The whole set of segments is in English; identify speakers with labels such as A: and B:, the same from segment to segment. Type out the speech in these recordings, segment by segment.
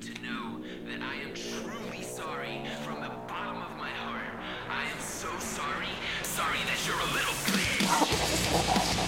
A: to know that I am truly sorry from the bottom of my heart. I am so sorry. Sorry that you're a little bitch.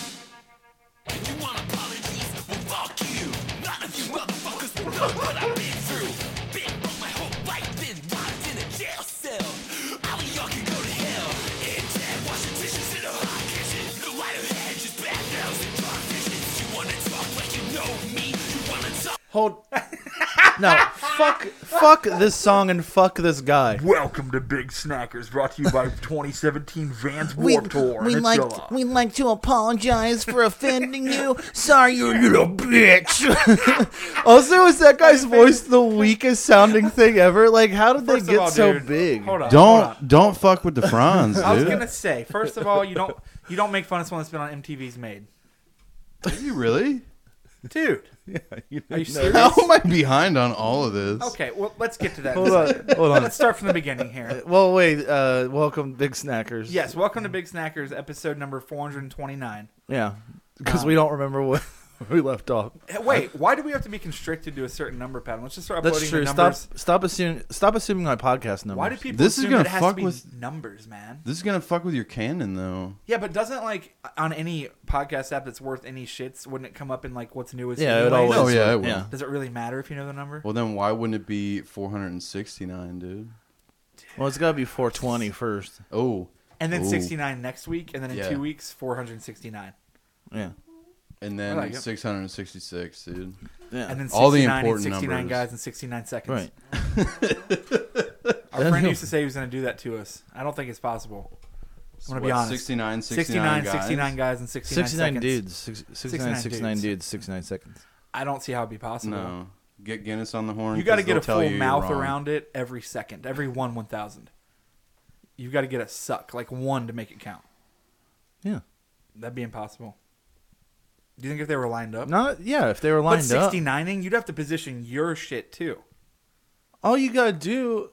A: You want apologies? Well, fuck you. None of you motherfuckers will know what I've been through. Been broke my whole life, been locked in a jail cell. All of y'all can go to hell. In debt, washing dishes in a hot kitchen. No light of hedges, bad nails, and dark visions. You wanna talk like you know me? You wanna talk?
B: Hold. No, fuck, fuck this song and fuck this guy.
C: Welcome to Big Snackers, brought to you by 2017 Vans
D: We,
C: Warped Tour.
D: we
C: It's
D: like
C: Joe.
D: we like to apologize for offending you. Sorry, you little bitch.
B: Also, is that guy's voice the weakest sounding thing ever? Like, how did
E: First
B: they
E: of
B: get
E: all,
B: so
E: dude,
B: big?
E: Hold on. hold on.
F: Don't don't fuck with the Franz,
E: I was
F: dude.
E: gonna say, first of all, you don't you don't make fun of someone that's been on MTV's Made,
F: Are you really?
E: dude. Are you serious?
F: How am I behind on all of this?
E: Okay, well let's get to that.
B: Hold on, hold on.
E: Let's start from the beginning here.
B: Well, wait. Uh, welcome, Big Snackers.
E: Yes, welcome to Big Snackers, episode number 429.
B: yeah, because
E: Um,
B: we don't remember what we left off.
E: Hey, Wait, why do we have to be constricted to a certain number pattern? Let's just start uploading
B: That's true.
E: the
B: Stop,
E: numbers.
B: stop assuming, stop assuming my podcast numbers.
E: Why do people
F: This is
E: assume
F: gonna
E: that it has
F: fuck
E: to be
F: with-
E: numbers, man?
F: This is gonna fuck with your canon though.
E: Yeah, but doesn't like on any podcast app that's worth any shits, wouldn't it come up in like what's newest?
B: Yeah, it would
E: anyways?
B: always.
F: Oh, yeah, it will.
B: yeah.
E: Does it really matter if you know the number?
F: Well then why wouldn't it be four hundred and sixty nine, dude?
B: Well, it's gotta be 420 first.
F: Oh.
E: And then
F: Ooh.
E: 69 next week, and then in
F: Yeah.
E: two weeks, 469.
B: Yeah,
F: And then
E: I like it.
F: six hundred and sixty six, dude.
B: yeah.
E: And then 69
F: All the
E: and
F: important
E: 69
F: numbers.
E: guys in 69 seconds.
B: right.
E: Our friend used to say he was going to do that to us. I don't think it's possible. I'm going to be honest.
F: 69,
E: 69,
F: 69 guys.
E: 69 guys in 69,
B: 69
E: seconds.
B: dudes, six, 69,
E: 69
B: 69
E: dudes.
B: dudes. 69 seconds.
E: I don't see how it'd be possible.
F: No. Get Guinness on the horn.
E: You got to
F: 'cause
E: get a
F: they'll tell
E: full
F: you you're
E: mouth
F: wrong.
E: around it every second, every one one thousand. You've got to get a suck, like one, to make it count.
B: Yeah.
E: That'd be impossible. Do you think if they were lined up?
B: Not yeah. If they were
E: but
B: lined up,
E: 69ing, you'd have to position your shit too.
B: all you gotta do,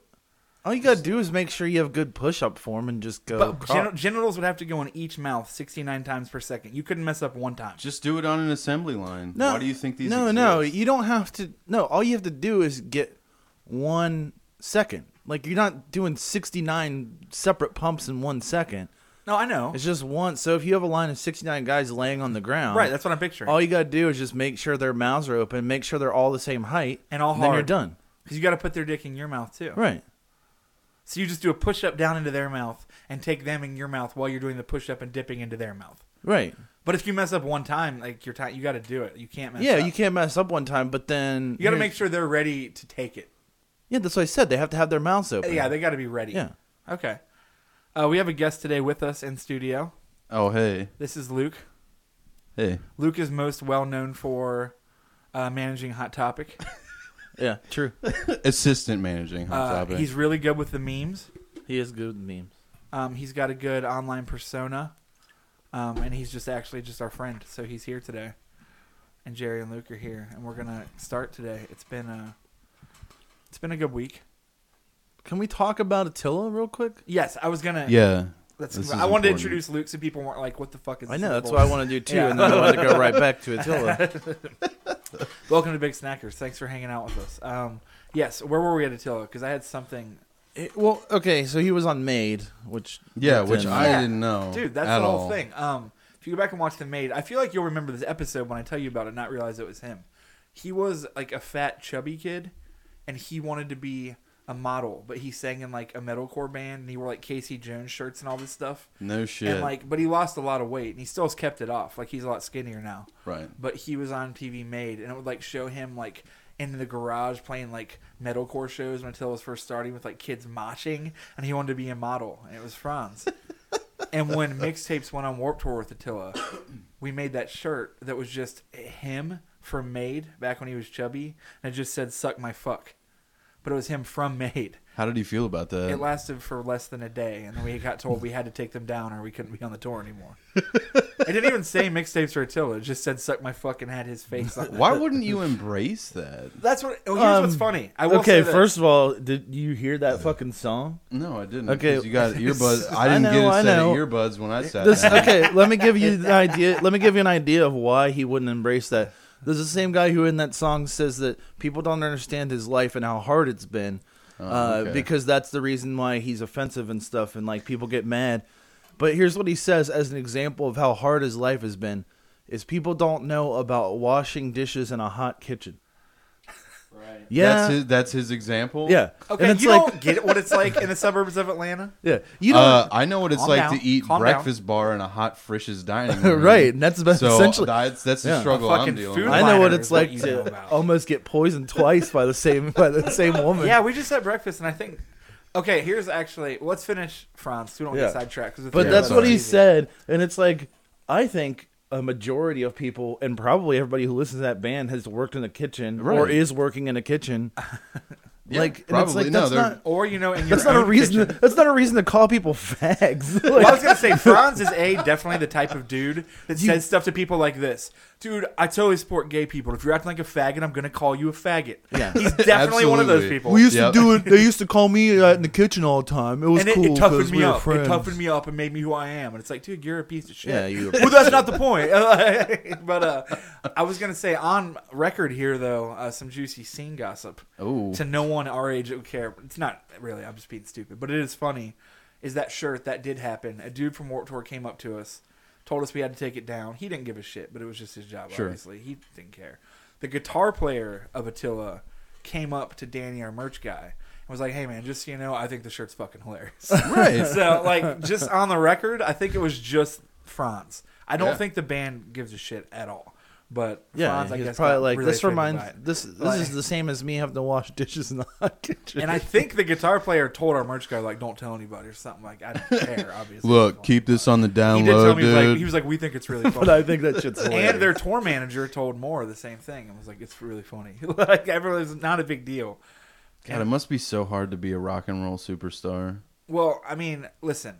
B: all you gotta do is make sure you have good push-up form and just go.
E: But
B: cock.
E: geni- genitals would have to go in each mouth 69 times per second. You couldn't mess up one time.
F: Just do it on an assembly line.
B: No,
F: Why do you think these?
B: No, no,
F: exist?
B: you don't have to. No, all you have to do is get one second. Like you're not doing 69 separate pumps in one second.
E: no, I know.
B: It's just one. So if you have a line of 69 guys laying on the ground,
E: Right, that's what I'm picturing.
B: all you gotta do is just make sure their mouths are open, make sure they're all the same height,
E: And all
B: then you're
E: hard.
B: done.
E: Because you got to put their dick in your mouth too.
B: Right.
E: So you just do a push up down into their mouth and take them in your mouth while you're doing the push up and dipping into their mouth.
B: Right.
E: But if you mess up one time, like your time, you got to do it. You can't mess.
B: yeah,
E: up.
B: you can't mess up one time, but then
E: You got to make sure they're ready to take it.
B: Yeah, that's what I said. They have to have their mouths open.
E: Yeah, they got to be ready.
B: Yeah.
E: Okay. Uh, we have a guest today with us in studio.
F: Oh hey
E: This is Luke.
F: hey.
E: Luke is most well known for uh, managing Hot Topic.
B: yeah, true.
F: Assistant managing hot
E: Uh,
F: topic.
E: he's really good with the memes.
B: he is good with memes.
E: Um, he's got a good online persona, um, and he's just actually just our friend. So he's here today, and Jerry and Luke are here, and we're gonna start today. It's been a, it's been a good week.
B: Can we talk about Attila real quick?
E: Yes, I was gonna.
F: yeah.
E: That's, I
F: This is
E: wanted to
F: important.
E: introduce Luke so people weren't like, "What the fuck is?"
B: I
E: this
B: know that's
E: syllable?
B: what I want to do too,
E: Yeah.
B: and then I want to go right back to Attila.
E: Welcome to Big Snackers. Thanks for hanging out with us. Um, yes, where were we at Attila? Because I had something,
B: It- well, okay, so he was on Maid, which
F: Yeah, which
B: then-
F: I
E: Yeah.
F: didn't know.
E: dude. That's
F: at
E: the whole
F: all.
E: thing. Um, if you go back and watch the maid, I feel like you'll remember this episode when I tell you about it, not realize it was him. He was like a fat, chubby kid, and he wanted to be a model, but he sang in like a metalcore band, and he wore like Casey Jones shirts and all this stuff.
F: No shit.
E: And like, but he lost a lot of weight, and he still has kept it off. Like he's a lot skinnier now.
F: right.
E: but he was on TV Made, and it would like show him like in the garage playing like metalcore shows when Attila was first starting with like kids moshing, and he wanted to be a model, and it was Franz. and when mixtapes went on Warp Tour with Attila, we made that shirt that was just him from Made back when he was chubby, and it just said "suck my fuck," but it was him from Made.
F: How did he feel about that?
E: It lasted for less than a day, and then we got told we had to take them down or we couldn't be on the tour anymore. it didn't even say mixtapes for Attila. It just said "suck my fucking had his face on. it.
F: Why wouldn't you embrace that?
E: That's what. Oh, here's what's
B: Um,
E: funny. I will
B: Okay,
E: say this.
B: first of all, did you hear that fucking song?
F: No, I didn't.
B: Okay.
F: 'cause you got earbuds.
B: I
F: I didn't
B: know, I
F: get a set
B: know.
F: of earbuds when I sat.
B: This,
F: down.
B: okay, let me give you the idea. Let me give you an idea of why he wouldn't embrace that. There's the same guy who in that song says that people don't understand his life and how hard it's been, uh,
F: Oh, okay.
B: because that's the reason why he's offensive and stuff, and like people get mad. But here's what he says as an example of how hard his life has been: is people don't know about washing dishes in a hot kitchen. Right. Yeah.
F: That's his. That's his example.
B: yeah.
E: okay,
B: And it's
E: you
B: like,
E: don't get what it's like in the suburbs of Atlanta.
B: yeah. You don't.
F: Uh, I know what it's
E: Calm
F: like
E: down,
F: to eat
E: calm down.
F: breakfast bar in a hot Frisch's dining room.
B: Right, and that's about-
F: so
B: essentially-
F: that's that's the
B: Yeah.
F: struggle
E: Fucking
F: I'm dealing
E: food
F: with.
B: I know what
E: Liner
B: it's
E: is what
B: like
E: you know
B: to
E: about.
B: almost get poisoned twice by the same by the same woman.
E: Yeah, we just had breakfast, and I think. Okay, here's actually. Let's finish France. We don't
B: Yeah.
E: get sidetracked. 'cause the
B: But
E: three of
B: that's
E: us
B: what
E: are
B: he
E: easy.
B: said, and it's like I think a majority of people, and probably everybody who listens to that band, has worked in a kitchen or
F: Right.
B: is working in a kitchen.
F: Yeah,
B: like, and it's
F: probably.
B: like
F: No,
B: that's
F: they're-
B: not
E: Or you know, in your
B: that's not a
E: own
B: reason.
E: kitchen.
B: That's not a reason to call people fags. Like,
E: Well, I was gonna say Franz is a definitely the type of dude that says stuff to people like this. Dude, I totally support gay people. If you're acting like a faggot, I'm gonna call you a faggot.
B: Yeah.
E: he's definitely one of those
F: Absolutely.
E: people.
F: We used to Yep. do
B: it. They used to call me uh, in the kitchen all the time. It was
E: and it, it toughened me up. It toughened me up and made me who I am. And it's like, dude, you're a piece of shit.
B: Yeah, you.
E: well, that's not the point. but uh, I was gonna say on record here though, uh, some juicy scene gossip
F: Ooh.
E: to no one our age that would care. It's not really. I'm just being stupid, but it is funny. Is that shirt that did happen? A dude from Warped Tour came up to us, told us we had to take it down. He didn't give a shit, but it was just his job.
F: Sure.
E: Obviously, he didn't care. The guitar player of Attila came up to Danny, our merch guy, and was like, "Hey man, just so you know, I think the shirt's fucking hilarious."
F: Right.
E: so like just on the record, I think it was just Franz. I don't
F: Yeah.
E: think the band gives a shit at all. But
B: Yeah,
E: Franz, I
B: he's
E: guess,
B: probably
E: got
B: like
E: really
B: this
E: offended
B: reminds
E: by it.
B: this. This
E: Like-
B: is the same as me having to wash dishes in the hot kitchen.
E: And I think the guitar player told our merch guy like, "Don't tell anybody" or something like. I don't care, obviously.
F: Look, keep this on the
E: He did tell
F: download,
E: me he was like, he
F: dude.
E: was like, "We think it's really
B: but
E: funny."
B: I think that shit's hilarious.
E: and their tour manager told Moore the same thing and was like, "It's really funny." like, everyone it's not a big deal.
F: God, it must be so hard to be a rock and roll superstar.
E: Well, I mean, listen.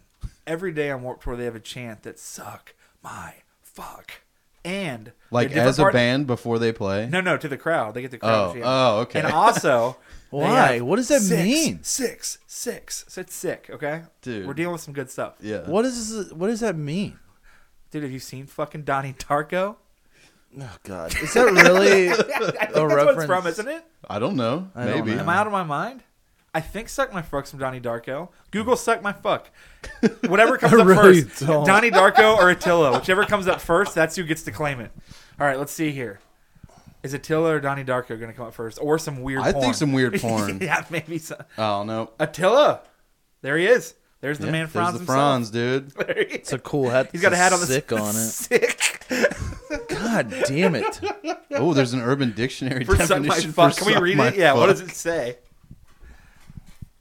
E: Every day on Warped Tour, they have a chant that "suck my fuck," and
F: Like
E: the different
F: as a
E: part-
F: band before they play.
E: No, no, to the crowd. They get the crowd.
F: Oh,
E: to chant.
F: oh, okay.
E: And also, they
B: Why?
E: have
B: What does that
E: six,
B: mean?
E: Six, six. So it's sick. Okay,
F: Dude.
E: we're dealing with some good stuff.
F: yeah.
B: What is this, what does that mean?
E: Dude, have you seen fucking Donnie Darko?
B: Oh God, is that really
E: I think
B: a
E: that's what it's
B: reference?
E: from, isn't it?
F: I don't know.
B: don't
F: Maybe.
B: know.
E: Am I out of my mind? I think "Suck My Fuck's" from Donnie Darko. Google "Suck My Fuck." Whatever comes up
B: really
E: 1st
B: don't.
E: Donnie Darko or Attila, whichever comes up first, that's who gets to claim it. All right, let's see here. Is Attila or Donnie Darko going to come up first, or some weird?
F: I
E: porn?
F: think some weird porn.
E: yeah, maybe some.
F: Oh no.
E: Attila. There he is. There's the
F: Yeah,
E: man
F: there's
E: Franz
F: the
E: himself.
F: Franz, dude.
E: There he is.
B: It's a cool hat.
E: He's got a hat on the
B: sick on it.
E: Sick.
B: God damn it!
F: Oh, there's an Urban Dictionary
E: For suck my
F: definition
E: fuck.
F: for
E: Can we
F: suck
E: read
F: my
E: it? Yeah, what
F: fuck.
E: does it say?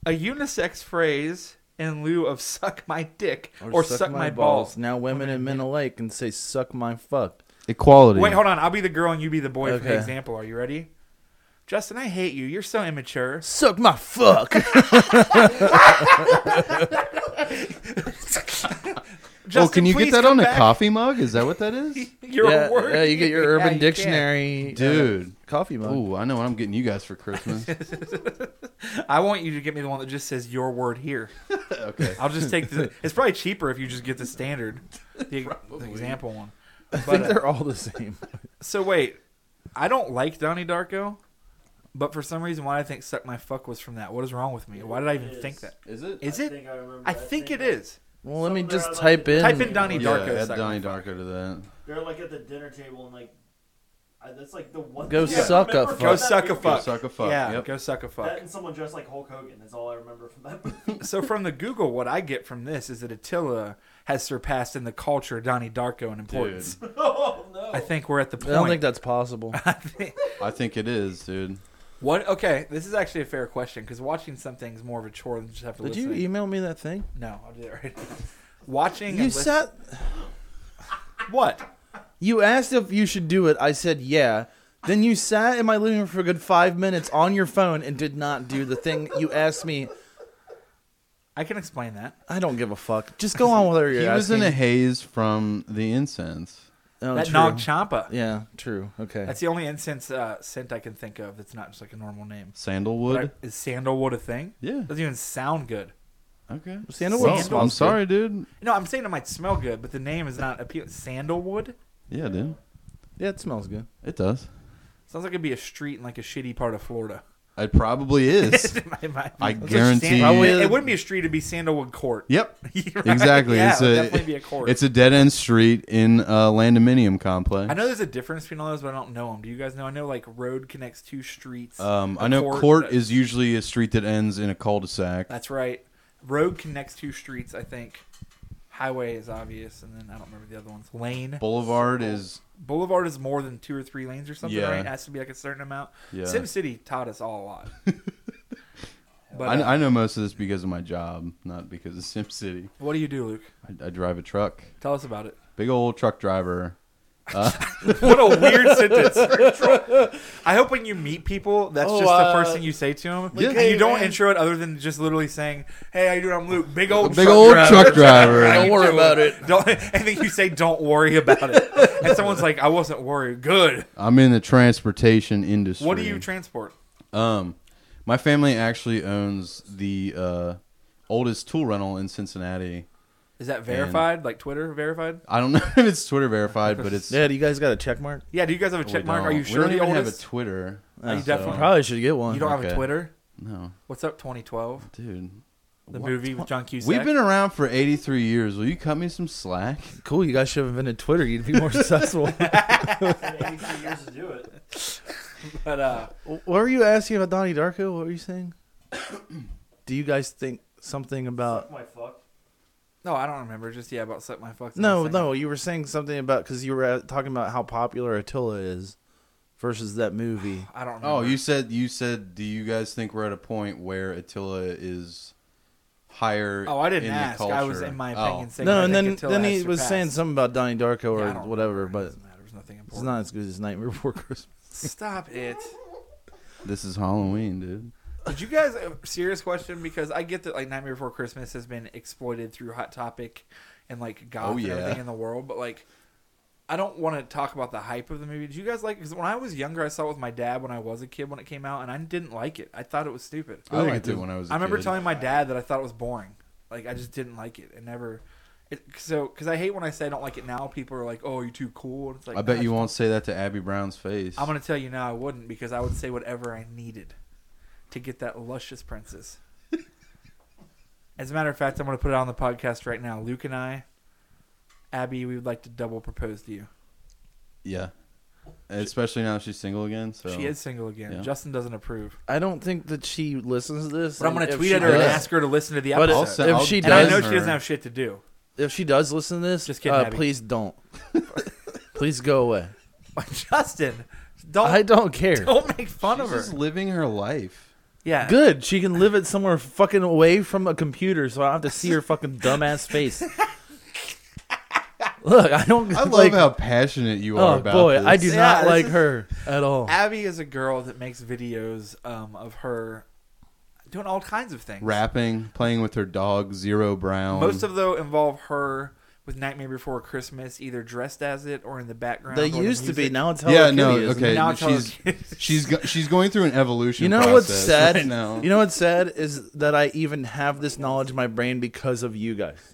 E: A unisex phrase in lieu of suck my dick or, suck, my, balls. Oh,
B: Now women and men alike can say "suck my fuck."
F: Equality.
E: Wait, hold on. I'll be the girl and you be the boy for the
B: Okay.
E: example. Are you ready? Justin, I hate you. You're so immature.
B: Suck my fuck.
E: Justin,
F: oh, can you
E: please
F: get that
E: come
F: on a
E: back.
F: coffee mug? Is that what that is?
E: Your
B: yeah,
E: word.
B: yeah, you get your
E: Yeah,
B: Urban
E: you can.
B: Dictionary, uh,
F: Dude.
B: coffee mug.
F: Oh, I know what I'm getting you guys for Christmas.
E: I want you to get me the one that just says your word here.
F: okay.
E: I'll just take the. It's probably cheaper if you just get the standard, the, the example one.
B: I think
E: But, uh,
B: they're all the same.
E: so wait, I don't like Donnie Darko, but for some reason, why I think "suck my fuck" was from that. What is wrong with me? Why did I even
G: It
E: think
G: is.
E: that?
F: Is it?
E: Is it?
G: think I remember.
E: I think it is.
B: Well, let me
G: Somewhere
B: just
G: on
B: type
G: the-
B: in.
E: Type in Donnie
F: yeah,
E: Darko.
F: add
E: suck
F: Donnie
E: my fuck.
F: Darko to that.
G: They're like at the dinner table and like, I, that's like the one.
B: Go
G: thing I
B: suck a
G: remember
B: fuck.
G: from
E: Go
G: that
E: suck a
G: movie.
E: fuck.
F: Go suck a fuck.
E: Yeah,
F: Yep.
E: go suck a
G: That
E: fuck.
G: and someone dressed like Hulk Hogan is all I remember from that movie.
E: So from the Google, what I get from this is that Attila has surpassed in the culture Donnie Darko in importance.
G: oh no!
E: I think we're at the
B: I
E: point.
B: don't think that's possible.
F: I think it is, dude.
E: What? Okay, this is actually a fair question because watching something's more of a chore than just have to
B: Did
E: listen.
B: you email me that thing?
E: No, I'll do that right. now. Watching.
B: You
E: and lis-
B: sat.
E: what?
B: You asked if you should do it. I said yeah. Then you sat in my living room for a good five minutes on your phone and did not do the thing you asked me
E: I can explain that.
B: I don't give a fuck. Just go on with whatever you're
F: He was in a
B: asking.
F: haze from the incense.
B: Oh,
E: that
B: true.
E: Nog Champa.
B: Yeah, true. Okay.
E: That's the only incense uh, scent I can think of that's not just like a normal name. But
F: Sandalwood.
E: I- is sandalwood a thing?
F: Yeah.
E: Doesn't even sound good.
F: okay.
B: Sandalwood
F: Well,
B: smells
F: I'm
B: good.
F: sorry, dude.
E: No, I'm saying it might smell good, but the name is not appealing. Sandalwood
F: Yeah, dude.
B: yeah, it smells good.
F: It does.
E: sounds like it'd be a street in like a shitty part of Florida.
F: It probably is.
E: It might- it might-
F: I
E: That's what
F: guarantee-
E: sand-
B: Probably-
E: it, it wouldn't be a street; it'd be Sandalwood Court.
F: yep.
E: Right?
F: Exactly.
E: Yeah,
F: it's
E: it would
F: a
E: definitely be a court.
F: it's a dead end street in a landominium complex.
E: I know there's a difference between all those, but I don't know them. Do you guys know? I know like road connects two streets.
F: Um,
E: A
F: I know court,
E: uh,
F: is usually a street that ends in a cul-de-sac.
E: That's right. Road connects two streets. I think highway is obvious, and then I don't remember the other ones. Lane
F: Boulevard is
E: Boulevard is more than two or three lanes or something,
F: Yeah.
E: right? It has to be like a certain amount.
F: Yeah.
E: Sim City taught us all a lot. but uh,
F: I, I know most of this because of my job, not because of SimCity.
E: what do you do, Luke?
F: I, I drive a truck,
E: Tell us about it.
F: big old truck driver.
E: What a weird sentence. I hope when you meet people, that's
B: Oh,
E: just the first
B: uh,
E: thing you say to them.
F: Yeah.
E: And
F: hey,
E: you don't
B: man.
E: intro it other than just literally saying, "Hey, how you doing? I'm Luke, big
F: A
E: old,
F: big
E: truck
F: old
E: driver."
F: truck driver.
E: How you
B: worry
E: doing?
B: about it.
E: Don't, and then you say, "Don't worry about it." And someone's like, "I wasn't worried." Good.
F: I'm in the transportation industry.
E: What do you transport?
F: um, my family actually owns the uh, oldest tool rental in Cincinnati.
E: Is that verified? like Twitter verified?
F: I don't know if it's Twitter verified, but it's
B: Yeah, do you guys got a check mark?
E: Yeah. Do you guys have a
B: Oh,
F: we
E: check mark? Are
F: don't-
E: you
F: We
E: sure
F: don't
E: the
F: even have a
E: oldest?
F: Twitter.
E: Are you
B: Uh,
E: definitely-
B: probably should get one.
E: you don't have a
F: Okay.
E: Twitter?
F: No,
E: What's up? 2012,
F: dude.
E: the movie with John Cusack.
F: We've been around for 83 years. Will you cut me some slack?
B: cool. You guys should have invented Twitter. You'd be more successful.
G: It takes eighty-three years to do it.
E: but uh,
B: what were you asking about Donnie Darko? What were you saying? do you guys think something about?
G: My fuck.
E: no, I don't remember. Just yeah, about suck my fucks. and
B: No,
E: sing.
B: no. You were saying something about because you were uh, talking about how popular Attila is versus that movie.
E: I don't. Remember.
F: Oh, you said you said. Do you guys think we're at a point where Attila is higher?
E: Oh, I didn't
F: in
E: ask.
F: The culture?
E: I was in my
F: Oh.
E: opinion saying.
B: No,
E: I
B: and
E: think
B: then
E: Attila
B: then he
E: has
B: was saying
E: surpassed-
B: something about Donnie Darko
E: Yeah, I
B: or
E: don't remember.
B: whatever,
E: It
B: but
E: doesn't matter. It's nothing
B: it's
E: important.
B: not as good as Nightmare Before Christmas.
E: Stop it.
F: This is Halloween, dude.
E: Did you guys uh, serious question? Because I get that like Nightmare Before Christmas has been exploited through Hot Topic and like goth
F: Oh, yeah.
E: and everything in the world, but like I don't want to talk about the hype of the movie. Did you guys like? Because when I was younger, I saw it with my dad when I was a kid when it came out, and I didn't like it. I thought it was stupid.
F: I, liked it when I was. a
E: I remember
F: kid.
E: telling my dad that I thought it was boring. Like I just didn't like it. and never. It, so because I hate when I say I don't like it now, people are like, "Oh, you're too cool." And it's like
F: I bet
E: "Nah,
F: you
E: it's
F: won't say that to Abby Brown's face.
E: I'm gonna tell you now I wouldn't because I would say whatever I needed to get that luscious princess. As a matter of fact, I'm gonna put it on the podcast right now. Luke and I, Abby, we would like to double propose to you.
F: Yeah, especially now she's single again. So
E: She is single again.
F: yeah.
E: Justin doesn't approve.
B: I don't think that she listens to this.
E: But I'm gonna
B: and if
E: tweet
B: she
E: at her and
B: does-
E: ask her to listen to the
B: But
E: episode.
B: it-
F: I'll send-
B: if
F: I'll
B: she
E: and I
F: DM
E: know
B: does-
E: she
F: her.
E: doesn't have shit to do.
B: If she does listen to this,
E: Just kidding,
B: uh,
E: Abby.
B: please don't. please go away.
E: Justin, don't
B: I don't care.
E: Oh. don't make fun
F: She's
E: of her.
F: just living her life.
E: Yeah,
B: Good. She can live it somewhere fucking away from a computer, so I don't have to see her fucking dumbass face. Look, I don't.
F: I love
B: like,
F: how passionate you are
B: Oh
F: about
B: boy,
F: this.
B: I do
E: Yeah,
B: not
E: this
B: like
E: is-
B: her at all.
E: Abby is a girl that makes videos um, of her doing all kinds of things.
F: Rapping, playing with her dog Zero Brown.
E: Most of though involve her with Nightmare Before Christmas, either dressed as it or in the background.
B: They
E: or the
B: used to be.
E: music.
B: Now it's Hello
F: yeah,
B: Kitty,
F: no,
B: isn't
F: okay.
B: it?
E: Now it's Hello
F: she's
E: Kitty.
F: she's go, she's going through an evolution.
B: You know what's
F: process
B: sad?
F: Right now.
B: You know what's sad is that I even have this knowledge in my brain because of you guys.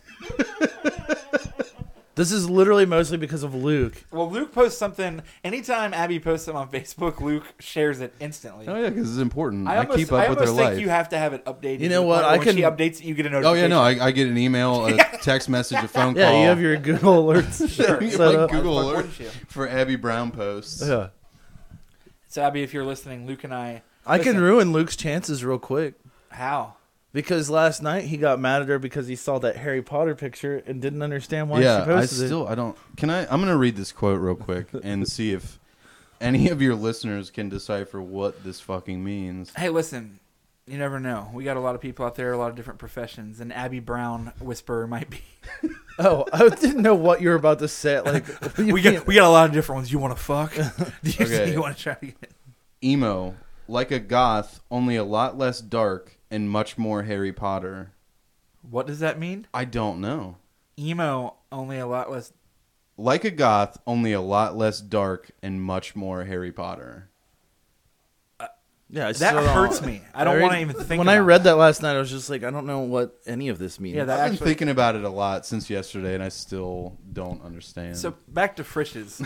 B: this is literally mostly because of Luke.
E: Well, Luke posts something. Anytime Abby posts something on Facebook, Luke shares it instantly.
F: Oh yeah, because it's important. I,
E: I almost,
F: keep up
E: I
F: with
E: almost
F: her
E: think
F: life.
E: you have to have it updated.
B: You know what?
E: Or
B: I
E: when
B: can-
E: she updates it, you get a
F: oh yeah,
E: notification.
F: no, I, I get an email, a text message, a phone call.
B: Yeah, you have your Google alerts
E: Sure.
F: You
B: set
F: like
B: up.
F: Google
E: Fuck,
F: alert
E: wouldn't you?
F: for Abby Brown posts.
B: Yeah.
E: So Abby, if you're listening, Luke and I.
B: I can
E: Listen.
B: ruin Luke's chances real quick
E: How?
B: because last night he got mad at her because he saw that Harry Potter picture and didn't understand why
F: yeah,
B: she
F: I
B: posted
F: still I don't. Can I? I'm gonna read this quote real quick and see if any of your listeners can decipher what this fucking means.
E: Hey, listen. You never know. We got a lot of people out there, a lot of different professions, and Abby Brown Whisperer might be.
B: it. Oh, I didn't know what you were about to say. Like you
E: we
B: can't-
E: got we got a lot of different ones. You want to fuck? Do you,
F: Okay.
E: you want to try to get?
F: Emo, like a goth, only a lot less dark and much more Harry Potter.
E: What does that mean?
F: I don't know.
E: Emo only a lot less.
F: Like a goth, only a lot less dark and much more Harry Potter.
B: Yeah, I
E: That
B: still don't-
E: hurts me. I don't
B: read-
E: want to even think.
B: When I
E: about
B: read
E: it.
B: that last night, I was just like, I don't know what any of this means.
E: yeah, that
F: I've been
E: actually.
F: thinking about it a lot since yesterday, and I still don't understand.
E: So back to Frisch's.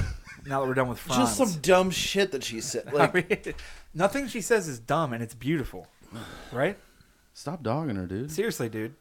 E: now that we're done with
B: just
E: Franz.
B: some dumb shit that she said.
E: I
B: Like,
E: mean, nothing she says is dumb, and it's beautiful, right?
F: Stop dogging her, dude.
E: Seriously, dude.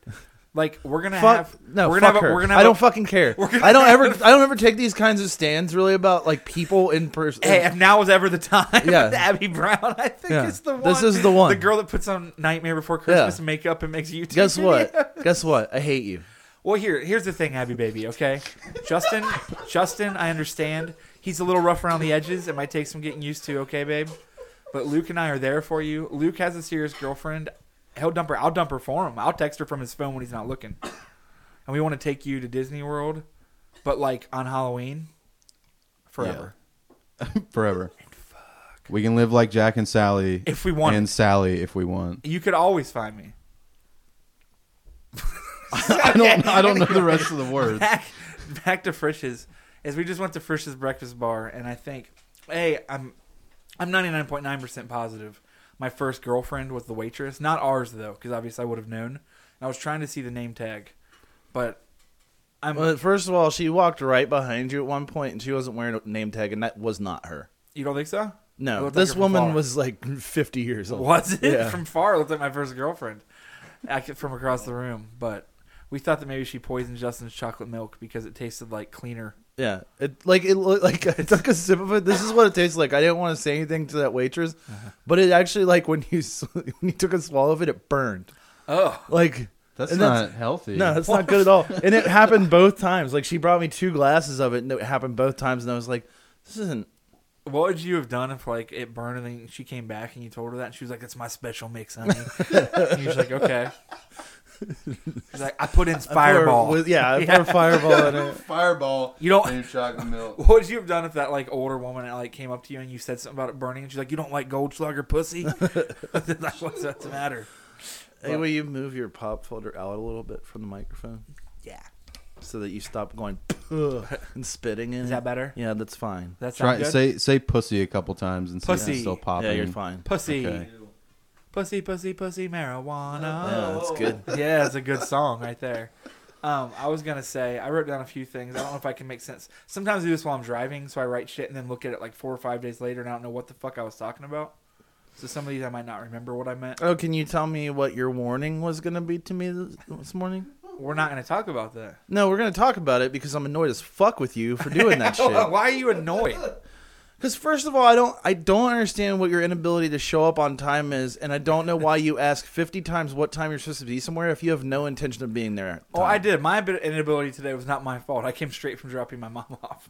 E: Like we're gonna
B: fuck
E: have
B: no,
E: we're
B: fuck
E: gonna have a-
B: her.
E: we're gonna have
B: I don't
E: a-
B: fucking care.
E: we're gonna
B: I don't ever.
E: have-
B: I don't ever take these kinds of stands really about like people in person.
E: Hey, if now was ever the time,
B: Yeah.
E: Abby Brown, I think
B: Yeah.
E: it's the one.
B: This is the one.
E: The girl that puts on Nightmare Before Christmas
B: Yeah.
E: makeup and makes YouTube.
B: Guess
E: videos.
B: what? Guess what? I hate you.
E: Well, here, here's the thing, Abby baby. Okay, Justin, Justin, I understand he's a little rough around the edges. It might take some getting used to. Okay, babe. But Luke and I are there for you. Luke has a serious girlfriend. He'll dump her. I'll dump her for him. I'll text her from his phone when he's not looking. And we want to take you to Disney World, but like on Halloween, forever.
F: Forever. We can live like Jack and Sally.
E: If we want.
F: And Sally, if we want.
E: You could always find me.
F: I don't. I don't know the rest of the words.
E: back back to Frisch's is we just went to Frisch's breakfast bar and I think hey I'm I'm 99.9% positive my first girlfriend was the waitress not ours though because obviously I would have known and I was trying to see the name tag but I'm
B: Well, Uh, first of all, she walked right behind you at one point, and she wasn't wearing a name tag, and that was not her.
E: you don't think so It
B: No,
E: looked like
B: this
E: her from
B: woman
E: far.
B: was like 50 years old.
E: was it
B: Yeah.
E: from far it looked like my first girlfriend I could- from across the room but we thought that maybe she poisoned Justin's chocolate milk because it tasted like cleaner
B: Yeah, it like it looked like I took a sip of it. This is what it tastes like. I didn't want to say anything to that waitress,
E: Uh-huh.
B: but it actually like when you s- when you took a swallow of it, it burned.
E: oh
B: Like
F: That's
B: and
F: not healthy.
B: no, that's not good at all. And it happened both times. Like she brought me two glasses of it, and it happened both times. And I was like, this isn't.
E: What would you have done if like it burned and then she came back and you told her that and she was like, "It's my special mix, honey." and you're just like, "Okay." She's like, "I put in
B: I
E: Fireball."
B: pour- with- yeah, I pour fireball in it.
F: Fireball.
E: You don't-
F: and chocolate milk.
E: what would you have done if that like older woman like came up to you and you said something about it burning and she's like, "You don't like Goldschlager pussy?" like, what's that the matter?
B: Hey, will you move your pop filter out a little bit from the microphone?
E: Yeah.
B: so that you stop going "Ugh," and spitting in.
E: Is
B: it.
E: that better?
B: Yeah, that's fine.
E: That's
F: Try
E: right. Good?
F: say say pussy a couple times and see if
E: Pussy.
F: it's still popping.
B: yeah, you're fine.
E: pussy,
F: Okay.
E: pussy, pussy, pussy, marijuana.
B: Yeah, that's good.
E: yeah, it's a good song right there. Um, I was gonna say I wrote down a few things. I don't know if I can make sense. Sometimes I do this while I'm driving, so I write shit and then look at it like four or five days later, and I don't know what the fuck I was talking about. So some of these I might not remember what I meant.
B: Oh, can you tell me what your warning was going to be to me this, this morning?
E: We're not gonna talk about that.
B: No, we're going to talk about it because I'm annoyed as fuck with you for doing that shit.
E: Oh, Why are you annoyed?
B: Because first of all, I don't, I don't understand what your inability to show up on time is, and I don't know why you ask 50 times what time you're supposed to be somewhere if you have no intention of being there. at
E: Oh, I
B: time.
E: did. My bit- inability today was not my fault. I came straight from dropping my mom off.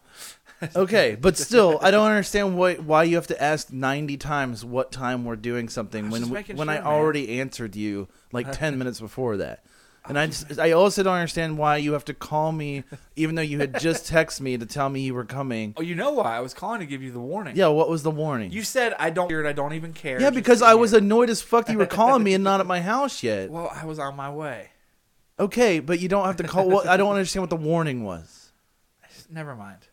B: Okay, but still, I don't understand why why you have to ask 90 times what time we're doing something when
E: just
B: we-
E: making
B: when
E: sure,
B: I
E: man.
B: already answered you like 10 minutes before that. And I just, I also don't understand why you have to call me even though you had just texted me to tell me you were coming.
E: Oh, you know why? I was calling to give you the warning.
B: Yeah, what was the warning?
E: You said I don't hear it. I don't even care.
B: yeah,
E: Just
B: because
E: sit
B: I
E: here."
B: was annoyed as fuck you were calling me and not at my house yet.
E: Well, I was on my way.
B: Okay, but you don't have to call what I don't understand what the warning was.
E: Never mind.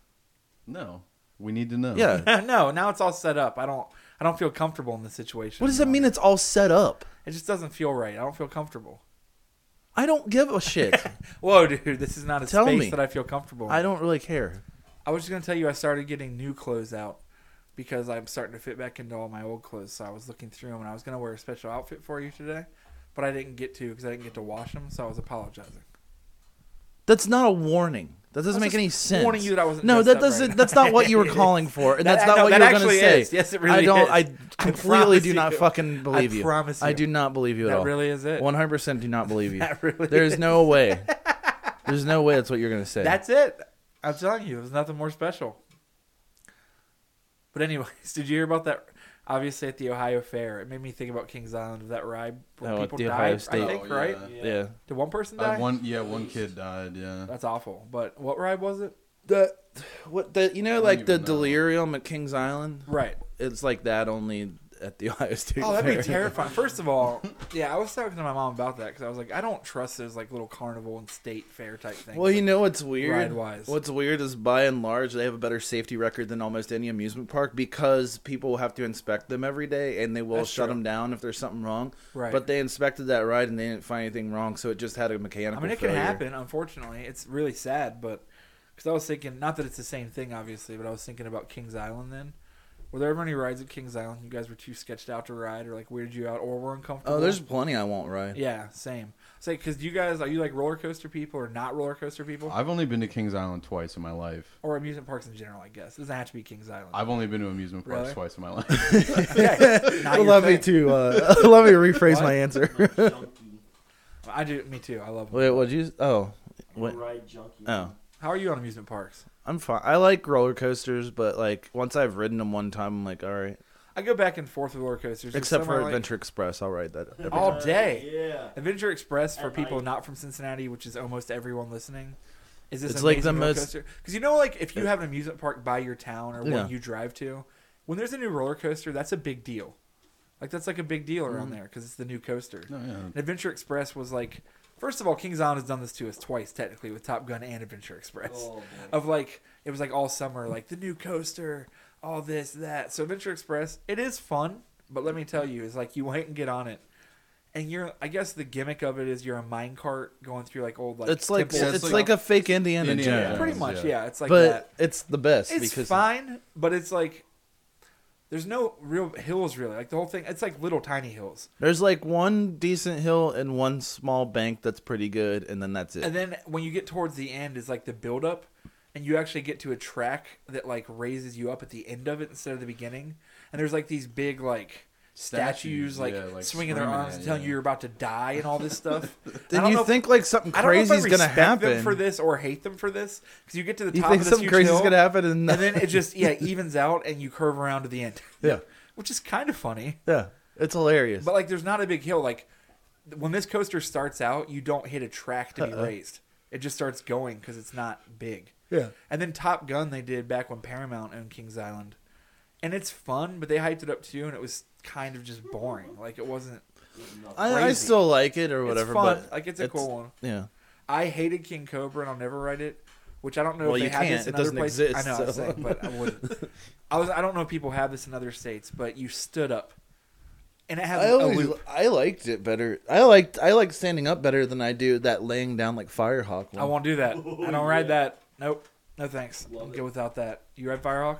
F: No, we need to know.
B: Yeah.
E: no, now it's all set up. I don't I don't feel comfortable in this situation.
B: What does that mean it's all set up?
E: It just doesn't feel right. I don't feel comfortable.
B: I don't give a shit.
E: Whoa, dude, this is not a
B: Tell
E: space
B: me.
E: that I feel comfortable. In.
B: I don't really care.
E: I was just gonna tell you I started getting new clothes out because I'm starting to fit back into all my old clothes. So I was looking through them and I was gonna wear a special outfit for you today, but I didn't get to because I didn't get to wash them. So I was apologizing.
B: That's not a warning. That doesn't
E: I
B: make
E: was
B: any
E: just
B: sense.
E: warning you that I wasn't
B: no,
E: dressed
B: that
E: up
B: doesn't.
E: right.
B: That's not what you were calling for, and
E: That-
B: that's not
E: no,
B: what
E: that
B: you were going
E: actually
B: to say.
E: is. Yes, it really
B: I don't.
E: is. I
B: I completely
E: promise
B: do not
E: you.
B: fucking believe you.
E: promise
B: I
E: you.
B: do not believe you at
E: That
B: all.
E: really is it.
B: One hundred percent do not believe you.
E: That really
B: There is
E: is.
B: no way. There's no way that's what you're going to say.
E: That's it. I'm telling you, it was nothing more special. But anyways, did you hear about that? Obviously, at the Ohio Fair, it made me think about Kings Island of that ride where
B: Oh, at
E: people
B: the
E: died.
B: Ohio
E: I
B: State.
E: think
F: Oh,
E: right.
F: yeah.
B: yeah.
E: Did one person
F: Uh,
E: die?
F: one. Yeah, one kid died. Yeah.
E: That's awful. But what ride was it?
B: The what the you know like the
F: even know.
B: delirium at Kings Island.
E: Right.
B: It's like that only at the Ohio State.
E: Oh, that'd be
B: Fair.
E: terrifying. First of all, yeah, I was talking to my mom about that because I was like, I don't trust those like little carnival and state fair type things.
B: Well, you know what's weird?
E: Ride-wise.
B: What's weird is by and large they have a better safety record than almost any amusement park because people will have to inspect them every day and they will
E: That's
B: shut
E: true.
B: them down if there's something wrong.
E: Right.
B: But they inspected that ride and they didn't find anything wrong, so it just had a mechanical.
E: I mean, it
B: failure.
E: can happen. Unfortunately, it's really sad, but because I was thinking, not that it's the same thing, obviously, but I was thinking about Kings Island. Then, were there ever any rides at Kings Island you guys were too sketched out to ride, or like weirded you out, or were uncomfortable?
B: Oh, there's plenty I won't ride.
E: yeah, same. Say, because you guys are you like roller coaster people or not roller coaster people,
F: I've only been to Kings Island twice in my life.
E: or amusement parks in general? I guess it doesn't have to be Kings Island.
F: I've only been to amusement parks
E: Really?
F: twice in my life.
E: Okay, not your
B: Allow me
E: thing.
B: to uh, allow me to rephrase my answer.
G: Like junkie.
E: I do. Me too. I love. Them.
B: Wait, what you? Oh, what?
G: What? Ride junkie.
B: Oh,
E: How are you on amusement parks?
B: I'm fine. I like roller coasters, but like once I've ridden them one time, I'm like, all right.
E: I go back and forth with roller coasters. There's
B: Except
E: some I
B: for
E: like-
B: Adventure Express, I'll ride that. every
E: all
B: time.
E: day.
G: Yeah.
E: Adventure Express for
G: At
E: people
G: night.
E: not from Cincinnati, which is almost everyone listening. Is this
B: It's like the most-
E: because you know, like if you have an amusement park by your town or
B: Yeah.
E: one you drive to, when there's a new roller coaster, that's a big deal. Like that's like a big deal around
B: Mm-hmm.
E: there because it's the new coaster.
B: Oh,
F: No, yeah.
E: And Adventure Express was like, first of all, Kings Island has done this to us twice technically with Top Gun and Adventure Express.
G: Oh, boy.
E: of like it was like all summer, like the new coaster, all this that. So Adventure Express, it is fun, but let me tell you, it's like you wait and get on it, and you're. I guess the gimmick of it is you're a mine cart going through like old like
B: It's like
E: temples and
B: it's
F: like-
B: like a fake Indiana,
F: Indiana
B: Jones.
E: stuff. pretty
F: Yeah.
E: much yeah. It's like
B: but
E: that.
B: it's the best
E: It's
B: because
E: fine, but it's like. There's no real hills, really. Like the whole thing, it's like little tiny hills.
B: there's like one decent hill and one small bank that's pretty good, and then that's it.
E: And then when you get towards the end is like the build up and you actually get to a track that like raises you up at the end of it instead of the beginning. And there's like these big like statues,
F: Statues,
E: like,
F: yeah, like
E: swinging their
F: screaming
E: arms
F: at
E: and telling
F: you.
E: you you're about to die and all this stuff. I
B: then
E: don't
B: you
E: know if-
B: think like something
E: I don't know if I
B: crazy's gonna
E: respect
B: happen.
E: them for this or hate them for this because you get to the
B: you
E: top
B: think
E: of this
B: something
E: huge
B: crazy's
E: hill
B: gonna happen, and,
E: and then it just yeah evens out and you curve around to the end.
B: yeah,
E: which is kind of funny.
B: yeah, it's hilarious.
E: But like, there's not a big hill. Like, th- when this coaster starts out, you don't hit a track to be
B: Uh-uh.
E: raised. It just starts going because it's not big.
B: Yeah.
E: And then Top Gun they did back when Paramount owned Kings Island, and it's fun, but they hyped it up too, and it was kind of just boring. Like it wasn't.
B: I, I
E: crazy.
B: still like it or whatever.
E: it's fun.
B: But
E: like it's a cool one.
B: Yeah,
E: I hated King Cobra and I'll never write it, which I don't know
B: Well,
E: if they
B: you
E: have this
B: can't.
E: in
B: It
E: other
B: doesn't
E: places.
B: exist,
E: I know, I was
B: so.
E: saying, but I wouldn't. I was. I don't know if people have this in other states, but you stood up, and it has oh,
B: I
E: a
B: always
E: loop.
B: I liked it better. I liked I like standing up better than I do that laying down like Firehawk. One.
E: I won't do that. I don't ride that. Nope. No thanks.
G: Love
E: I'm
G: it.
E: good without that. You ride Firehawk?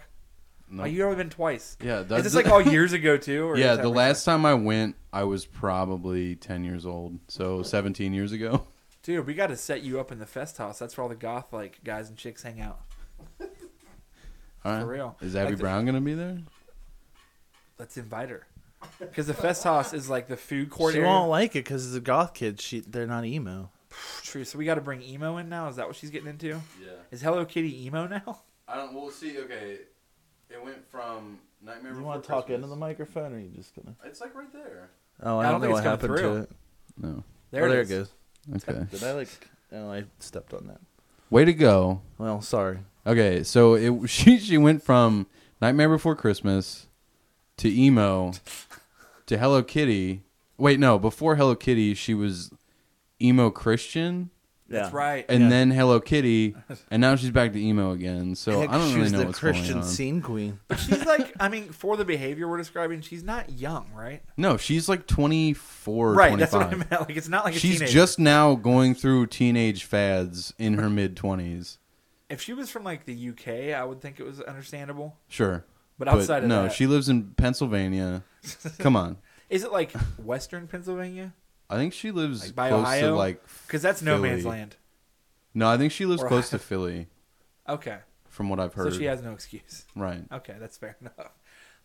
F: No.
E: Oh, you've only been twice.
F: Yeah,
E: Is
F: that's-
E: this like all years ago too? Or
F: yeah,
E: is that
F: the
E: recent?
F: last time I went, I was probably 10 years old. So 17 years ago.
E: dude, we got to set you up in the fest house. That's where all the goth like guys and chicks hang out.
F: All right.
E: For real.
F: Is Abby
E: Like the-
F: Brown going to be there?
E: Let's invite her because the fest house is like the food court.
B: She
E: area.
B: won't like it because it's a goth kid. She they're not emo.
E: True. So we got to bring emo in now. Is that what she's getting into? Is Hello Kitty emo now?
F: I don't. We'll see. Okay. It went from Nightmare
B: You want to talk into the microphone, or are you just gonna?
F: It's like right there.
B: Oh,
E: I
B: I
E: don't
B: don't, know
E: think
B: what
E: it's coming
B: happened to
E: through.
B: it.
F: No.
E: There,
B: oh,
E: it
B: there
E: is.
B: it goes.
F: Okay.
B: Did I like? Oh, I stepped on that.
F: Way to go.
B: Well, sorry.
F: Okay, so it she she went from Nightmare Before Christmas to emo to Hello Kitty. Wait, no, before Hello Kitty, she was emo Christian,
B: Yeah.
E: That's right.
F: and
B: Yeah.
F: then Hello Kitty, and now she's back to emo again. So I don't
B: she
F: really
B: was
F: know
B: the
F: what's
B: Christian
F: going on.
B: scene queen.
E: But she's like, I mean, for the behavior we're describing, she's not young, right?
F: No, she's like twenty four, or
E: right.
F: twenty
E: That's what I
F: five.
E: meant. Like, it's not like a
F: She's
E: teenager.
F: just now going through teenage fads in her mid twenties.
E: If she was from like the UK, I would think it was understandable.
F: Sure,
E: But outside of
F: no,
E: that-
F: she lives in Pennsylvania. Come on,
E: Is it like Western Pennsylvania?
F: I think she lives
E: Like by
F: close to
E: Ohio?
F: like
E: Because that's no man's
F: Philly.
E: land.
F: No, I think she lives
E: Or-
F: close to Philly,
E: Okay,
F: from what I've heard.
E: so she has no excuse.
F: right.
E: Okay, that's fair enough.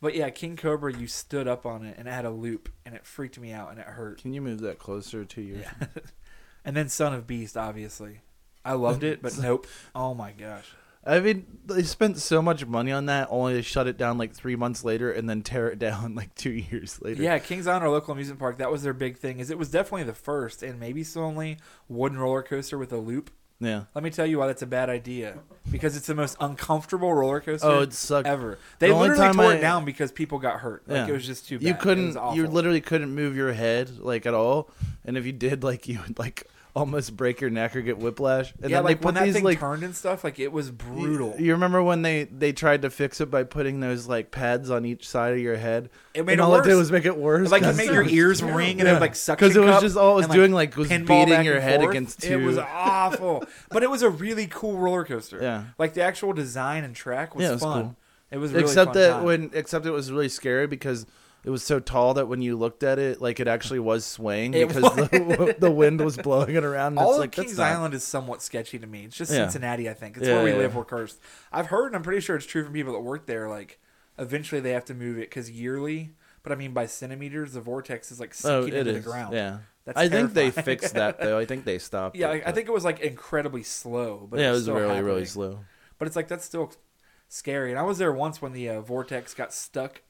E: But yeah, King Cobra, you stood up on it and it had a loop, and it freaked me out and it hurt.
B: Can you move that closer to your?
E: Yeah. and then Son of Beast, obviously, I loved it, but nope. Oh my gosh.
B: I mean, they spent so much money on that, only to shut it down like three months later, and then tear it down like two years later.
E: Yeah, Kings Island or local amusement park, that was their big thing. Is it was definitely the first and maybe still only wooden roller coaster with a loop
B: Yeah.
E: Let me tell you why that's a bad idea. Because it's the most uncomfortable roller coaster.
B: Oh, it sucked.
E: ever. They
B: The only
E: literally
B: time
E: tore
B: I-
E: it down because people got hurt. Like
B: Yeah.
E: it was just too bad.
B: You
E: It
B: couldn't.
E: was awful.
B: You literally couldn't move your head like at all. And if you did, like you would like almost break your neck or get whiplash. And
E: yeah,
B: then
E: like
B: they
E: when
B: put
E: that
B: these,
E: thing
B: like,
E: turned and stuff, like it was brutal.
B: You remember when they they tried to fix it by putting those like pads on each side of your head?
E: It made
B: and
E: it
B: all it did
E: worse.
B: was make it worse.
E: like it
B: because
E: made
B: it
E: your
B: was-
E: ears ring and it
B: Yeah.
E: would like suction
B: 'Cause it was
E: cup
B: just- all it was
E: and,
B: doing, like, was
E: pinball
B: beating
E: back
B: your
E: and
B: head
E: forth.
B: against
E: It was
B: two-
E: awful, but it was a really cool roller coaster.
B: Yeah.
E: like the actual design and track was,
B: Yeah, it was
E: fun.
B: cool.
E: It was really
B: except
E: fun
B: that
E: time.
B: when except it was really scary because it was so tall that when you looked at it, like it actually was swaying
E: It
B: because the, the wind was blowing it around. And
E: all
B: it's
E: of
B: like, that's
E: Kings
B: not-
E: Island is somewhat sketchy to me. It's just
B: Yeah.
E: Cincinnati, I think. It's
B: Yeah,
E: where we
B: yeah,
E: live.
B: yeah.
E: We're cursed. I've heard, and I'm pretty sure it's true from people that work there. Like, eventually they have to move it because yearly. But I mean, by centimeters, the vortex is like
B: Oh,
E: sinking
B: it
E: into
B: is.
E: the ground.
B: Yeah,
E: That's
B: I think they
E: terrifying.
B: fixed that though. I think they stopped.
E: Yeah, I, I
B: but-
E: think it was like incredibly slow. But
B: yeah, it was
E: still
B: really really
E: happening.
B: slow.
E: But it's like that's still scary. And I was there once when the uh, vortex got stuck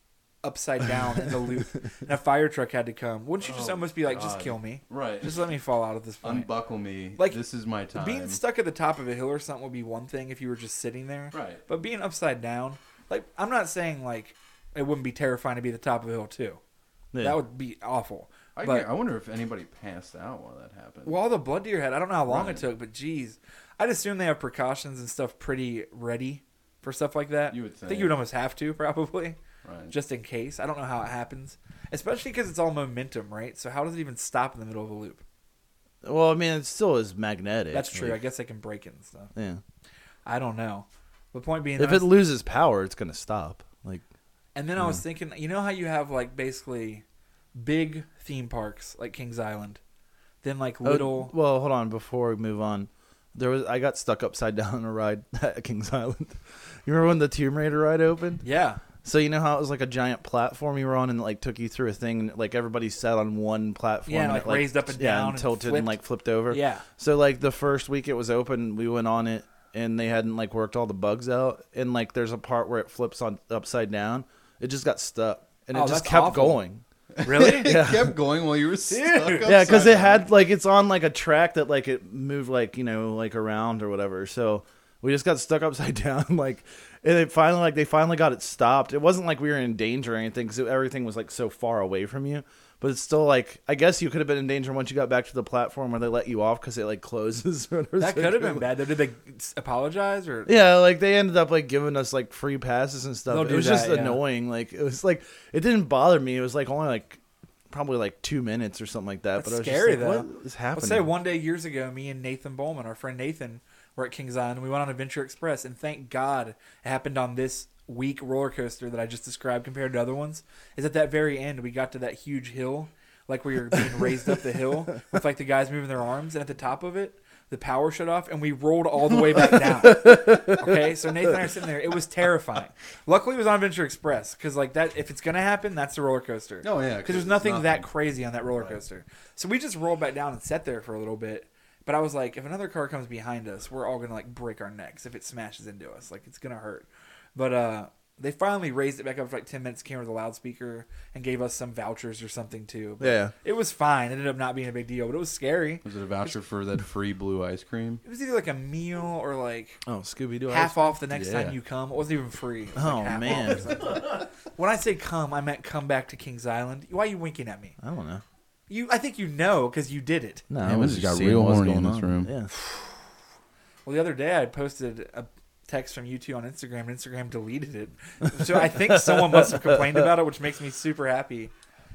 E: upside down in the loop, and a fire truck had to come. Wouldn't you just
F: Oh,
E: almost be like, just
F: God.
E: kill me,
F: Right.
E: Just let me fall out of this plane.
F: Unbuckle me.
E: Like,
F: this is my time.
E: Being stuck at the top of a hill or something would be one thing if you were just sitting there.
F: Right.
E: But being upside down, like I'm not saying like it wouldn't be terrifying to be at the top of a hill too.
B: Yeah.
E: That would be awful.
F: I,
E: but
F: I wonder if anybody passed out while that happened.
E: well, all the blood to your head. I don't know how long
F: Right.
E: it took, but geez, I'd assume they have precautions and stuff pretty ready for stuff like that.
F: You would
E: I think
F: think.
E: you would almost have to probably,
F: Right.
E: just in case. I don't know how it happens, especially because it's all momentum, right? So how does it even stop in the middle of a loop?
B: Well, I mean, it still is magnetic.
E: That's true. I
B: like,
E: guess they can break it and stuff.
B: yeah.
E: I don't know. The point being,
B: If
E: that
B: it loses power, it's gonna stop. Like
E: And then I
F: Hmm.
E: was thinking, you know how you have like basically big theme parks like Kings Island, then like
B: oh,
E: little.
B: well, hold on. Before we move on, there was I got stuck upside down on a ride at Kings Island. You remember when the Tomb Raider ride opened?
E: yeah.
B: So you know how it was like a giant platform you were on, and it, like took you through a thing, and like everybody sat on one platform,
E: Yeah,
B: and
E: like,
B: it,
E: raised up and
B: yeah,
E: down and
B: and tilted, and,
E: flipped.
B: like flipped over.
E: Yeah.
B: So like the first week it was open, we went on it, and they hadn't like worked all the bugs out, and like there's a part where it flips on upside down. It just got stuck, and
E: Oh,
B: it just
E: that's
B: kept
E: awful.
B: going.
E: Really?
F: it kept going while you were stuck.
B: Yeah, because
F: upside
B: it
F: down.
B: had like it's on like a track that like it moved like you know like around or whatever. So we just got stuck upside down like, and it finally like they finally got it stopped. It wasn't like we were in danger or anything because everything was like so far away from you. But it's still like I guess you could have been in danger once you got back to the platform where they let you off because it like closes. or
E: that
B: something.
E: could have been bad. though. Did they s- apologize or?
B: Yeah, like they ended up like giving us like free passes and stuff.
E: They'll
B: it
E: do
B: was
E: that,
B: just
E: yeah.
B: annoying. Like it was like it didn't bother me. It was like only like probably like two minutes or something like that.
E: That's
B: but I was
E: scary,
B: just like,
E: though.
B: What is
E: I'll
B: happening?
E: say one day years ago, me and Nathan Bowman, our friend Nathan, were at Kings Island. and We went on Adventure Express, and thank God it happened on this weak roller coaster that I just described compared to other ones. Is at that very end we got to that huge hill, like where you're being raised up the hill with like the guys moving their arms, and at the top of it. The power shut off and we rolled all the way back down. Okay, so Nathan and I are sitting there. It was terrifying. Luckily, it was on Adventure Express because, like that, if it's gonna happen, that's the roller coaster.
F: Oh, yeah, 'cause
E: because there's
F: it's
E: nothing,
F: nothing.
E: that crazy on that roller coaster. So we just rolled back down and sat there for a little bit. But I was like, if another car comes behind us, we're all gonna like break our necks if it smashes into us. Like it's gonna hurt. But uh they finally raised it back up for like ten minutes, came with a loudspeaker and gave us some vouchers or something too. But
B: Yeah.
E: It was fine. It ended up not being a big deal, but it was scary.
F: Was it a voucher for that free blue ice cream?
E: It was either like a meal or like
B: Oh, Scooby Doo.
E: half off the next
B: Yeah.
E: time you come. It wasn't even free. It was, like,
B: Oh
E: half off.
B: man,
E: When I say come, I meant come back to Kings Island. Why are you winking at me?
B: I don't know.
E: You, I think you know because you did it.
B: No,
F: I was just seeing what was going on.
B: Yeah,
E: Well, the other day I posted a text from you two on Instagram, and Instagram deleted it. So I think someone must have complained about it, which makes me super happy.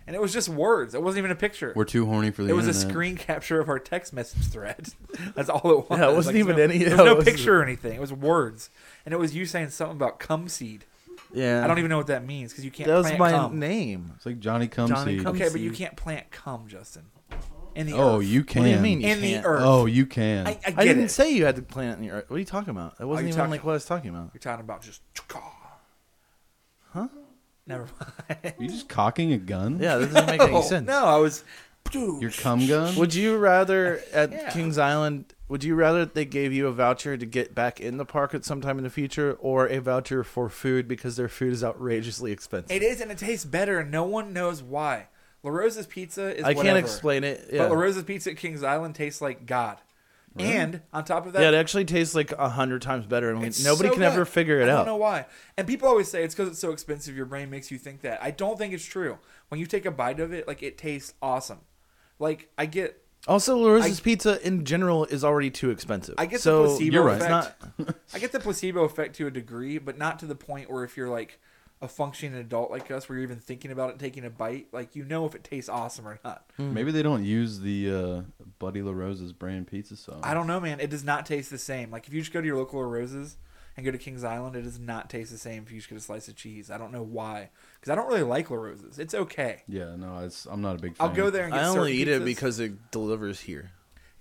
E: And it was just words. It wasn't even a picture.
F: We're too horny for the
E: it was a
F: internet.
E: screen capture of our text message thread. That's all it was.
B: Yeah, it wasn't
E: there's
B: even
E: no,
B: any-
E: There
B: yeah,
E: was no
B: it wasn't-
E: picture or anything. It was words, and it was you saying something about cum seed.
B: yeah.
E: I don't even know what that means because you can't.
B: That was
E: plant
B: my
E: cum.
B: name.
F: It's like Johnny Come
B: Johnny
F: Seed.
B: Come-
E: Okay, but you
B: seed.
E: can't plant cum, Justin. In the
F: Oh,
E: earth.
F: you can.
B: What do you mean? You
E: in the
B: can't.
E: earth.
F: Oh, you can.
E: I, I get
B: I didn't
E: it. Oh,
B: say you had to plant in your. What are you talking about? It wasn't
E: you
B: even
E: talking-
B: like what I was talking about.
E: You're talking about just. Huh? Never mind.
F: you just cocking a gun?
B: Yeah, that doesn't make any sense.
E: Oh, No, I was.
F: Your cum gun?
B: Would you rather at
E: Yeah.
B: Kings Island? Would you rather they gave you a voucher to get back in the park at some time in the future, or a voucher for food because their food is outrageously expensive?
E: It is, and it tastes better, and no one knows why. La Rosa's Pizza is.
B: I can't
E: whatever,
B: explain it. Yeah.
E: But La Rosa's Pizza at Kings Island tastes like God. And on top of that,
B: yeah, it actually tastes like a hundred times better, and we,
E: It's
B: nobody
E: so
B: can
E: good.
B: ever figure
E: I
B: it
E: don't
B: out.
E: know why. And people always say it's because it's so expensive. Your brain makes you think that. I don't think it's true. When you take a bite of it, like it tastes awesome. Like I get,
B: Also, Larissa's pizza in general is already too expensive.
E: I get
B: so
E: the placebo
F: you're right.
E: effect.
B: It's
E: I get the placebo effect to a degree, but not to the point where if you're like a functioning adult like us, where you're even thinking about it, taking a bite, like you know if it tastes awesome or not.
F: Maybe they don't use the uh, Buddy La Rosa's brand pizza sauce.
E: I don't know, man. It does not taste the same. Like if you just go to your local Roses and go to Kings Island, it does not taste the same if you just get a slice of cheese. I don't know why, because I don't really like La Roses. It's okay.
F: Yeah, no, it's, I'm not a big. fan.
E: I'll go there and get
B: I only
E: certain
B: eat it
E: pizzas.
B: because it delivers here.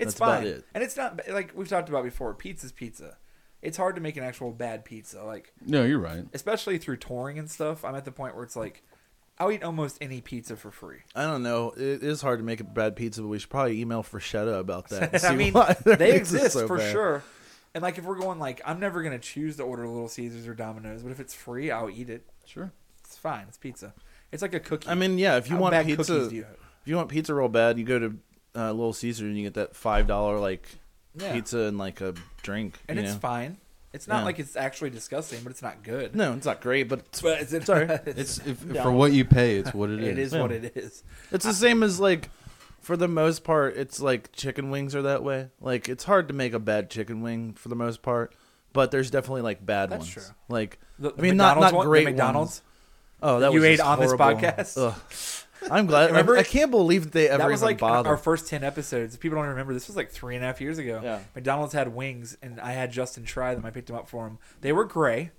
E: it's
B: that's about
E: fine.
B: it.
E: And it's not like we've talked about before. Pizza's pizza. It's hard to make an actual bad pizza, like
F: No, you're right.
E: especially through touring and stuff. I'm at the point where it's like I'll eat almost any pizza for free.
B: I don't know. It is hard to make a bad pizza, but we should probably email Freshetta about that. and
E: I
B: see
E: mean,
B: why their
E: they
B: pizza's
E: exist
B: so
E: for
B: bad.
E: sure. And like if we're going like I'm never gonna choose to order Little Caesars or Domino's, but if it's free, I'll eat it.
F: Sure.
E: It's fine. It's pizza. It's like a cookie.
B: I mean, yeah. If you
E: How
B: want
E: bad
B: pizza,
E: cookies do you have?
B: if you want pizza real bad, you go to uh, Little Caesar and you get that five dollar like
E: Yeah.
B: pizza and like a drink.
E: and
B: you
E: it's
B: know?
E: fine. It's not
B: Yeah.
E: like it's actually disgusting, but it's not good.
B: No, it's not great, but it's,
E: But it's,
B: all right.
F: It's if, for what you pay. It's what it is.
E: it is what it is.
B: it's the same as like. For the most part, it's like chicken wings are that way. Like it's hard to make a bad chicken wing for the most part, but there's definitely like bad
E: That's
B: ones.
E: true.
B: Like
E: The-
B: I
E: the
B: mean, not
E: McDonald's
B: not
E: one- the
B: great
E: McDonald's.
B: ones. Oh, that
E: you
B: was
E: ate
B: just
E: on this
B: horrible.
E: podcast?
B: Ugh. I'm glad.
E: Remember-
B: I can't believe that they ever
E: That was
B: even
E: like
B: bothered.
E: our first ten episodes. People don't remember this was like three and a half years ago.
B: Yeah.
E: McDonald's had wings, and I had Justin try them. I picked them up for him. They were gray.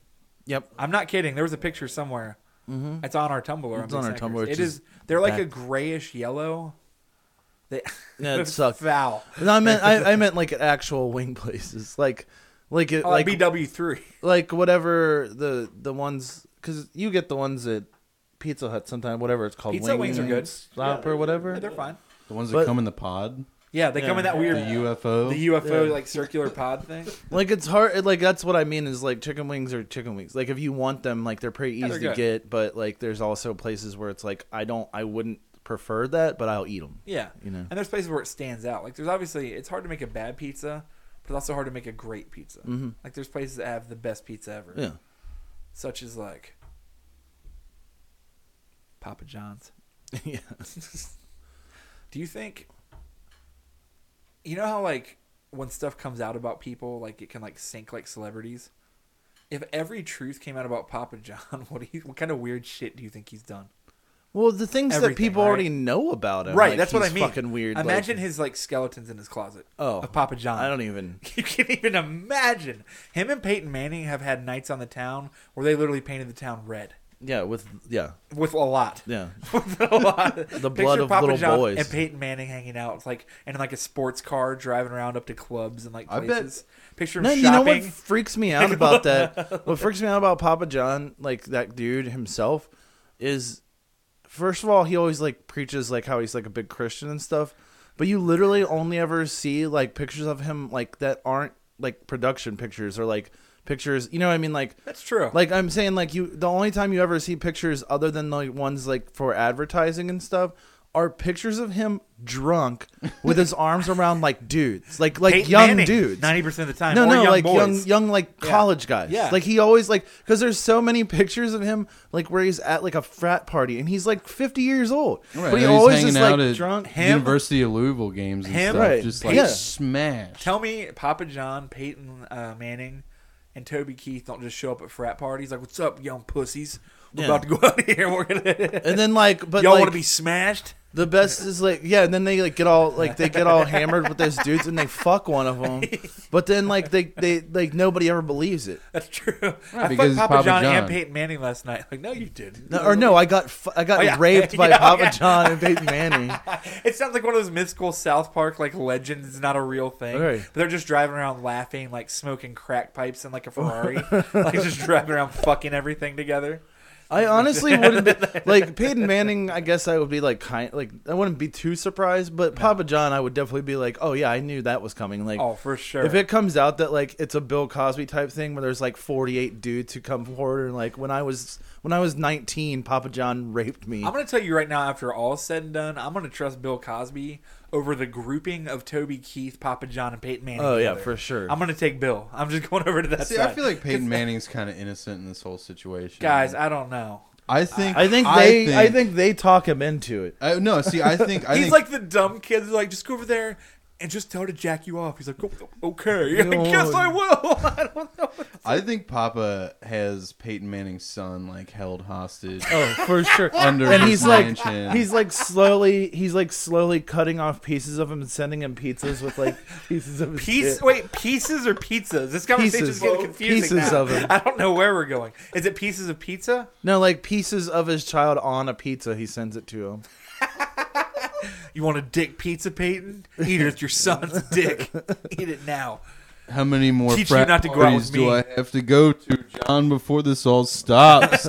B: yep.
E: I'm not kidding. There was a picture somewhere. Mm-hmm. It's on our Tumblr.
B: It's on
E: on,
B: our
E: Big
B: Tumblr,
E: Snackers. It
B: which
E: is.
B: is
E: They're like
B: back-
E: a grayish yellow. They,
B: Yeah, it sucked.
E: Foul.
B: No, I meant I, I meant like actual wing places, like like it,
E: Oh,
B: like
E: BW three.
B: like whatever the the ones because you get the ones at Pizza Hut sometimes, whatever it's called.
E: Pizza wings are good.
B: Stop
G: Yeah,
B: or
E: They're
B: whatever.
E: fine.
F: The ones
B: But-
F: that come in the pod,
E: Yeah, they come in that
F: the
E: weird
F: UFO.
E: the UFO like circular pod thing.
B: Like it's hard. it- Like that's what I mean is like chicken wings are chicken wings. Like if you want them, like they're pretty
E: Yeah,
B: easy
E: they're
B: to
E: good.
B: get. But like there's also places where it's like I don't, I wouldn't prefer that, but I'll eat them.
E: Yeah,
B: You know.
E: And there's places where it stands out. Like there's obviously it's hard to make a bad pizza, but it's also hard to make a great pizza. Like there's places that have the best pizza ever.
B: Mm-hmm. Yeah.
E: Such as like Papa John's.
B: yeah.
E: Do you think you know how like when stuff comes out about people, like it can like sink like celebrities? If every truth came out about Papa John, what do you what kind of weird shit do you think he's done?
B: Well, the things that
E: Everything,
B: people
E: right?
B: already know about him,
E: right,
B: like,
E: that's what I
B: he's
E: mean.
B: Fucking weird. like-
E: Imagine his like skeletons in his closet.
B: Oh.
E: of Papa John.
B: I don't even.
E: You can't even imagine. Him and Peyton Manning have had nights on the town where they literally painted the town red
B: Yeah, with yeah,
E: with a lot.
B: yeah.
E: With a lot.
B: The blood
E: Picture
B: of little boys.
E: and Peyton Manning hanging out, it's like and like a sports car driving around up to clubs and like
F: I bet-
E: places. Picture him
B: No,
E: shopping.
B: you know what freaks me out about that? what freaks me out about Papa John, like that dude himself, is first of all, he always like preaches like how he's like a big Christian and stuff, but you literally only ever see like pictures of him like that aren't like production pictures or like pictures, you know what I mean? Like
E: That's true.
B: Like I'm saying, like you, the only time you ever see pictures other than the ones like for advertising and stuff are pictures of him drunk with his arms around like dudes, like like
E: Peyton
B: young
E: Manning,
B: dudes,
E: Ninety percent of the time.
B: no,
E: or
B: no,
E: young
B: like
E: boys.
B: young, young, like
E: Yeah.
B: college guys.
E: Yeah.
B: like he always like because there's so many pictures of him like where he's at like a frat party and he's like 50 years old,
F: Right,
B: but he
F: and
B: always
F: he's
B: is
F: hanging out
B: like
F: at
B: drunk.
E: him-
F: University of Louisville games and
E: Him,
F: stuff,
B: right.
F: just like
B: Yeah.
F: smash.
E: Tell me, Papa John, Peyton uh, Manning, and Toby Keith don't just show up at frat parties like, "What's up, young pussies? We're
B: Yeah.
E: about to go out here. We're gonna
B: And then like, but
E: y'all
B: like,
E: want to be smashed."
B: the best is like yeah, and then they like get all like they get all hammered with those dudes and they fuck one of them, but then like they they like nobody ever believes it.
E: That's true. I fucked Papa,
F: because Papa
E: John, and
F: John.
E: Peyton Manning last night. Like, no, you didn't.
B: No, or no, I got fu- I got
E: Oh, yeah.
B: raped by
E: Yeah,
B: Papa
E: yeah.
B: John and Peyton Manning.
E: It sounds like one of those mythical South Park like legends. It's not a real thing.
B: Right.
E: But they're just driving around laughing, like smoking crack pipes in like a Ferrari, like just driving around fucking everything together.
B: I honestly wouldn't be like Peyton Manning. I guess I would be like kind like I wouldn't be too surprised, but Papa John, I would definitely be like, oh yeah, I knew that was coming. Like,
E: Oh, for sure.
B: if it comes out that like it's a Bill Cosby type thing where there's like 48 dudes who come forward and like when I was when I was 19, Papa John raped me.
E: I'm gonna tell you right now, after all's said and done, I'm gonna trust Bill Cosby over the grouping of Toby Keith, Papa John, and Peyton Manning.
B: Oh, yeah,
E: together.
B: for sure.
E: I'm gonna take Bill. I'm just going over to that
F: See,
E: side.
F: I feel like Peyton Manning's kind of innocent in this whole situation.
E: guys. I don't know.
F: I think.
B: I think they. I think, they talk him into it.
F: I- no, see, I think. I
E: He's
F: think,
E: like the dumb kid. They're like, just go over there and just tell her to jack you off. He's like, "Oh, okay, I
B: No.
E: guess I will. I don't know.
F: I think Papa has Peyton Manning's son like held hostage
B: Oh, for sure.
F: under
B: and
F: his
B: he's like,
F: mansion.
B: he's like slowly, he's like slowly cutting off pieces of him and sending him pizzas with like pieces of his
E: Piece,
B: dick.
E: wait, pieces or pizzas? This conversation
B: Pieces.
E: is getting confusing.
B: Pieces
E: now.
B: of it.
E: I don't know where we're going. Is it pieces of pizza?
B: No, like pieces of his child on a pizza. He sends it to him.
E: You want a dick pizza, Peyton? Eat it. It's your son's dick. Eat it now.
F: How many more
E: Teach you
F: frat
E: not to go out
F: parties
E: with me.
F: do I have to go to, John, before this all stops?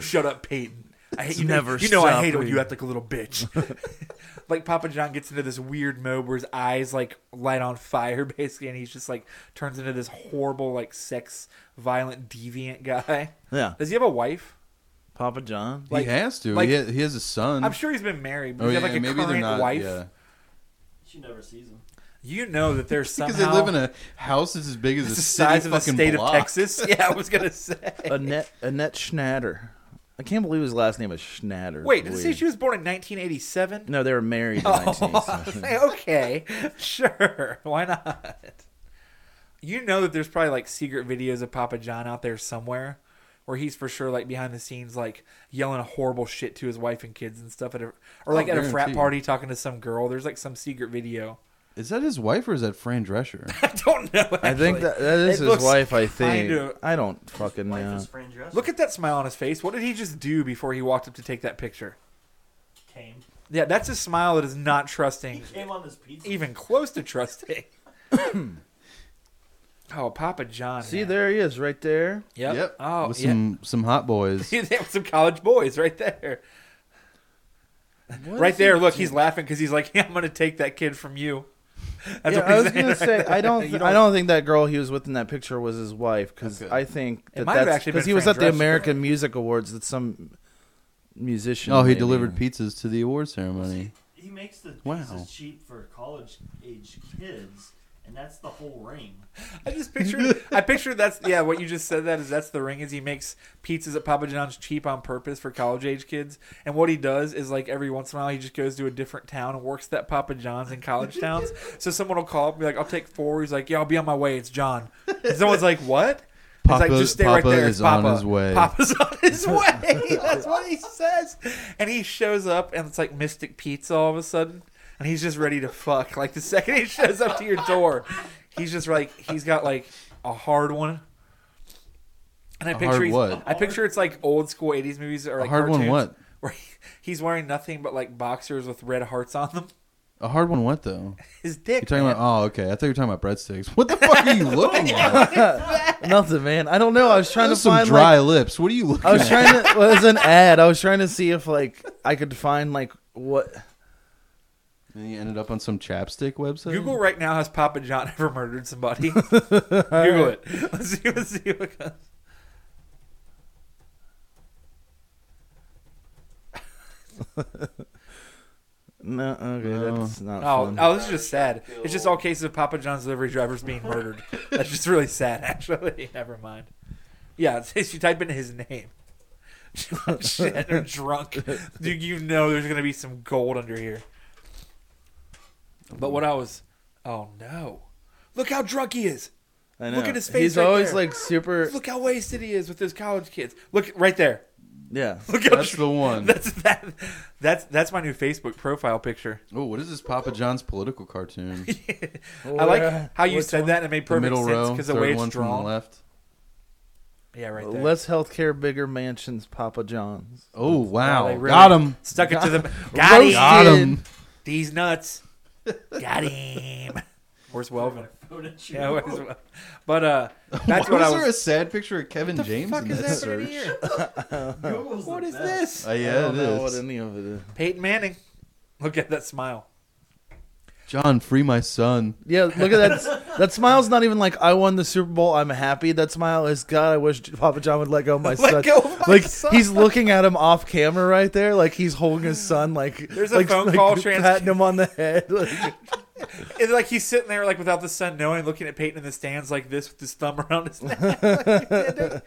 E: Shut up, Peyton. I hate you.
B: Never
E: you know I
B: stop
E: hate it when you
B: reading.
E: act like a little bitch. like Papa John gets into this weird mode where his eyes like light on fire, basically, and he's just like turns into this horrible, like sex, violent, deviant guy.
B: Yeah,
E: Does he have a wife?
B: Papa John.
E: Like-
F: he has to.
E: like-
F: he, has, he has a son.
E: I'm sure he's been married, but
F: Oh,
E: does he
F: yeah,
E: have like a
F: maybe they're
E: current
F: not.
E: wife.
F: yeah.
G: She never sees him.
E: You know that there's somehow
F: Because they live in a house that's as big as a
E: it's the
F: city
E: size of the
F: fucking
E: state
F: block.
E: of Texas. Yeah, I was gonna say.
B: Annette Annette Schnatter. I can't believe his last name is Schnatter.
E: Wait, did it say Oh,
B: Weird.
E: she was born in 1987?
B: No, they were married in 1987.
E: okay, sure. Why not? You know that there's probably like secret videos of Papa John out there somewhere where he's for sure like behind the scenes like yelling horrible shit to his wife and kids and stuff at a or like
F: Oh,
E: at a frat
F: guaranteed.
E: party talking to some girl. There's like some secret video.
F: Is that his wife or is that Fran Drescher?
E: I don't know. Actually.
B: I think that, that
E: It
B: is his
E: looks
B: wife. I think.
E: kinda-
B: I don't fucking
G: Wife
B: know.
G: is Fran Drescher.
E: Look at that smile on his face. What did he just do before he walked up to take that picture?
G: came.
E: Yeah, that's a smile that is not trusting,
G: He came on this pizza.
E: even close to trusting. oh, Papa John.
B: See,
E: man.
B: there he is, right there.
E: Yep. Oh,
F: With
E: yeah.
F: some some hot boys.
E: they have some college boys right there. right there, look, he's laughing because he's like, yeah, I'm going to take that kid from you. That's
B: yeah,
E: what he's
B: I was
E: saying.
B: gonna say I don't.
E: You
B: th-
E: don't-
B: I don't think that girl he was with in that picture was his wife because I think that
E: might have
B: that's
E: actually
B: because
E: been
B: he was
E: Fran
B: at the
E: Drescher.
B: American Music Awards that some musician.
F: Oh, he
B: maybe.
F: delivered pizzas to the award ceremony.
G: He makes the
F: Wow.
G: pieces cheap for college age kids, and that's the whole ring.
E: I just pictured, I pictured that's, yeah, what you just said that is that's the ring is he makes pizzas at Papa John's cheap on purpose for college age kids. And what he does is like every once in a while he just goes to a different town and works that Papa John's in college towns. So someone will call up and be like, I'll take four. He's like, yeah, I'll be on my way. It's John. And someone's like, what? He's
F: Papa,
E: like, just stay
F: Papa
E: right there. It's
F: is on
E: Papa.
F: his way.
E: Papa's on his way. That's what he says. And he shows up, and it's like Mystic Pizza all of a sudden, and he's just ready to fuck. Like the second he shows up to your door, he's just like he's got like a hard one. And I
F: A
E: picture
F: hard
E: he's-
F: what?
E: I picture it's like old school '80s movies or like
F: hard one
E: cartoons
F: what?
E: Where he, he's wearing nothing but like boxers with red hearts on them.
F: A hard one, what though?
E: His dick.
F: You're talking
E: man.
F: about? Oh, okay. I thought you were talking about breadsticks. What the fuck are you looking at?
B: Nothing, man. I don't know. I was trying
F: Those
B: to
F: some
B: find
F: dry
B: Like,
F: lips. What are you looking
B: I was
F: at?
B: trying to. Well, it was an ad. I was trying to see if like I could find like what.
F: And you ended up on some chapstick website.
E: Google right now has Papa John ever murdered somebody? Google it. Let's see, let's see what comes.
B: No, okay,
F: No.
B: that's not.
E: Oh,
B: fun.
E: oh, this is just sad. It's just all cases of Papa John's delivery drivers being murdered. That's just really sad, actually. Never mind. Yeah, it's- if you type in his name, shit, they're drunk. Dude, you know there's gonna be some gold under here. But what I was, oh no, look how drunk he is.
B: I know.
E: look at his face
B: He's
E: right
B: always
E: there.
B: like super.
E: Look how wasted he is with those college kids. Look right there.
B: Yeah.
E: Look how
F: That's
E: dr-
F: the one.
E: That's that. That's that's my new Facebook profile picture.
F: Oh, what is this Papa John's political cartoon?
E: I
B: Yeah.
E: like how you
B: Which
E: said that and it made
F: the
E: perfect
F: middle
E: sense
F: row,
E: because
F: third
E: the way it's
F: one from the
E: drawn.
F: left.
E: Yeah, right there.
B: Less healthcare, bigger mansions, Papa John's.
F: Oh wow,
E: Wow, they really
F: got him.
E: Stuck it to the got him.
B: Roasted.
F: Got him.
E: These nuts. Got him. Where's Welvin?
G: Phone at you.
E: Yeah, where's Wel- But uh, that's
F: Why
E: what I
F: was there a
E: was.
F: sad picture of Kevin James in that search?
E: here?
G: Google's
E: What
G: the
E: is
G: best.
E: this?
F: Oh,
B: I
F: yeah,
B: don't
F: it
B: know what
F: is.
B: any of it is.
E: Peyton Manning. Look at that smile.
F: John, free my son.
B: Yeah, look at that. that smile's not even like I won the Super Bowl. I'm happy. That smile is God. I wish Papa John would let go of my
E: Let
B: son.
E: go of my
B: like
E: son.
B: he's looking at him off camera right there. Like he's holding his son. Like
E: There's a
B: like,
E: phone
B: like
E: call trans-
B: patting him on the head. Like,
E: It's like he's sitting there, like without the sun knowing, looking at Peyton in the stands like this with his thumb around his neck. Like, "Dad, don't-"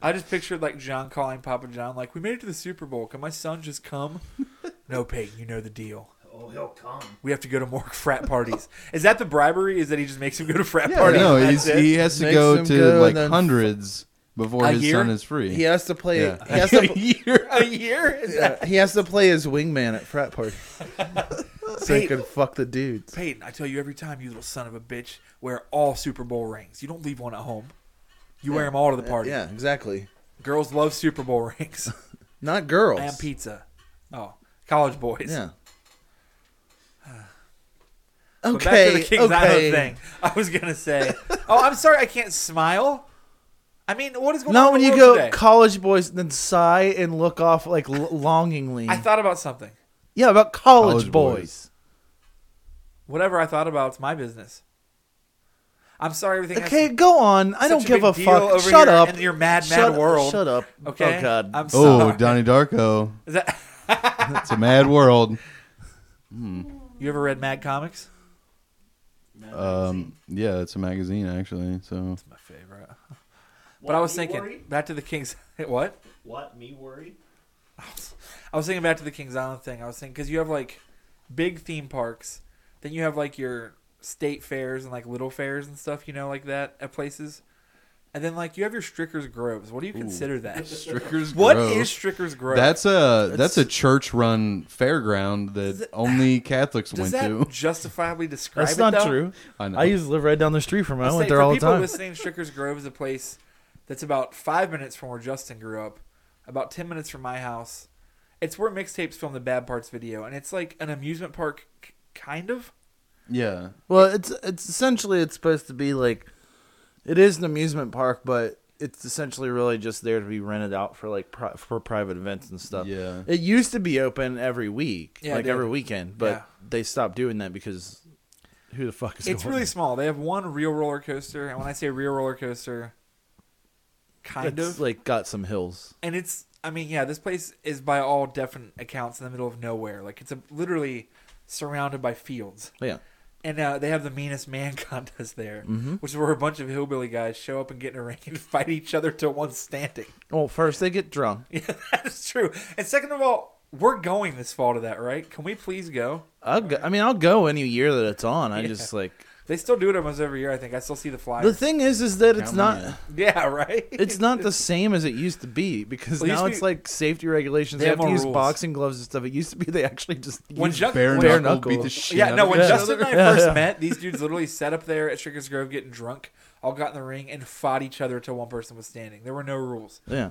E: I just pictured like John calling Papa John, like, "We made it to the Super Bowl. Can my son just come?" no, Peyton, you know the deal.
G: Oh, he'll come.
E: We have to go to more frat parties. Is that the bribery? Is that he just makes him go to frat
B: Yeah,
E: parties?
F: no,
E: and
F: he's,
E: that's it?
F: he has to
B: Makes
F: go
B: him
F: to
B: go and
F: like
B: then-
F: hundreds before
E: A
F: his
E: year?
F: son is free.
B: he has to play.
F: Yeah.
B: He has to.
E: a year. Is that-
B: He has to play his wingman at frat party, so he
E: Peyton-
B: can fuck the dudes.
E: Peyton, I tell you every time, you little son of a bitch, wear all Super Bowl rings. You don't leave one at home. You wear 'em wear them all to the party.
B: Yeah, exactly.
E: Girls love Super Bowl rings
B: Not girls.
E: and pizza. Oh, college boys.
B: Yeah.
E: But back to
B: Okay.
E: the Kings
B: okay.
E: Island thing. I was gonna say. oh, I'm sorry, I can't smile. I mean, what is going
B: Not
E: on?
B: when
E: in
B: you
E: the
B: go
E: world today?
B: college boys, then sigh and look off like l- longingly.
E: I thought about something.
B: yeah, about college,
F: College
B: boys.
F: boys.
E: Whatever I thought about, it's my business. I'm sorry, everything. has
B: Okay,
E: to-
B: go on. I
E: such
B: don't
E: a
B: give
E: big
B: a
E: deal
B: fuck.
E: over
B: Shut
E: here
B: up.
E: in your mad, mad
B: shut,
E: world.
B: Shut up.
E: okay.
B: Oh God.
E: I'm sorry.
F: Oh, Donnie Darko.
E: Is that
F: It's a mad world.
E: you ever read Mad Comics? Uh,
F: Um, yeah, it's a magazine actually. So
E: My favorite.
G: What,
E: But I was
G: me
E: thinking
G: Worry?
E: back to the Kings. What?
G: What me worry?
E: I was thinking back to the Kings Island thing. I was thinking because you have like big theme parks, then you have like your state fairs and like little fairs and stuff, you know, like that at places, and then like you have your Stricker's Groves. What do you consider that?
F: Stricker's
E: What is
F: Grove.
E: Stricker's Grove?
F: That's a that's a church-run fairground that only Catholics
E: does
F: went
E: that
F: to.
E: justifiably describe
B: That's
E: it?
B: not
E: though?
B: true.
F: I know.
B: I used to live right down the street from it. I
E: Say,
B: went there
E: for
B: all the
E: people
B: time.
E: listening, Stricker's Grove is a place that's about five minutes from where Justin grew up, about ten minutes from my house. It's where mixtapes film the bad parts video, and it's like an amusement park, k- kind of.
F: yeah,
B: Well, it's it's essentially it's supposed to be like it is an amusement park, but it's essentially really just there to be rented out for like pri- for private events and stuff.
F: Yeah.
B: it used to be open every week,
E: Yeah, it
B: like
E: did.
B: every weekend, but
E: Yeah.
B: they stopped doing that because who the fuck is
E: It's
B: going?
E: really small. They have one real roller coaster, and when I say real roller coaster, kind
B: It's
E: of,
B: like got some hills.
E: and it's. I mean, yeah, this place is by all definite accounts in the middle of nowhere. Like it's a, literally surrounded by fields,
B: Yeah,
E: and uh, they have the meanest man contest there,
B: Mm-hmm.
E: which is where a bunch of hillbilly guys show up and get in a ring and fight each other till one's standing.
B: well, first they get drunk.
E: Yeah, that's true. And second of all, we're going this fall to that, right? Can we please go?
B: I'll go, I mean, I'll go any year that it's on. I just like
E: They still do it almost every year. I think I still see the flyers.
B: the thing is, is that it's not.
E: yeah, right.
B: it's not the same as it used to be because
E: Well, it used
B: now
E: to
B: it's
E: be-
B: like safety regulations.
E: They
B: They,
E: have
B: have, to
E: more
B: use
E: rules.
B: boxing gloves and stuff. It used to be they actually just
E: when
B: used
E: Ju-
F: bare,
E: when-
B: bare
F: knuckle beat
B: knuckle.
F: the shit.
E: Yeah,
F: out
E: no,
F: of
E: when
F: each
E: Justin
F: other.
E: and I first met, these dudes literally sat up there at Stricker's Grove getting drunk, all got in the ring, and fought each other till one person was standing. There were no rules.
B: yeah.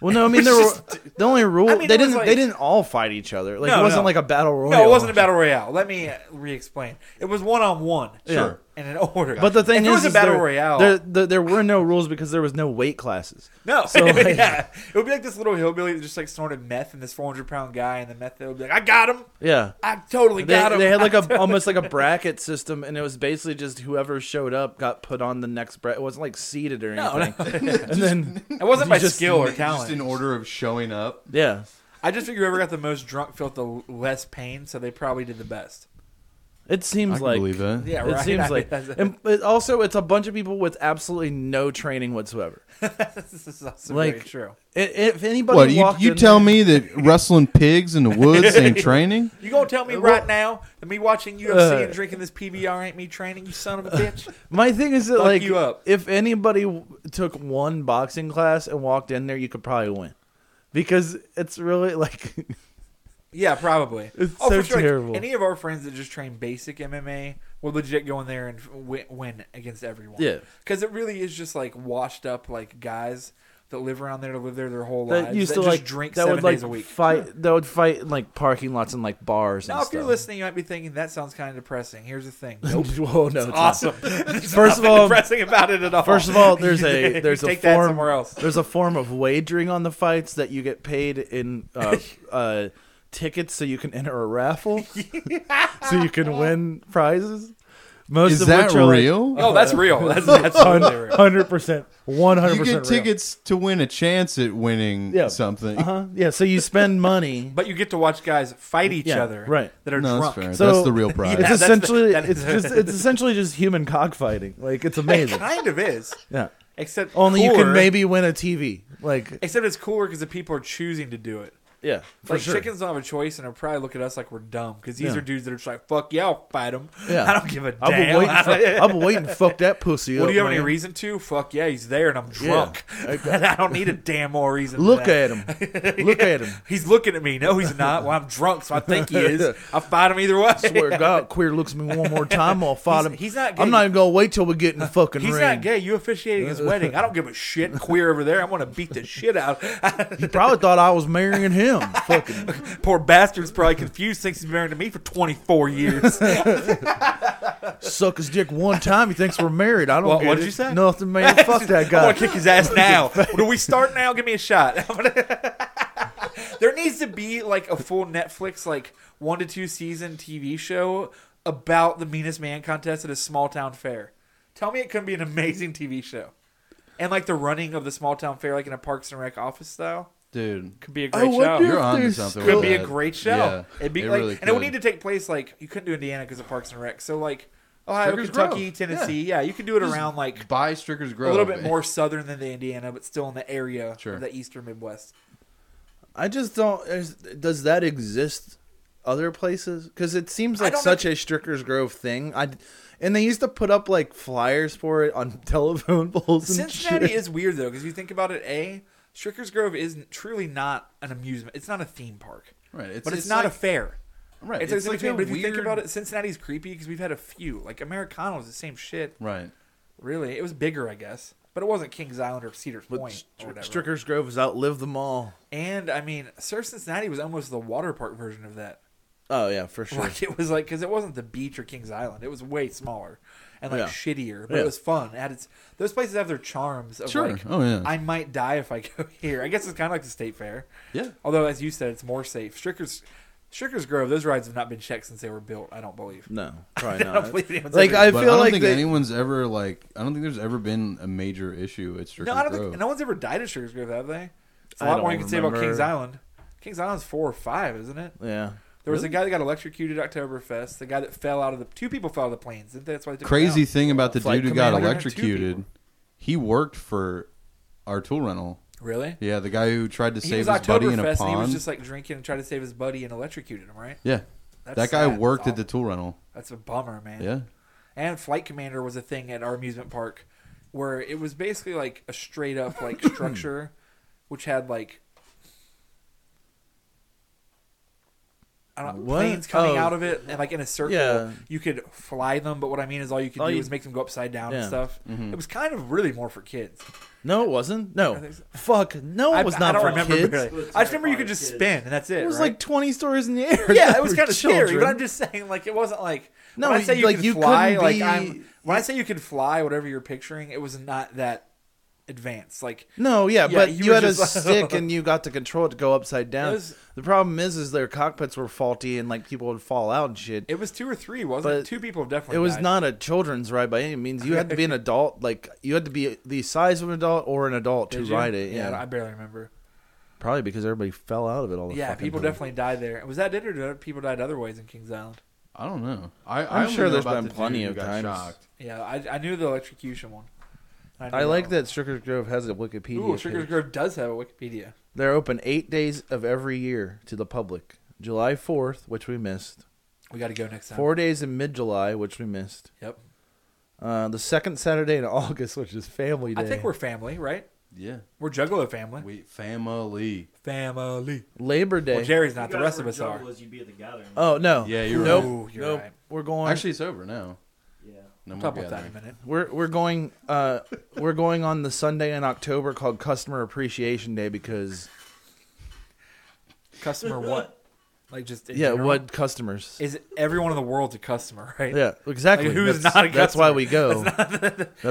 B: Well, no, I mean there were the only rule
E: I mean,
B: they
E: it was
B: didn't
E: like-
B: they didn't all fight each other. Like
E: No,
B: it wasn't
E: no.
B: like a battle royal.
E: No, it wasn't a battle royale. Let me uh, re-explain. It was one on one.
B: Sure.
E: And in order.
B: But the thing
E: if
B: is,
E: it was a
B: is
E: battle
B: there,
E: royale.
B: There, there, there were no rules because there was no weight classes.
E: no,
B: So, like-
E: yeah, it would be like this little hillbilly that just like snorted meth, and this 400 pound guy, and the meth would be like, "I got him,
B: Yeah,
E: I totally
B: they,
E: got him."
B: they had like a almost like a bracket system, and it was basically just whoever showed up got put on the next bracket. It wasn't like seated or
E: No,
B: anything. And then
E: it wasn't
B: you
E: by
B: just-
E: skill or
F: Just
E: talent.
F: in order of showing up.
B: yeah,
E: I just figure whoever got the most drunk felt the l- less pain, so they probably did the best.
B: it
F: I
B: seems
F: can
B: like
F: believe it.
E: Yeah,
B: It
E: right. I-
B: seems like,
E: that's-
B: and but also it's a bunch of people with absolutely no training whatsoever.
E: this is also
B: Like-
E: very true.
B: I- If anybody
F: What you
B: walked
F: you
B: in
F: tell
B: there-
F: me that rustling pigs in the woods ain't training?
E: You gonna tell me right now that me watching UFC
B: Uh,
E: and drinking this PBR ain't me training? You son of a bitch!
B: my thing is that
E: Fuck
B: like
E: you up.
B: if anybody w- took one boxing class and walked in there, you could probably win because it's really like
E: Yeah, probably.
B: It's
E: Oh, for
B: so
E: Like,
B: terrible.
E: any of our friends that just train basic MMA will legit go in there and win, win against everyone.
B: Yeah.
E: because it really is just like washed up like guys that live around there to live there their whole
B: that
E: lives.
B: used
E: that
B: to
E: just
B: like
E: drink
B: that
E: seven
B: would like
E: days a week.
B: fight that would fight in like parking lots and like bars.
E: now,
B: and
E: if you're
B: stuff.
E: listening, you might be thinking that sounds kind of depressing. Here's the thing. Nope.
B: Whoa, no, it's not.
E: Awesome. There's
B: First of
E: nothing
B: all-
E: depressing about it at all.
B: Um, First of all, there's a
E: You
B: there's a
E: take that
B: form
E: somewhere else.
B: There's a form of wagering on the fights that you get paid in uh, uh, tickets so you can enter a raffle, so you can win prizes. Most
F: Is
B: of
F: that
B: which are
F: real?
E: Oh, that's real. That's that's totally real.
B: Hundred percent, one hundred
F: you get
B: percent.
F: tickets to win a chance at winning
B: Yeah.
F: something.
B: Uh-huh. Yeah, so you spend money.
E: But you get to watch guys fight each
B: Yeah,
E: other,
B: right.
E: That are
F: No,
E: drunk.
F: that's fair.
B: So-
F: that's the real prize.
E: Yeah,
B: it's
E: Uh, that's the-
B: essentially
E: that
B: it's
E: is-
B: just it's essentially just human cockfighting. Like it's
E: It
B: amazing.
E: kind of is,
B: Yeah.
E: except
B: Only you
E: cooler-
B: can maybe win a TV. Like
E: Except it's cooler because the people are choosing to do it.
B: yeah, for
E: like
B: sure.
E: chickens don't have a choice, and they'll probably look at us like we're dumb because these
B: Yeah.
E: are dudes that are just like, "Fuck yeah, I'll fight them.
B: Yeah.
E: I don't give a
B: I've been
E: damn."
B: waiting. For, I've been waiting to fuck that pussy.
E: well,
B: up,
E: do you have any
B: man.
E: reason to? Fuck yeah, he's there, and I'm drunk. I don't need a damn more reason. than
B: Look at
E: that.
B: him. Look at him.
E: He's looking at me. No, he's not. Well, I'm drunk, so I think he is. I'll fight him either way.
B: Swear to God, queer looks at me one more time, I'll fight
E: He's-
B: him.
E: he's not
B: I'm
E: gay.
B: not even gonna wait till we get in the fucking
E: He's
B: ring.
E: not gay. You officiating his wedding. I don't give a shit. Queer over there. I'm gonna beat the shit out.
B: He probably thought I was marrying him. fucking
E: Poor bastard's probably confused. Thinks he's married to me for 24 years.
B: suck his dick one time. He thinks we're married. I don't.
E: What-
B: get
E: what'd
B: it.
E: you say?
B: Nothing, man. Fuck that
E: I
B: guy.
E: want to kick his ass now. Do we start now? Give me a shot. there needs to be like a full Netflix, like one to two season TV show about the meanest man contest at a small town fair. Tell me it couldn't be an amazing TV show. And like the running of the small town fair, like in a Parks and Rec office style,
F: Dude,
E: could be a great show.
F: you're on to
B: Oh, there's-
F: something.
E: could
F: with
E: be a
F: that.
E: great show.
F: Yeah,
E: It'd be like,
F: really
E: and it would need
F: could.
E: to take place like you couldn't do Indiana because of Parks and Rec. So like Ohio,
F: Stricker's
E: Kentucky,
F: Grove.
E: Tennessee, yeah. you could do it around like
F: buy Stricker's Grove
E: a
F: eh?
E: little bit more southern than the Indiana, but still in the area
F: Sure.
E: of the eastern Midwest.
B: I just don't. is- Does that exist other places? Because it seems
E: I
B: like
E: don't
B: such a Stricker's Grove thing. I and they used to put up like flyers for it on telephone poles. And
E: Cincinnati
B: shit.
E: is weird though, because you think about it, a Stricker's Grove is truly not an amusement. It's not a theme park,
F: Right, it's-
E: but it's,
F: it's
E: not
F: like-
E: a fair.
F: Right,
E: It's,
F: it's
E: like,
F: like a
E: but if you think
F: weird-
E: about it, Cincinnati's creepy because we've had a few. Like Americano is the same shit.
F: Right.
E: Really, it was bigger, I guess, but it wasn't Kings Island or Cedar
B: But
E: Point or
B: Str-
E: whatever.
B: Stricker's Grove has outlived them all.
E: and I mean, Surf Cincinnati was almost the water park version of that.
B: Oh yeah, for sure.
E: Like it was like because it wasn't the beach or Kings Island. It was way smaller and like
B: Yeah.
E: shittier, but
B: Yeah.
E: it was fun. It had its those places have their charms. Of
F: Sure.
E: Like,
F: Oh, yeah.
E: I might die if I go here. I guess it's kind of like the state fair.
F: Yeah.
E: Although as you said, it's more safe. Stricker's Stricker's Grove. Those rides have not been checked since they were built. I don't believe.
B: No, probably
E: I
B: not.
E: don't believe anyone's
B: Uh, like
E: ever-
B: I
F: But I
B: feel
F: don't
B: like
F: think
B: they,
F: anyone's ever like. I don't think there's ever been a major issue at Stricker's
E: No, I don't
F: Grove.
E: think no one's ever died at Stricker's Grove, have they? It's a
B: I
E: lot
B: don't
E: more you can say about
B: remember.
E: Kings Island. Kings Island's four or five, isn't it?
B: yeah.
E: There was a guy that got electrocuted at Oktoberfest. The guy that fell out of the two people fell out of the planes. Didn't they? That's why they took him
F: Crazy
E: down.
F: thing about the
B: Flight
F: dude who got
B: commander
E: and two
F: electrocuted,
E: people.
F: he worked for our tool rental.
E: Really?
F: Yeah, the guy who tried to
E: He
F: save
E: was
F: his buddy in a
E: Oktoberfest, and He was
F: pond.
E: just like drinking and trying to save his buddy and electrocuted him, right?
F: yeah,
E: That's
F: that guy
E: sad.
F: worked
E: That's
F: at the tool rental.
E: That's a bummer, man.
F: Yeah,
E: And flight commander was a thing at our amusement park, where it was basically like a straight up like structure, which had like. I don't
B: What?
E: planes coming
B: Oh.
E: out of it and like in a circle
B: Yeah.
E: you could fly them but what I mean is all you could
B: All
E: do
B: you-
E: is make them go upside down and
B: Yeah. Mm-hmm.
E: stuff. It was kind of really more for kids.
B: No, it wasn't. No,
E: think so.
B: fuck. No,
E: I,
B: it was
E: I
B: not
E: don't
B: for
E: remember
B: kids.
E: really.
G: It was
E: I just remember you could
G: terrifying
E: just
G: kids.
E: spin and that's it.
B: It was
E: right?
B: like 20 stories in the air.
E: Yeah, it was
B: for
E: kind of scary, but
B: children.
E: I'm just saying, like, it wasn't like
B: No,
E: when I say you
B: like,
E: can
B: you
E: fly,
B: couldn't
E: like
B: be-
E: I'm when I say you could fly, whatever you're picturing, it was not that advanced. Like
B: No, yeah,
E: Yeah,
B: but
E: you
B: you,
E: were
B: had a
E: just like-
B: stick and you got to control it to go upside down.
E: was-
B: the problem is, is their cockpits were faulty and like people would fall out and shit. It,
E: it was two or three, wasn't it?
B: But
E: Two people have definitely.
B: was
E: died.
B: not a children's ride by any means. You had to be an adult, like you had to be the size of an adult or an adult
E: Did
B: to
E: you?
B: ride it. Yeah,
E: I barely remember.
B: probably because everybody fell out of it all the
E: Yeah,
B: fucking
E: people
B: time.
E: definitely died there. Was that it, or did other people died other ways in Kings Island?
F: I don't know. I,
B: I'm sure
F: there's
B: there's been plenty of times.
E: Yeah, I, I knew the electrocution one. knew
B: I like
E: one.
B: that Stricker's Grove has a Wikipedia.
E: Ooh, Sugar
B: page.
E: Grove does have a Wikipedia.
B: They're open eight days of every year to the public. July 4th, which we missed.
E: We got to go next time.
B: Four days in mid July, which we missed.
E: Yep.
B: Uh, the second Saturday in August, which is Family Day.
E: I think we're family, right?
F: Yeah,
E: We're Juggalo family.
F: we family.
E: family.
B: Labor Day.
E: Well, Jerry's not.
G: You
E: The
G: guys
E: rest
G: were
E: of us are.
G: jugglers, you'd be at the gathering.
B: oh no.
F: Yeah, you're
B: nope.
E: Ooh, you're
B: nope.
E: right.
B: We're going.
F: Actually, it's over now.
G: Yeah.
F: No more
E: Talk about that in
F: gathering.
E: a minute.
B: we're we're going. Uh, we're going on the Sunday in October called Customer Appreciation Day because
E: Customer what? Like just in
B: yeah,
E: general?
B: what customers?
E: is everyone in the world's a customer, right?
B: yeah, exactly.
E: Like, who's
B: that's,
E: not a
B: That's why
E: customer?
B: we go. That's,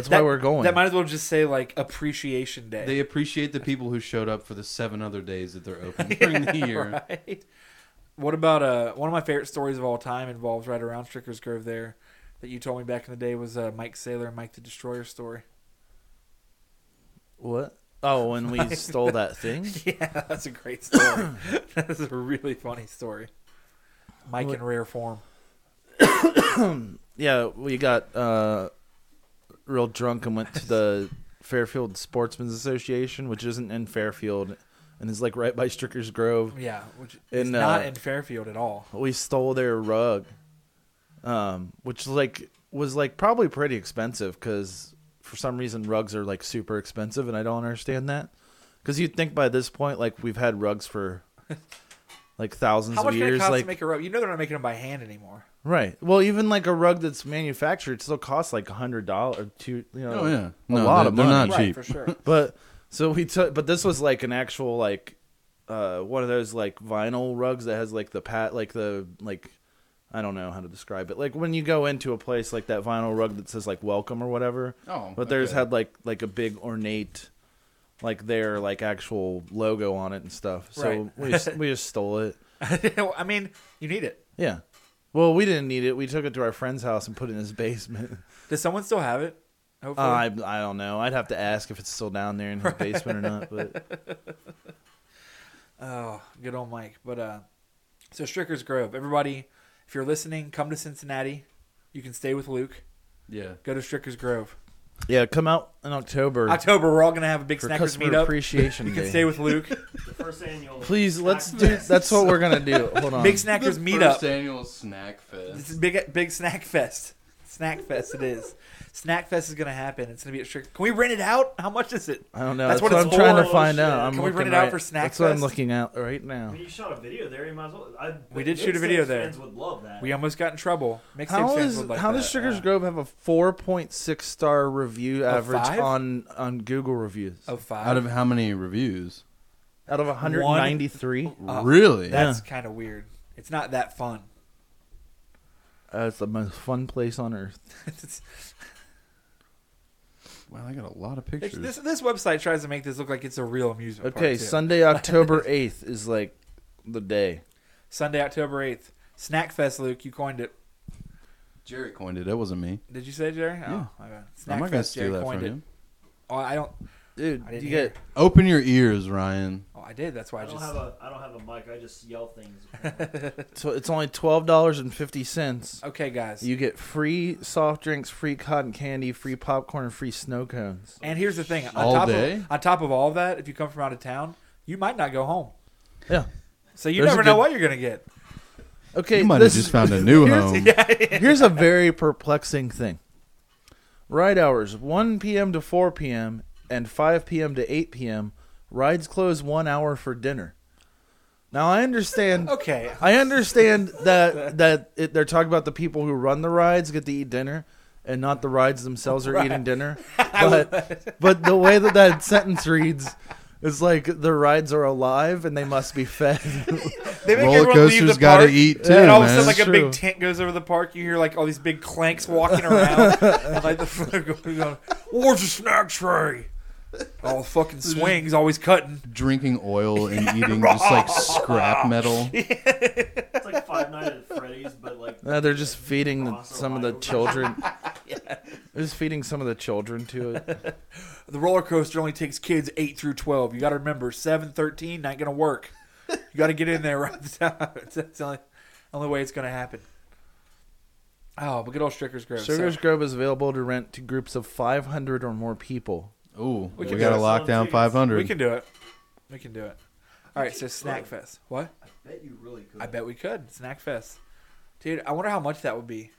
B: why
E: That-
B: we're going.
E: That might as well just say like appreciation day.
F: They appreciate the people who showed up for the seven other days that they're open during the year.
E: right? What about uh one of my favorite stories of all time involves right around Stricker's Grove there that you told me back in the day was uh, Mike Sailor and Mike the Destroyer story.
B: What? Oh, when we stole that thing?
E: Yeah, that's a great story. that's a really funny story. Mike in rare form.
B: Yeah, we got uh, real drunk and went to the Fairfield Sportsman's Association, which isn't in Fairfield, and is like right by Stricker's Grove.
E: Yeah, which is
B: And, uh,
E: not in Fairfield at all.
B: We stole their rug, um, which like was like probably pretty expensive because for some reason rugs are like super expensive, and I don't understand that. Because you'd think by this point, like we've had rugs for like thousands
E: How
B: of
E: much did it
B: years,
E: cost
B: like
E: to make a rug? You know they're not making them by hand anymore.
B: Right. Well, even like a rug that's manufactured still costs like a hundred dollars, two, you know,
F: Oh yeah,
B: a
F: No,
B: lot
F: they're,
B: of
F: they're
B: money.
F: not cheap.
E: Right, for sure.
B: But so we took, but this was like an actual like, uh, one of those like vinyl rugs that has like the pat, like the like, I don't know how to describe it. Like when you go into a place like that vinyl rug that says like welcome or whatever.
F: Oh,
B: But theirs
F: okay.
B: had like like a big ornate, like their like actual logo on it and stuff. So
E: Right.
B: we just, we just stole it.
E: I mean, you need it.
B: Yeah. Well, we didn't need it. We took it to our friend's house and put it in his basement.
E: Does someone still have it? Hopefully.
B: Uh, I I don't know. I'd have to ask if it's still down there in his basement or not. But
E: Oh, good old Mike. But uh, so Stricker's Grove, everybody, if you're listening, come to Cincinnati. You can stay with Luke.
F: Yeah,
E: Go to Stricker's Grove.
B: yeah, come out in October
E: October, we're all gonna have a big
B: for
E: Snackers
B: customer
E: meetup.
B: appreciation
E: You
B: day.
E: can stay with Luke.
G: The first annual.
B: Please, let's
G: Snack
B: do.
G: Fest.
B: That's what we're gonna do. Hold on.
E: big Snackers meetup.
F: annual snack
E: This
F: fest.
E: is big, big snack fest. Snack fest, it is. Snack fest is gonna happen. It's gonna be at Stricker. Can we rent it out? How much is it?
B: I don't know.
E: That's
B: That's,
E: what
B: what,
E: it's
B: I'm trying to
G: for.
B: find
G: Shit.
B: out. I'm
E: Can we
B: looking
E: rent it out
B: right-
E: for Snack
B: That's what I'm
E: Fest?
B: looking at right now.
G: I mean, you shot a video there. You might as well. I,
E: We did
G: Mixtape
E: shoot a video there.
G: Fans would love that.
E: We almost got in trouble. Mixtape
B: How
E: fans
B: is
E: would like
B: how
E: that.
B: does Sugar's
E: Yeah.
B: Grove have a 4.6 star review average
E: five?
B: on on Google reviews
E: of Oh, five?
F: Out of how many reviews?
B: out of 193?
E: Oh,
F: really?
E: that's kind of weird. It's not that fun.
B: That's uh, the most fun place on earth.
E: It's-
F: Wow, I got a lot of
E: it's-
F: pictures.
E: this this website tries to make this look like it's a real amusement. park,
B: Okay,
E: too.
B: Sunday, October 8th is like the day.
E: Sunday, October eighth, Snack Fest. Luke, you coined it.
F: Jerry coined it. That wasn't me.
E: Did you say Jerry?
F: Yeah.
E: Oh, my bad.
F: I'm
E: Snack
F: not gonna
E: Fest. Jerry
F: steal that
E: coined
F: from
E: it.
F: you.
E: Oh, I don't.
B: Dude,
E: I
B: you
E: didn't
B: get
E: hear.
F: Open your ears, Ryan.
E: Oh, I did. That's why I,
G: I don't
E: just.
G: have a. I don't have a mic. I just yell things. apparently.
B: so it's only twelve dollars and fifty cents.
E: okay, guys.
B: You get free soft drinks, free cotton candy, free popcorn, and free snow cones.
E: and here's the thing. On
F: All
E: top
F: day?
E: Of, on top of all of that, if you come from out of town, you might not go home.
B: Yeah.
E: So you
B: There's a
E: never know
B: good-
E: what you're gonna get.
B: Okay.
F: you might
B: this,
F: have just found a new home.
B: here's a very perplexing thing. Ride hours: one p.m. to four p.m. and five p.m. to eight p.m. Rides close one hour for dinner. Now I understand.
E: Okay.
B: I understand that that it, they're talking about the people who run the rides get to eat dinner, and not the rides themselves are eating dinner. But but the way that that sentence reads is like the rides are alive and they must be fed.
E: They make
F: Roller
E: everyone leave
F: coasters
E: the
F: gotta
E: park,
F: eat too,
E: And all of a
F: man.
E: sudden, like a
B: That's
E: big
B: true.
E: tent goes over the park. You hear like all these big clanks walking around. and, like the floor going, "Where's the snack tray?" All fucking swings, always cutting.
F: Drinking oil and eating just like scrap metal.
G: it's like Five Nights at Freddy's, but like
B: Uh, they're just feeding the, some of the children. They're just feeding some of the children to it.
E: The roller coaster only takes kids eight through twelve. You got to remember, seven, thirteen, not gonna work. You got to get in there right at the time. That's the only, only way it's gonna happen. Oh, but good old Stricker's Grove. So-
B: Sugar's Grove is available to rent to groups of 500 or more people.
F: Ooh,
E: We
F: we,
E: can
F: got
E: do
F: a
E: it.
F: lockdown
G: Tickets.
F: 500.
E: we can do it. We can do it. All right, so Snack Fest. What?
G: bet you really could.
E: I bet we could snack fest, dude. I wonder how much that would be.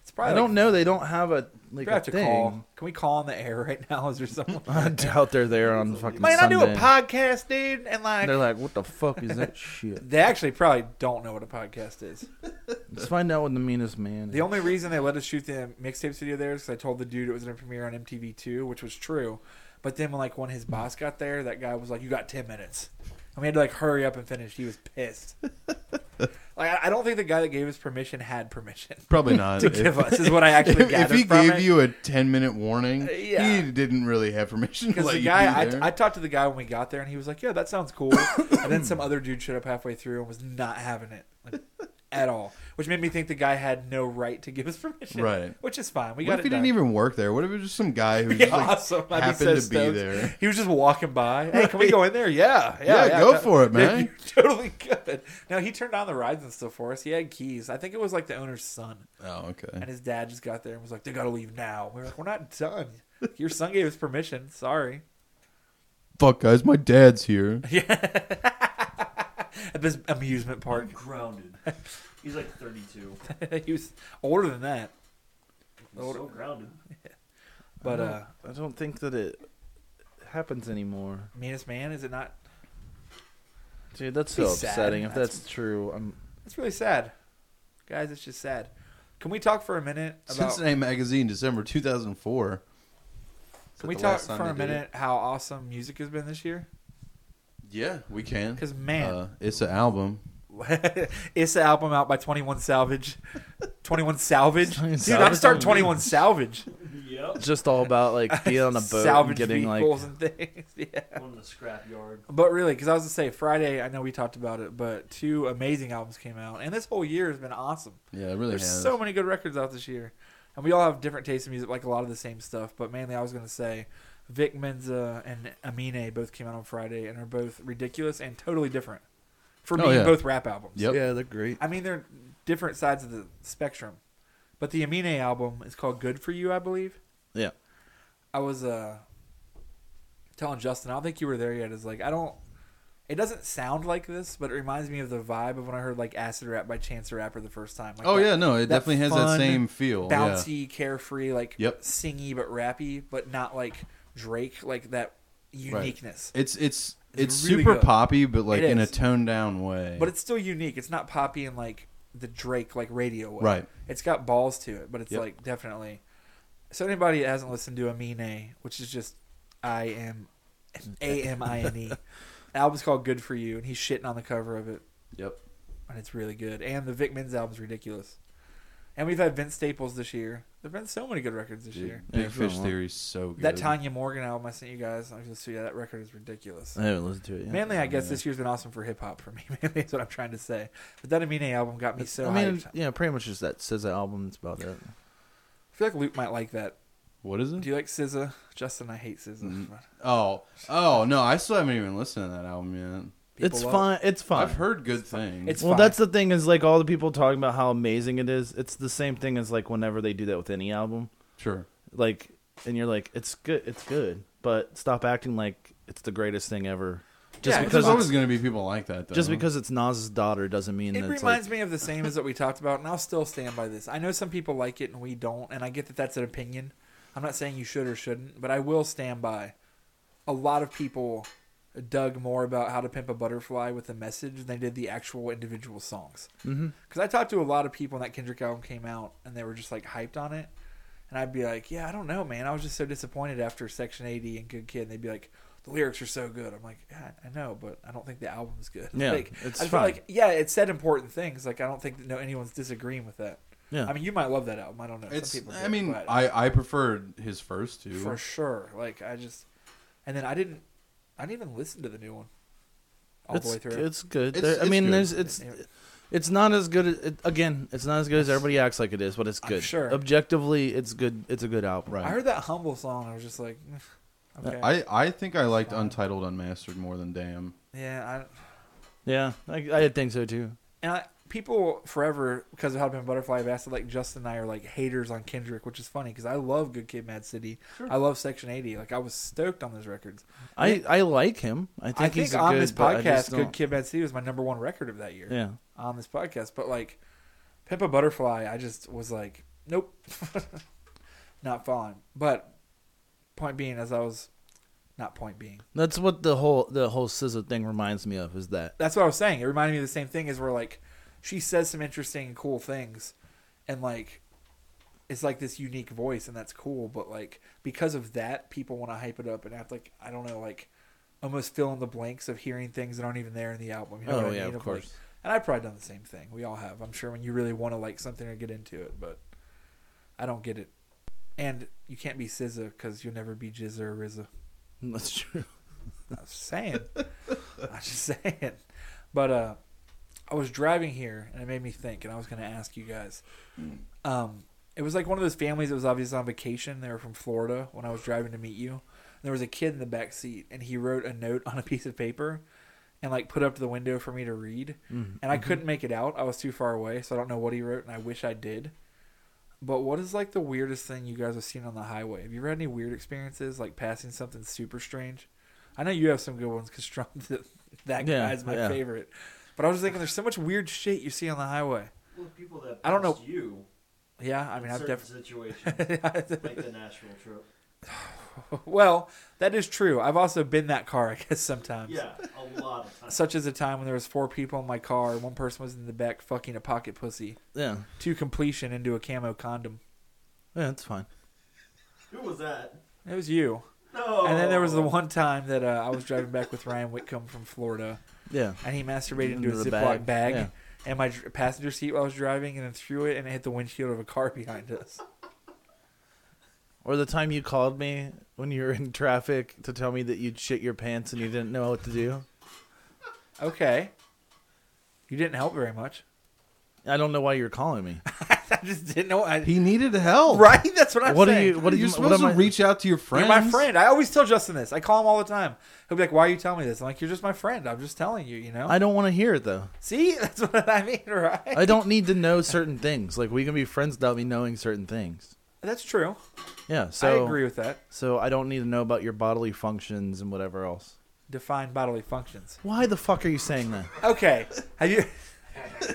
E: It's
B: I,
E: probably.
B: don't know. They don't have a like
E: We
B: a
E: have to
B: thing.
E: call. Can we call on the air right now? Is there someone?
B: I doubt they're there on fucking
E: Man, I do a
B: Sunday.
E: podcast, dude, and like
B: They're like, what the fuck is that shit?
E: they actually probably don't know what a podcast is.
B: Let's find out what the meanest man.
E: The only reason they let us shoot the mixtape studio there is because I told the dude it was going to premiere on MTV2, which was true. But then when like when his boss got there, that guy was like, "You got ten minutes," And we had to like hurry up and finish. He was pissed. like I- I don't think the guy that gave us permission had permission
F: Probably not.
E: to
F: If-
E: give us. Is what I actually
F: if, if
E: gathered
F: he
E: from
F: gave
E: it.
F: you a 10 minute warning,
E: Uh, yeah.
F: he didn't really have permission to
E: Because
F: let
E: the
F: you
E: guy,
F: be there.
E: I, I talked to the guy when we got there, and he was like, "Yeah, that sounds cool." and then
F: Hmm.
E: some other dude showed up halfway through and was not having it like, at all, which made me think the guy had no right to give us permission.
F: Right.
E: Which is fine. We
F: what
E: got it
F: if he
E: done.
F: didn't even work there? What if it was just some guy who
E: It'd
F: just
E: be
F: like,
E: awesome. I'd be
F: happened
E: so
F: to
E: stoked.
F: be there?
E: He was just walking by. Hey, can we go in there? Yeah, yeah,
F: Yeah, go for it, man.
E: you totally good. No, he turned on the rides and stuff for us. He had keys. I think it was like the owner's son,
F: Oh,
E: and
F: okay.
E: his dad just got there and was like, "They gotta leave now." We were like, "We're not done. Your son gave us permission. Sorry."
F: Fuck, guys, my dad's here.
E: At this amusement park.
G: grounded. He's like 32.
E: he was older than that.
G: He's so grounded.
E: But uh
B: I don't think that it happens anymore,
E: meanest man, is it not?
B: dude. That's so
E: Be sad.
B: upsetting. If
E: That's-
B: that's, true, I'm
E: It's really sad, guys. It's just sad. Can we talk for a minute about?
F: Cincinnati Magazine, December 2004. Is
E: can
F: that
E: we
F: the
E: talk
F: last time
E: for a
F: they did it?
E: minute how awesome music has been this year?
F: Yeah, we can.
E: Because man,
F: Uh, it's an album.
E: it's the album out by Twenty One Salvage. Twenty One Salvage, dude. I'm
B: Salvage
E: starting
B: on
E: Twenty One Salvage.
G: Yep.
B: just all about like being on a boat, and
E: salvage
B: getting like
E: vehicles and things. Yeah.
G: One in the scrap yard.
E: But really, because I was to say Friday, I know we talked about it, but two amazing albums came out, and this whole year has been awesome.
F: Yeah, it really
E: There's
F: has.
E: so many good records out this year, and we all have different tastes in music, like a lot of the same stuff. But mainly, I was gonna say, Vic Menza and Amine both came out on Friday and are both ridiculous and totally different. For
F: Oh,
E: being
F: yeah.
E: both rap albums.
F: Yep.
B: yeah, they're great.
E: I mean, they're different sides of the spectrum. But the Amine album is called "Good for You," I believe.
B: Yeah.
E: I was uh telling Justin, I don't think you were there yet. Is like I don't. It doesn't sound like this, but it reminds me of the vibe of when I heard like acid rap by Chance the Rapper the first time. Like
F: oh,
E: that-
F: yeah, no, it
E: that
F: definitely has that
E: fun,
F: same feel. yeah.
E: bouncy, carefree, like
F: Yep.
E: singy but rappy, but not like Drake, like that uniqueness.
F: It's it's
E: It's
F: it's,
E: really
F: super
E: good.
F: poppy, but like
E: It
F: in a
E: is.
F: toned down way.
E: But it's still unique. It's not poppy and like the Drake like radio way.
F: Right.
E: It's got balls to it, but it's
F: Yep.
E: like definitely. So anybody that hasn't listened to Amine, which is just I am A M I N E. The album's called Good for You, and he's shitting on the cover of it,
F: yep.
E: and it's really good. And the Vic Men's album's ridiculous. And we've had Vince Staples this year. There've been so many good records this
F: Dude,
E: year.
F: Big
B: Yeah, it's
F: Fish
B: been a while.
F: Theory's so good.
E: That Tanya Morgan album I sent you guys, I was just yeah, that record is ridiculous.
B: I haven't listened to it yet.
E: Mainly, I guess this year's been awesome for hip hop for me. Mainly, is what I'm trying to say. But that Amine album got me so
B: I mean,
E: hyped.
B: yeah, pretty much just that SZA album. It's about that.
E: I feel like Luke might like that.
F: What is it?
E: Do you like SZA? Justin, I hate SZA.
F: Oh, oh no! I still haven't even listened to that album yet.
E: People
B: it's
E: love
B: fine. It's fine.
F: I've heard good things.
E: It's
B: well,
E: fine.
B: that's the thing is like all the people talking about how amazing it is. It's the same thing as like whenever they do that with any album,
F: sure.
B: like, and you're like, it's good, it's good, but stop acting like it's the greatest thing ever. Just
E: Yeah,
B: because
F: There's
B: it's,
F: always going to be people like that, though.
B: just because it's Nas's daughter doesn't mean
E: It
B: that it's
E: reminds
B: like,
E: me of the same as that we talked about, and I'll still stand by this. I know some people like it and we don't, and I get that that's an opinion. I'm not saying you should or shouldn't, but I will stand by. A lot of people dug more about how to pimp a butterfly with the message than they did the actual individual songs. Because mm-hmm. I talked to a lot of people when that Kendrick album came out, and they were just like hyped on it, and I'd be like, "Yeah, I don't know, man. I was just so disappointed after Section 80 and Good Kid." And they'd be like, "The lyrics are so good." I'm like, "Yeah, I know, but I don't think the album's good."
B: Yeah,
E: like,
B: it's
E: I feel
B: fine.
E: like yeah, it said important things. Like I don't think that no anyone's disagreeing with that.
B: Yeah.
E: I mean, you might love that album. I don't know. Some
F: it's.
E: people
F: I
E: do,
F: mean,
E: but
F: I I preferred his first two.
E: for sure. Like I just, and then I didn't, I didn't even listen to the new one all
B: it's,
E: the way through.
B: It's good.
F: It's-
B: There- I
F: it's
B: mean,
F: good.
B: there's it's it's not as good. As, it, again, it's not as good as everybody acts like it is, but it's
E: I'm
B: good.
E: sure.
B: Objectively, it's good. It's a good album.
E: I heard that humble song. I was just like, "Mm, okay,
F: I I think I liked Untitled Unmastered more than Damn.
E: yeah, I,
B: Yeah, I, I think so too.
E: and I, people forever because of how been butterfly have asked like Justin and I are like haters on Kendrick, which is funny because I love Good Kid, Mad City. I love Section Eighty. Like I was stoked on those records.
B: I, I like him. I think
E: I think,
B: he's a
E: on
B: good,
E: this
B: but I just
E: podcast,
B: don't-
E: Good Kid, Mad City was my number one record of that year.
B: Yeah,
E: on this podcast, but like Pippa Butterfly, I just was like, nope, not falling. But point being, as I was, not point being,
B: that's what the whole the whole SZA thing reminds me of. Is that
E: that's what I was saying. It reminded me of the same thing as where like she says some interesting and cool things, and like it's like this unique voice, and that's cool. But like because of that, people want to hype it up and act like I don't know, like almost fill in the blanks of hearing things that aren't even there in the album. You
B: Oh,
E: know what I
B: yeah, of
E: mean? like-
B: course.
E: and I've probably done the same thing. We all have, I'm sure, when you really want to like something or get into it, but I don't get it. And you can't be SZA because you'll never be Jizza or RZA.
B: That's true.
E: I'm just saying. I'm just saying. But uh, I was driving here, and it made me think, and I was going to ask you guys. Um, it was like one of those families that was obviously on vacation. They were from Florida when I was driving to meet you. And there was a kid in the back seat, and he wrote a note on a piece of paper and like put up to the window for me to read.
B: Mm,
E: And
B: mm-hmm.
E: I couldn't make it out. I was too far away, so I don't know what he wrote, and I wish I did. But what is like the weirdest thing you guys have seen on the highway? Have you ever had any weird experiences like passing something super strange? I know you have some good ones because that
B: Yeah,
E: guy's my
B: yeah.
E: favorite. But I was just thinking, there's so much weird shit you see on the highway.
G: Well, people that
E: I don't know-
G: passed you.
E: Yeah, I
G: in
E: mean, I've
G: certain
E: definitely.
G: situations like the Nashville trip.
E: Well, that is true. I've also been that car, I guess, sometimes.
G: Yeah, a lot of times.
E: Such as a time when there was four people in my car, and one person was in the back fucking a pocket pussy
B: Yeah,
E: to completion into a camo condom.
B: yeah, it's fine.
G: Who was that?
E: It was you.
G: No.
E: And then there was the
G: Oh.
E: one time that uh, I was driving back with Ryan Whitcomb from Florida,
B: Yeah,
E: and he masturbated into,
B: Into
E: a
B: the
E: Ziploc
B: bag.
E: bag,
B: Yeah.
E: and my dr- passenger seat while I was driving, and then threw it, and it hit the windshield of a car behind us.
B: or the time you called me when you were in traffic to tell me that you'd shit your pants and you didn't know what to do.
E: Okay. You didn't help very much.
B: I don't know why you're calling me.
E: I just didn't know. I,
F: He needed help.
E: right? That's what I'm
B: what
E: saying.
B: are you? What are
F: You're
B: you? What
F: supposed
B: am
F: to
B: I?
F: reach out to your friends.
E: You're my friend. I always tell Justin this. I call him all the time. He'll be like, "Why are you telling me this?" I'm like, "You're just my friend. I'm just telling you. You know."
B: I don't want to hear it though.
E: See, that's what I mean, right?
B: I don't need to know certain things. Like we can be friends without me knowing certain things.
E: that's true.
B: Yeah. So
E: I agree with that.
B: So I don't need to know about your bodily functions and whatever else.
E: Define bodily functions.
B: Why the fuck are you saying that?
E: Okay. Have you?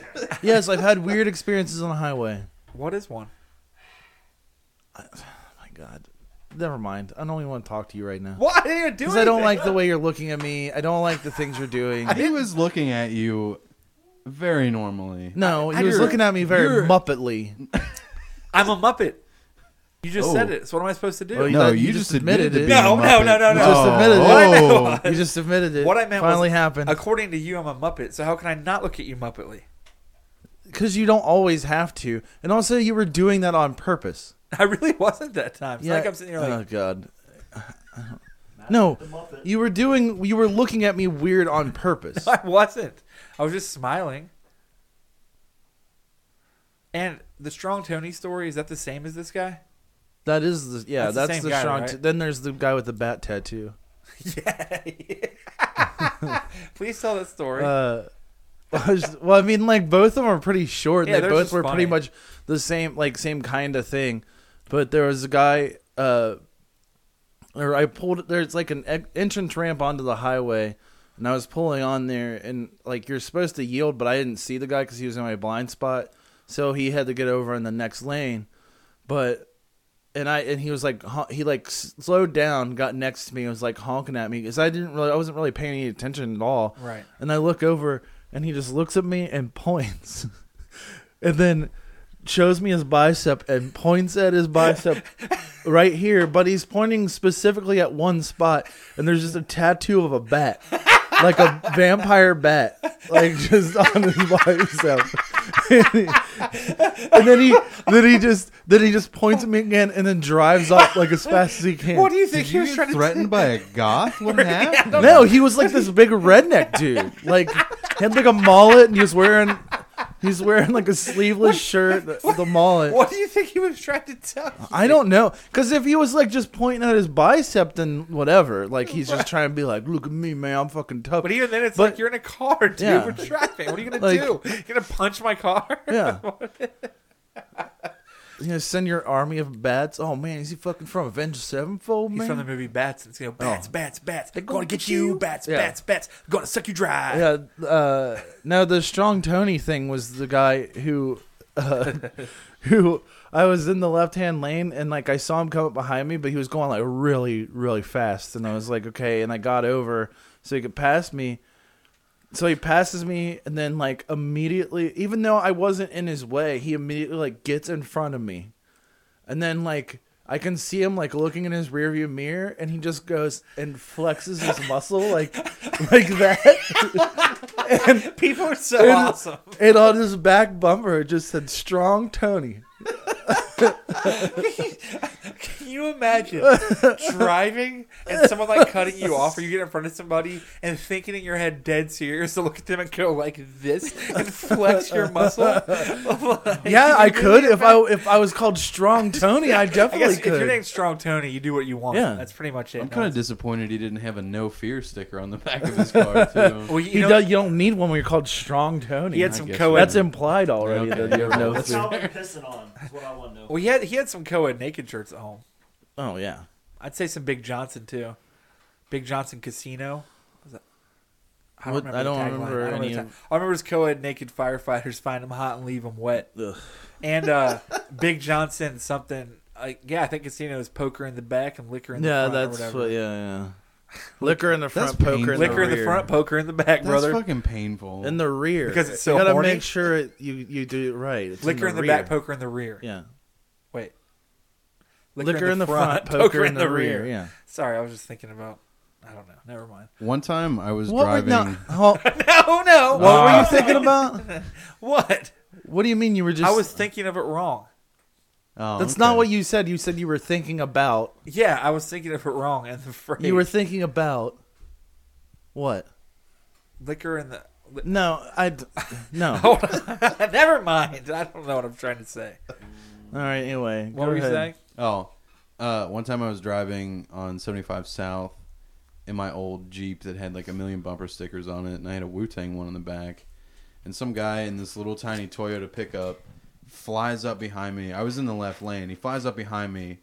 B: yes, I've had weird experiences on the highway.
E: What is one?
B: Oh my god. Never mind. I don't even want to talk to you right now.
E: What? I didn't even do
B: Because
E: anything.
B: I don't like the way you're looking at me. I don't like the things you're doing.
F: He was looking at you very normally.
B: No,
E: I-
B: he was
E: you're-
B: looking at me very
E: you're-
B: muppetly.
E: I'm a muppet. You just
F: Oh.
E: said it. So what am I supposed to do?
B: Well, you-
F: No,
B: that-
F: you, just, admitted, it.
B: being
E: a No, no, Muppet. no, no,
F: You
E: no.
F: just admitted
B: Oh.
E: What
F: it.
E: I
B: You just admitted it.
E: What I meant was-
B: finally happened.
E: According to you, I'm a muppet. So how can I not look at you muppetly?
B: Because you don't always have to. And also, you were doing that on purpose.
E: I really wasn't that time. It's like I'm sitting here like,
B: oh god. No,
G: The Muppet.
B: you were doing. You were looking at me weird on purpose.
E: I wasn't. I was just smiling. And the strong Tony story is that the same as this guy?
B: That is the yeah.
E: That's the
B: That's,
E: same
B: the,
E: guy,
B: strong.
E: right?
B: t- then there's the guy with the bat tattoo.
E: Yeah. Please tell that story.
B: Uh, well, I was- well, I mean, like both of them are pretty short. and
E: Yeah,
B: they
E: they're
B: both
E: just
B: were
E: funny.
B: pretty much the same, like same kind of thing. But there was a guy. Uh, or I pulled. There's like an e- entrance ramp onto the highway, and I was pulling on there, and like you're supposed to yield, but I didn't see the guy because he was in my blind spot, so he had to get over in the next lane. But and I and he was like hon- he like s- slowed down, got next to me, and was like honking at me because I didn't really I wasn't really paying any attention at all.
E: Right.
B: And I look over and he just looks at me and points, and then shows me his bicep and points at his bicep right here, but he's pointing specifically at one spot, and there's just a tattoo of a bat, like a vampire bat, like just on his bicep. and then he then he just then he just points at me again and then drives off like as fast as he can.
E: what do you think
F: Did
E: he
F: you
E: was trying
F: get
E: to
F: threatened by a goth? What happened?
B: no, he was like this big redneck dude. Like he had like a mullet and he was wearing he's wearing like a sleeveless shirt with a mullet.
E: What do you think he was trying to tell? you?
B: I don't know. Because if he was like just pointing at his bicep, then whatever. Like he's just trying to be like, look at me, man, I'm fucking tough.
E: But even then, it's
B: But-
E: like you're in a car, dude.
B: Yeah.
E: We're driving. What are you gonna
B: Like-
E: do? You're gonna punch my car?
B: yeah. you know, send your army of bats. Oh man, is he fucking from Avenger Sevenfold,
E: He's
B: man? Oh.
E: from the movie Bats, and it's gonna go, bats, bats, bats. They're gonna get you, bats,
B: Yeah.
E: bats, bats. Gonna suck you dry.
B: yeah. Uh, no, the strong Tony thing was the guy who, uh, who I was in the left hand lane and like I saw him come up behind me, but he was going like really, really fast, and I was like, okay, and I got over so he could pass me. So he passes me, and then like immediately, even though I wasn't in his way, he immediately like gets in front of me, and then like. I can see him like looking in his rearview mirror, and he just goes and flexes his muscle like like that.
E: People are so awesome.
B: And on his back bumper, it just said "Strong Tony."
E: Can you imagine driving and someone like cutting you off, or you get in front of somebody and thinking in your head, dead serious, to look at them and go like this and flex your muscle? Like,
B: Yeah, I could if I if I was called Strong Tony, I
E: I
B: definitely
E: guess if
B: could.
E: your name's Strong Tony, you do what you want.
B: Yeah.
E: that's pretty much it.
F: I'm kind of disappointed he didn't have a no fear sticker on the back of his car too.
E: Well, you
B: you,
E: know,
B: don't, you don't need one when you're called Strong Tony.
E: he had
F: I
E: some
F: guess
E: co-ed.
B: That's implied already.
F: Okay.
B: That you have no
G: What's
B: fear.
G: Calvin pissing on? Is what I want to know.
E: well, he had he had some co-ed naked shirts at home.
B: Oh yeah.
E: I'd say some Big Johnson too. Big Johnson Casino. Was that? I
B: What- I
E: the
B: don't
E: tagline.
B: remember any
E: the
B: of-
E: tag- I remember his co-ed naked firefighters find them hot and leave them wet.
B: Ugh.
E: And uh, Big Johnson something. Like, yeah, I think Casino is poker in the back and liquor in the
B: Yeah,
E: front. or
B: that's
E: whatever.
B: what. Yeah, yeah. Liquor in the front,
F: That's
B: poker in the,
F: painful.
E: liquor in the
B: rear.
E: front, poker in the back,
F: That's
E: brother.
F: fucking painful.
B: in the rear
E: Because it's so
B: You gotta
E: horny?
B: make sure it, you you do it right. It's
E: liquor in the,
B: rear.
E: back, poker in the rear.
B: Yeah.
E: Wait.
B: Liquor, in the front, poker, in the rear. Yeah.
E: Sorry, I was just thinking about. I don't know. Never mind.
F: One time I was
B: What were,
F: driving.
B: no, ho- what
E: No, no. Uh,
B: were you thinking about?
E: What?
B: What do you mean you were just?
E: I was thinking of it wrong.
F: Oh,
B: That's
F: okay.
B: not what you said. You said you were thinking about.
E: Yeah, I was thinking of it wrong, and the phrase
B: You were thinking about. What?
E: liquor in the. Li-
B: No, I. d- No. All
E: Hold on. Never mind. I don't know what I'm trying to say.
B: right. Anyway,
E: What
B: go
E: were you
B: ahead.
E: saying?
F: Oh, uh, one time I was driving on 75 South in my old Jeep that had like a million bumper stickers on it, and I had a Wu Tang one on the back. And some guy in this little tiny Toyota pickup flies up behind me. I was in the left lane. He flies up behind me.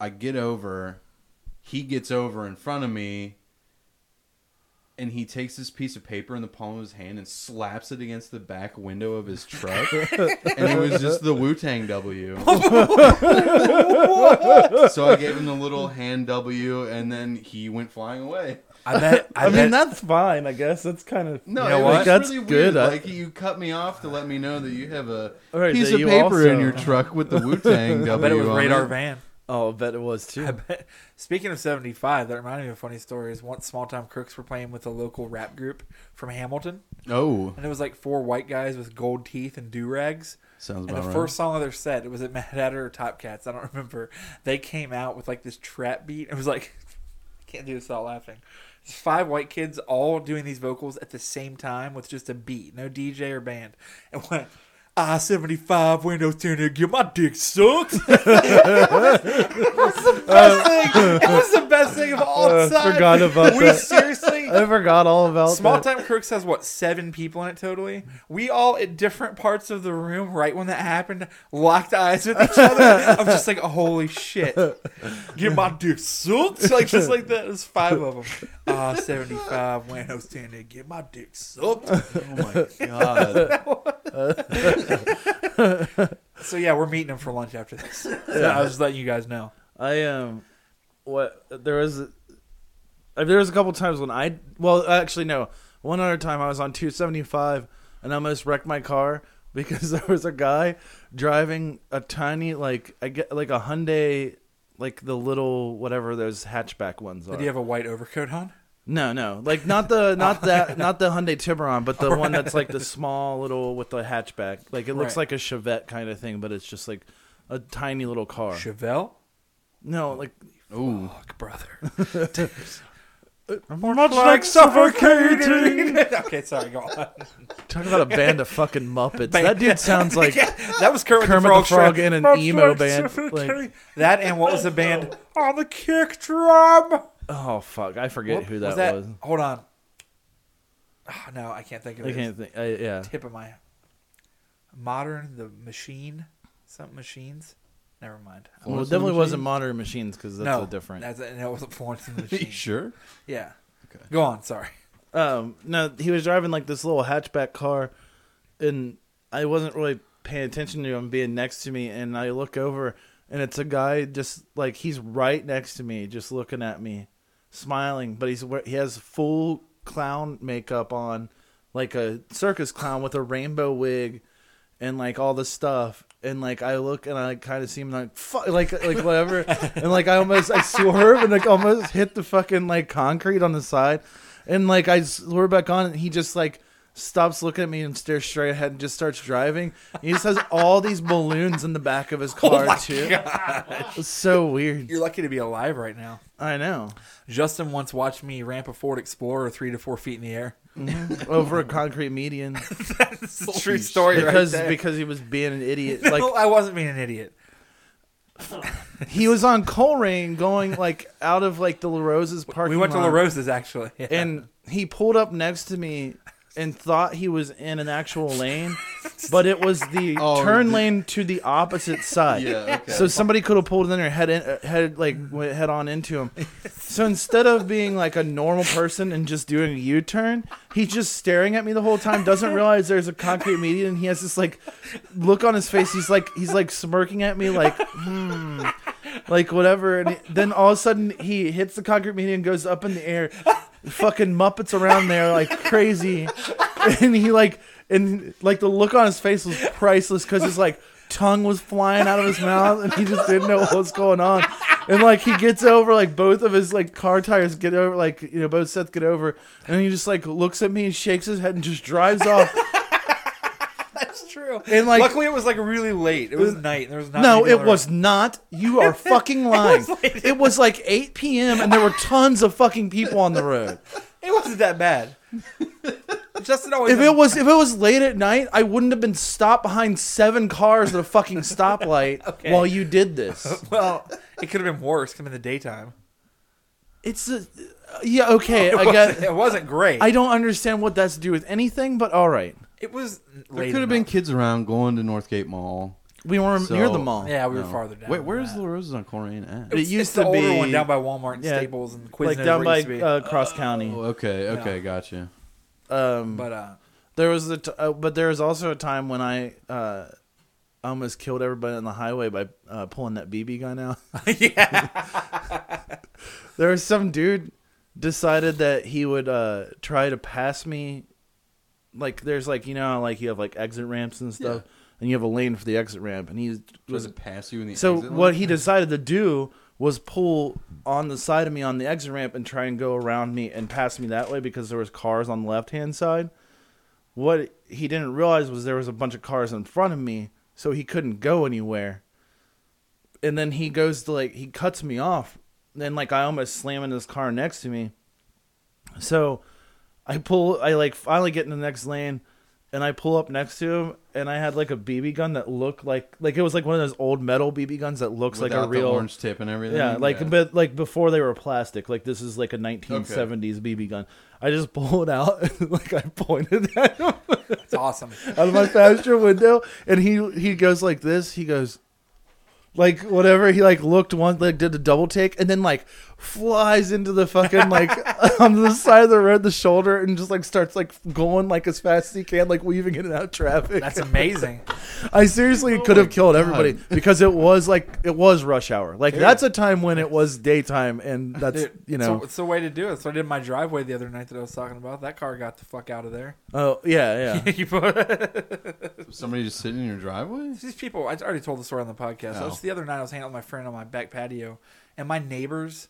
F: I get over. He gets over in front of me. And he takes this piece of paper in the palm of his hand and slaps it against the back window of his truck. and it was just the Wu Tang W so I gave him the little hand W, and then he went flying away.
E: I bet. I,
B: I mean,
E: mean, that.
B: that's fine. I guess that's kind of.
F: No,
E: You know
F: it
E: what?
F: was
B: That's
F: really weird.
B: good. I-
F: Like you cut me off to let me know that you have a
B: All right,
F: piece
B: that
F: of
B: you
F: paper in
B: also-
F: your truck with the Wu Tang W.
E: I bet it was
F: on
E: Radar
F: it.
E: Van.
B: Oh, I bet it was too.
E: I bet. Speaking of 75, that reminded me of a funny story. Is once Small Time Crooks were playing with a local rap group from Hamilton,
F: Oh,
E: and it was like four white guys with gold teeth and do rags.
F: sounds
E: And
F: about
E: the
F: right.
E: first song of their set, it was at Mad Hatter or Top Cats, I don't remember. They came out with like this trap beat. It was like, I can't do this without laughing. It's five white kids all doing these vocals at the same time with just a beat, no DJ or band. And when I seventy five windows turn to get my dick sucked. it was the best thing. It was the best thing of all
B: Uh,
E: time.
B: forgot about
E: we
B: that.
E: seriously
B: I forgot all about
E: Small
B: that.
E: Time Crooks has what seven people in it totally. We all at different parts of the room right when that happened locked eyes with each other. I'm just like, holy shit! Get my dick sucked like just like that. There's five of them. Ah, 75 when I was standing. there, Get my dick sucked.
F: oh my god!
E: So yeah, we're meeting them for lunch after this. So I was just letting you guys know.
B: I um, what there was, uh, there was a couple times when I well actually no one other time I was on two seventy five and I almost wrecked my car because there was a guy driving a tiny like I get like a Hyundai like the little whatever those hatchback ones are.
E: Did you have Oh. a white overcoat on?
B: no, no, like not the not that not the Hyundai Tiburon, but the one that's like the small little with the hatchback. Like it looks
E: Right.
B: like a Chevette kind of thing, but it's just like a tiny little car.
E: Chevelle.
B: no, like
F: Ooh,
E: Fuck, brother.
B: much like suffocating.
E: okay, sorry. Go on.
B: Talk about a band of fucking Muppets.
E: Band-
B: That dude sounds like
E: Yeah, that was Kermit,
B: Kermit
E: the Frog,
B: the Frog
E: straight-
B: in an
E: Much
B: emo
E: like
B: band,
E: Suffocating.
B: like-
E: that and what was the band on Oh, the kick drum?
B: oh fuck, I forget
E: What
B: who that was.
E: Hold on. Ah, no, I can't think of
B: I
E: it.
B: can't think. I, yeah,
E: It's Tip of my modern the machine, something machines. Never mind.
B: well, it
F: Florence and the
B: definitely wasn't
F: Machines?
B: Modern Machines because that's
E: no,
B: a different.
E: That's a, no, it wasn't Florence and the
F: Are you
E: Machine.
F: sure?
E: Yeah.
F: Okay.
E: Go on. Sorry.
B: Um, no, he was driving like this little hatchback car, and I wasn't really paying attention to him being next to me. And I look over, and it's a guy just like he's right next to me, just looking at me, smiling. But he's wear- he has full clown makeup on, like a circus clown with a rainbow wig, and like all this stuff. and like I look and I like, kind of seem like fuck, like like whatever, and like I almost I swerve and like almost hit the fucking like concrete on the side, and like I swerve back on and he just like stops looking at me and stares straight ahead and just starts driving. He just has all these balloons in the back of his
E: Oh
B: car too. It's so weird.
E: You're lucky to be alive right now.
B: I know.
E: Justin once watched me ramp a Ford Explorer three to four feet in the air.
B: Over a concrete median
E: It's a true story
B: because
E: Oh, right there.
B: because he was being an idiot.
E: No,
B: Like
E: I wasn't being an idiot.
B: he was on Coleraine going like out of like the La Rosa's parking.
E: We went to La
B: lot.
E: Rosa's actually. Yeah.
B: and he pulled up next to me and thought he was in an actual lane, but it was the
F: Oh,
B: turn
F: the-
B: lane to the opposite side.
F: Yeah, okay.
B: So somebody could have pulled in there, head in, uh, head like went head on into him. So instead of being like a normal person and just doing a U turn, he's just staring at me the whole time. Doesn't realize there's a concrete median. And he has this like look on his face. He's like he's like smirking at me like like whatever. And then all of a sudden he hits the concrete median, and goes up in the air. Fucking Muppets around there like crazy, and he like and like the look on his face was priceless because his like tongue was flying out of his mouth and he just didn't know what was going on. And like he gets over, like both of his like car tires get over, like you know both sets get over, and he just like looks at me and shakes his head and just drives off.
E: That's true.
B: And like Uh,
E: Luckily, it was like really late. It was night. And there was not
B: No,
E: many
B: it
E: other-
B: was not. You are fucking lying.
E: late.
B: it was like 8 p.m. and there were tons of fucking people on the road.
E: It wasn't that bad. Justin always.
B: If it was if it was late at night, I wouldn't have been stopped behind seven cars at a fucking stoplight while you did this.
E: well, it could have been worse. Come in the daytime.
B: It's a, yeah okay.
E: It,
B: I
E: wasn't,
B: guess
E: it wasn't great.
B: I don't understand what that's to do with anything, but all right.
E: it was.
F: There
E: late
F: could have been
E: enough.
F: kids around going to Northgate Mall.
B: We were
F: So-
B: near the mall.
E: Yeah, we were
F: No.
E: farther down.
F: Wait,
E: than
F: where's
E: that.
F: La Rosa's on Coleraine at?
B: It
E: It's-
B: used
E: it's the
B: to
E: older
B: be-
E: one down by Walmart and
B: yeah,
E: Staples and Quiznos.
B: like down
E: where it
B: by
E: used to be.
B: uh, Cross County.
F: Oh, okay, okay, gotcha.
B: Um,
E: but uh,
B: There was a t- uh, but there was also a time when I uh, almost killed everybody on the highway by uh, pulling that BB gun out.
E: yeah,
B: there was some dude decided that he would uh, try to pass me. Like there's like you know how, like you have like exit ramps and stuff, and you have a lane for the exit ramp, and he
F: Was
B: was
F: it pass you in the
B: so
F: exit
B: what
F: line?
B: he decided to do was pull on the side of me on the exit ramp and try and go around me and pass me that way because there was cars on the left hand side. What he didn't realize was there was a bunch of cars in front of me, so he couldn't go anywhere. And then he goes to like he cuts me off. Then like I almost slam into this car next to me. So I pull, I like finally get in the next lane, and I pull up next to him, and I had like a BB gun that looked like like it was like one of those old metal BB guns that looks
F: Without
B: like a real
F: the orange tip and everything.
B: yeah, like but like before they were plastic. Like this is like a 1970s BB gun. I just pulled it out, and, like I pointed at him
E: it's awesome.
B: out of my passenger window, and he he goes like this. He goes. Like whatever, he like looked one, like did a double take, and then like flies into the fucking like on the side of the road, the shoulder, and just like starts like going like as fast as he can, like weaving in and out of traffic.
E: That's amazing.
B: I seriously
F: Oh
B: could have killed everybody because it was like it was rush hour. Like that's a time when it was daytime, and that's
E: Dude,
B: you know,
E: so it's the way to do it. So I did my driveway the other night that I was talking about. That car got the fuck out of there.
B: oh yeah, yeah.
E: You put-
F: somebody just sitting in your driveway.
E: These people, I already told the story on the podcast. I
F: Oh.
E: was the other night. I was hanging out with my friend on my back patio, and my neighbors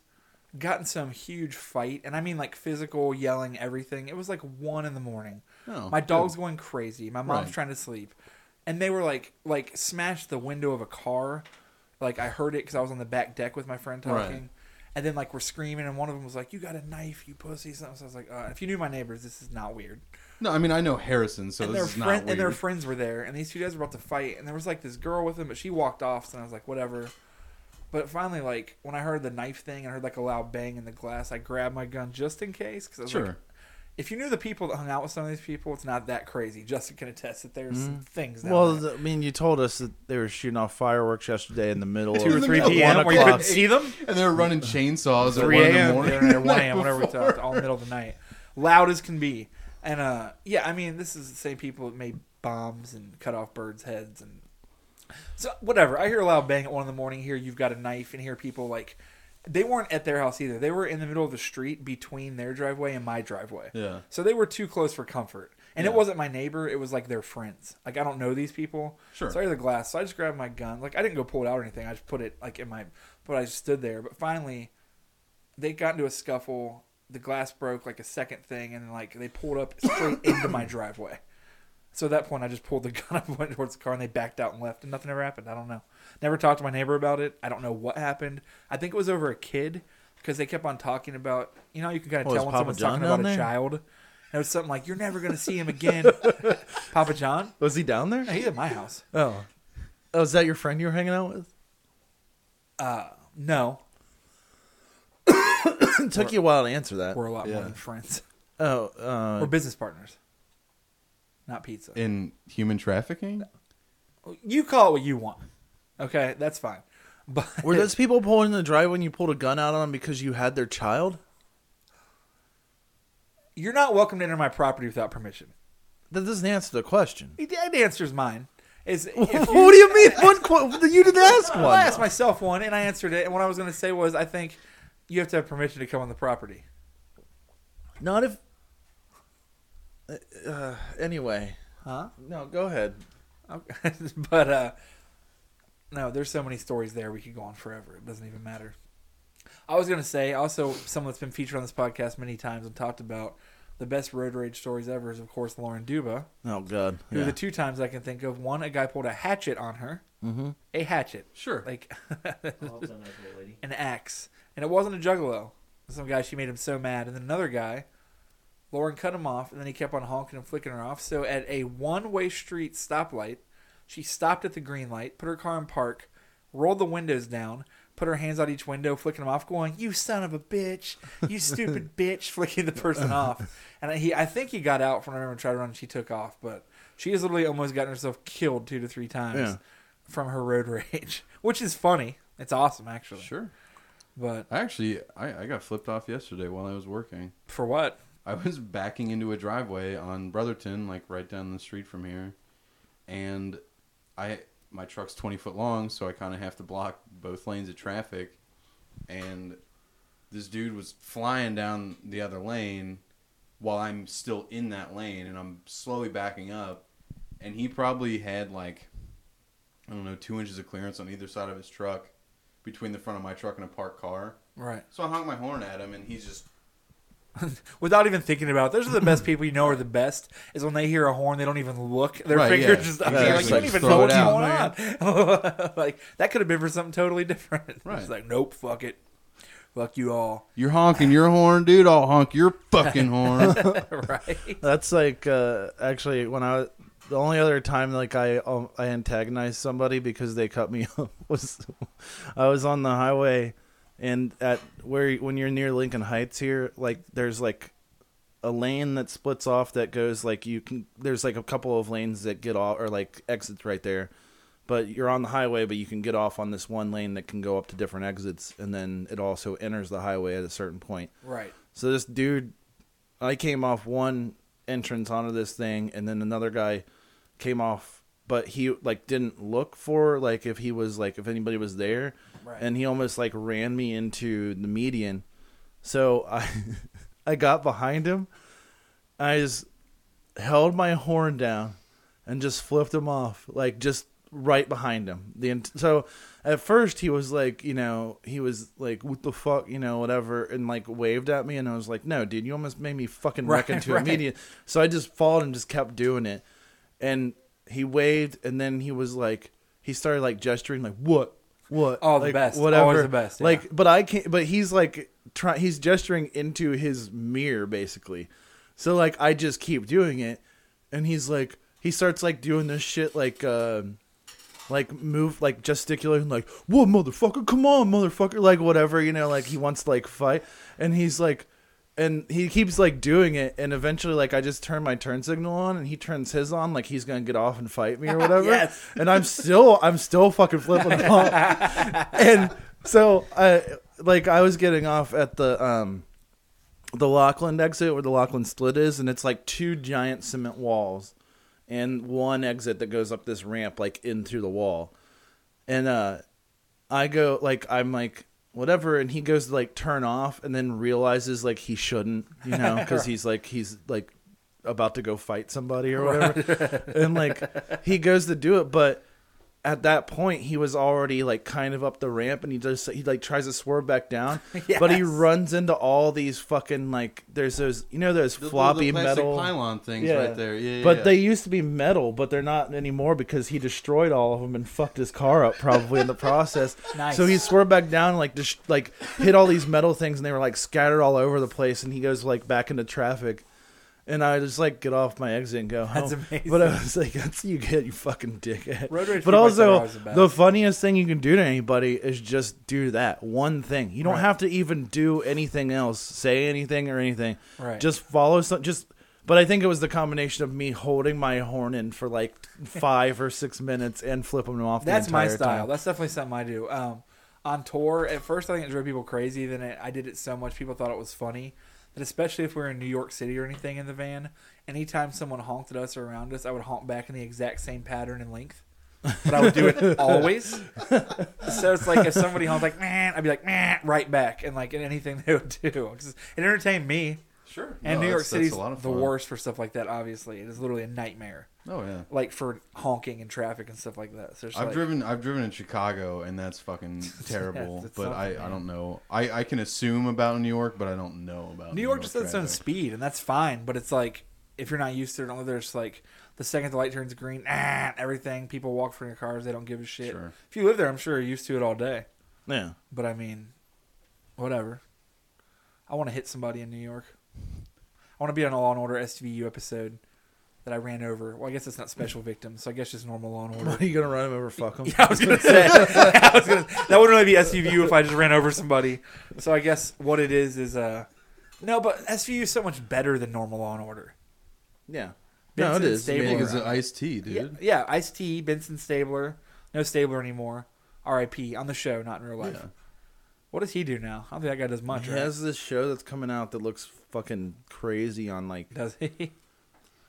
E: got in some huge fight, and I mean like physical yelling, everything. It was like one in the morning.
F: Oh,
E: my dog's going crazy. My mom's
F: Right.
E: trying to sleep, and they were like like smashed the window of a car. Like I heard it because I was on the back deck with my friend
F: Right.
E: talking. And then like we're screaming, and one of them was like, "You got a knife, you pussy!" So I was like, uh, "If you knew my neighbors, this is not weird."
F: No, I mean I know Harrison, so
E: and
F: this
E: their
F: is not
E: friend
F: weird.
E: and their friends were there, and these two guys were about to fight, and there was like this girl with them, but she walked off, so I was like, whatever. But finally, like when I heard the knife thing, I heard like a loud bang in the glass. I grabbed my gun just in case, because I was like,
F: sure.
E: if you knew the people that hung out with some of these people, it's not that crazy. Justin can attest that there's
F: Mm.
E: some things. Down
B: Well,
E: there.
B: th- I mean, you told us that they were shooting off fireworks yesterday in the middle
F: Two or
B: of
F: three
B: one
F: PM,
B: o'clock.
F: where you couldn't
E: see them.
F: And they were running chainsaws at
E: 3
F: one in the
E: a.m.
F: morning.
E: yeah, 1 a.m. whenever we talked, all middle of the night, loud as can be. And uh, yeah, I mean, this is the same people that made bombs and cut off birds' heads and so whatever. I hear a loud bang at one in the morning. Here, you've got a knife, and hear people like They weren't at their house either. They were in the middle of the street between their driveway and my driveway.
F: Yeah.
E: So they were too close for comfort. And it
F: Yeah.
E: wasn't my neighbor, it was like their friends. Like I don't know these people.
F: Sure.
E: So I hear the glass. So I just grabbed my gun. Like I didn't go pull it out or anything. I just put it like in my but I just stood there. But finally they got into a scuffle. The glass broke like a second thing and like they pulled up straight into my driveway. So at that point, I just pulled the gun up, and went towards the car, and they backed out and left, and nothing ever happened. I don't know. Never talked to my neighbor about it. I don't know what happened. I think it was over a kid because they kept on talking about, you know, you can kind of
B: Oh, is
E: tell when
B: Papa
E: someone's
B: John
E: talking
B: down
E: about
B: there?
E: a child. And it was something like, "You're never gonna see him again, Papa John."
B: Was he down there?
E: No, he's at my house.
B: Oh. Oh, is that your friend you were hanging out with?
E: No,
B: it took you a while to answer that.
E: we're a lot more
F: Yeah.
E: than friends.
B: Oh, uh,
E: We're business partners, not pizza.
F: in human trafficking.
E: You call it what you want. Okay, that's fine. But
B: were those people pulling in the driveway when you pulled a gun out on them because you had their child?
E: you're not welcome to enter my property without permission.
B: That doesn't answer the question.
E: He- That answer's mine. Is
B: what do you mean? One qu- you didn't ask
E: Well, I
B: one.
E: asked myself one, and I answered it. And what I was going to say was, I think you have to have permission to come on the property.
B: Not if. Uh, anyway,
E: Huh?
B: no, go ahead.
E: Okay. but uh, no, there's so many stories there. We could go on forever. It doesn't even matter. I was going to say also someone that's been featured on this podcast many times and talked about the best road rage stories ever is of course Lauren Duba.
B: Oh God,
E: Who are
B: Yeah.
E: the two times I can think of? One, a guy pulled a hatchet on her. Mm-hmm. A hatchet.
F: Sure.
E: Like
G: Oh, that was a nice little lady.
E: an axe, and it wasn't a juggalo. Some guy she made him so mad, and then another guy, Lauren cut him off, and then he kept on honking and flicking her off. So at a one-way street stoplight, she stopped at the green light, put her car in park, rolled the windows down, put her hands out each window, flicking them off, going, "You son of a bitch, you stupid bitch," flicking the person off. And he, I think he got out from her and tried to run, and she took off, but she has literally almost gotten herself killed two to three times
B: Yeah.
E: from her road rage, which is funny. It's awesome, actually.
F: Sure.
E: But
F: I actually I, I got flipped off yesterday while I was working.
E: for what?
F: I was backing into a driveway on Brotherton, like right down the street from here, and I my truck's twenty foot long, so I kind of have to block both lanes of traffic, and this dude was flying down the other lane while I'm still in that lane, and I'm slowly backing up, and he probably had like I don't know two inches of clearance on either side of his truck between the front of my truck and a parked car.
E: Right.
F: So I honked my horn at him, and he's just
E: Without even thinking about it, those are the best people you know are the best. Is when they hear a horn, they don't even look. Their
F: Right,
E: fingers
F: yeah.
E: just
F: Yeah,
E: up there, like,
B: just,
E: you don't
B: like,
E: even
F: throw
E: know
F: it
E: what's
F: out,
E: going on. like that could have been for something totally different.
F: Right.
E: It's like, nope, fuck it, fuck you all.
F: You're honking your horn, dude. I'll honk your fucking horn.
E: right.
B: That's like uh, actually when I the only other time like I um, I antagonized somebody because they cut me up was I was on the highway and at where when you're near Lincoln Heights here like there's like a lane that splits off that goes like you can there's like a couple of lanes that get off or like exits right there but you're on the highway but you can get off on this one lane that can go up to different exits and then it also enters the highway at a certain point
E: Right.
B: so this dude, I came off one entrance onto this thing, and then another guy came off, but he like didn't look for like if he was like if anybody was there,
E: Right.
B: and he almost like ran me into the median. So I, I got behind him. I just held my horn down and just flipped him off, like just right behind him. The ent- so at first he was like, you know, he was like, "What the fuck," you know, whatever, and like waved at me, and I was like, "No, dude, you almost made me fucking wreck
E: Right,
B: into a
E: right.
B: median." So I just followed and just kept doing it, and he waved, and then he was like, he started like gesturing, like what. What?
E: Oh, the
B: like,
E: best.
B: Whatever.
E: Always the best, yeah.
B: Like, but I can't. But he's like trying. He's gesturing into his mirror, basically. So like, I just keep doing it, and he's like, he starts like doing this shit, like, um like move, like gesticulating, like, "What, motherfucker? Come on, motherfucker!" Like whatever, you know. Like he wants to like fight, and he's like. And he keeps like doing it, and eventually, like I just turn my turn signal on, and he turns his on, like he's gonna get off and fight me or whatever.
E: Yes.
B: And I'm still, I'm still fucking flipping him off and so I like I was getting off at the um the Lachlan exit where the Lachlan split is, and it's like two giant cement walls and one exit that goes up this ramp like into the wall. And uh I go like I'm like whatever and he goes to like turn off and then realizes like he shouldn't you know because he's like he's like about to go fight somebody or whatever and like he goes to do it but at that point he was already like kind of up the ramp and he just he like tries to swerve back down but he
E: Yes.
B: runs into all these fucking like there's those you know those
F: The-
B: floppy
F: the plastic
B: metal
F: pylon things right there. Yeah, yeah,
B: but
F: yeah.
B: they used to be metal, but they're not anymore because he destroyed all of them and fucked his car up probably in the process.
E: Nice.
B: So he swerved back down, and, like just like hit all these metal things, and they were like scattered all over the place. And he goes like back into traffic, and I just like get off my exit and go home.
E: That's amazing.
B: But I was like, that's you get, you fucking dickhead.
E: Road rage
B: but
E: people are
B: also,
E: always the best.
B: the funniest thing you can do to anybody is just do that one thing. You don't have to even do anything else, say anything or anything.
E: Right.
B: Just follow some. Just. But I think it was the combination of me holding my horn in for like five or six minutes and flipping them off.
E: That's
B: the
E: my
B: entire
E: style.
B: Time.
E: That's definitely something I do. Um, on tour, at first I think it drove people crazy. Then it, I did it so much people thought it was funny. But especially if we were in New York City or anything in the van, anytime someone honked at us or around us, I would honk back in the exact same pattern and length. But I would do it always. so it's like if somebody honked like man, I'd be like man right back and like in anything they would do. 'Cause It entertained me.
F: sure.
E: And
F: No,
E: New York
F: that's- that's
E: City's
F: a lot of
E: the
F: fun.
E: worst for stuff like that. Obviously, it is literally a nightmare.
F: Oh yeah.
E: Like for honking and traffic and stuff like that. So it's
F: I've
E: like,
F: driven I've driven in Chicago and that's fucking terrible.
E: it's
F: but I,
E: something,
F: I don't know. I, I can assume about New York, but I don't know about
E: New York just has its own
F: traffic.
E: speed, and that's fine. But it's like if you're not used to it, only there's like the second the light turns green, ah, everything. People walk from your cars; they don't give a shit.
F: Sure.
E: If you live there, I'm sure you're used to it all day.
B: Yeah.
E: But I mean, whatever. I want to hit somebody in New York. I want to be on a Law and Order SVU episode that I ran over. Well, I guess it's not special victims, so I guess just normal Law and Order.
B: What are you gonna run him over? Fuck him.
E: I was gonna say I was gonna, that wouldn't really be SVU if I just ran over somebody. So I guess what it is is uh no, but SVU is so much better than normal Law and Order.
B: Yeah. No, it
E: Benson
B: is.
E: Stabler.
B: I mean,
F: Big as an iced tea, dude.
E: Yeah, yeah Ice T, Benson Stabler, no Stabler anymore. R.I.P. on the show, not in real life. What does he do now? I don't think that guy does much.
B: He
E: right?
B: has this show that's coming out that looks fucking crazy on like
E: Does he?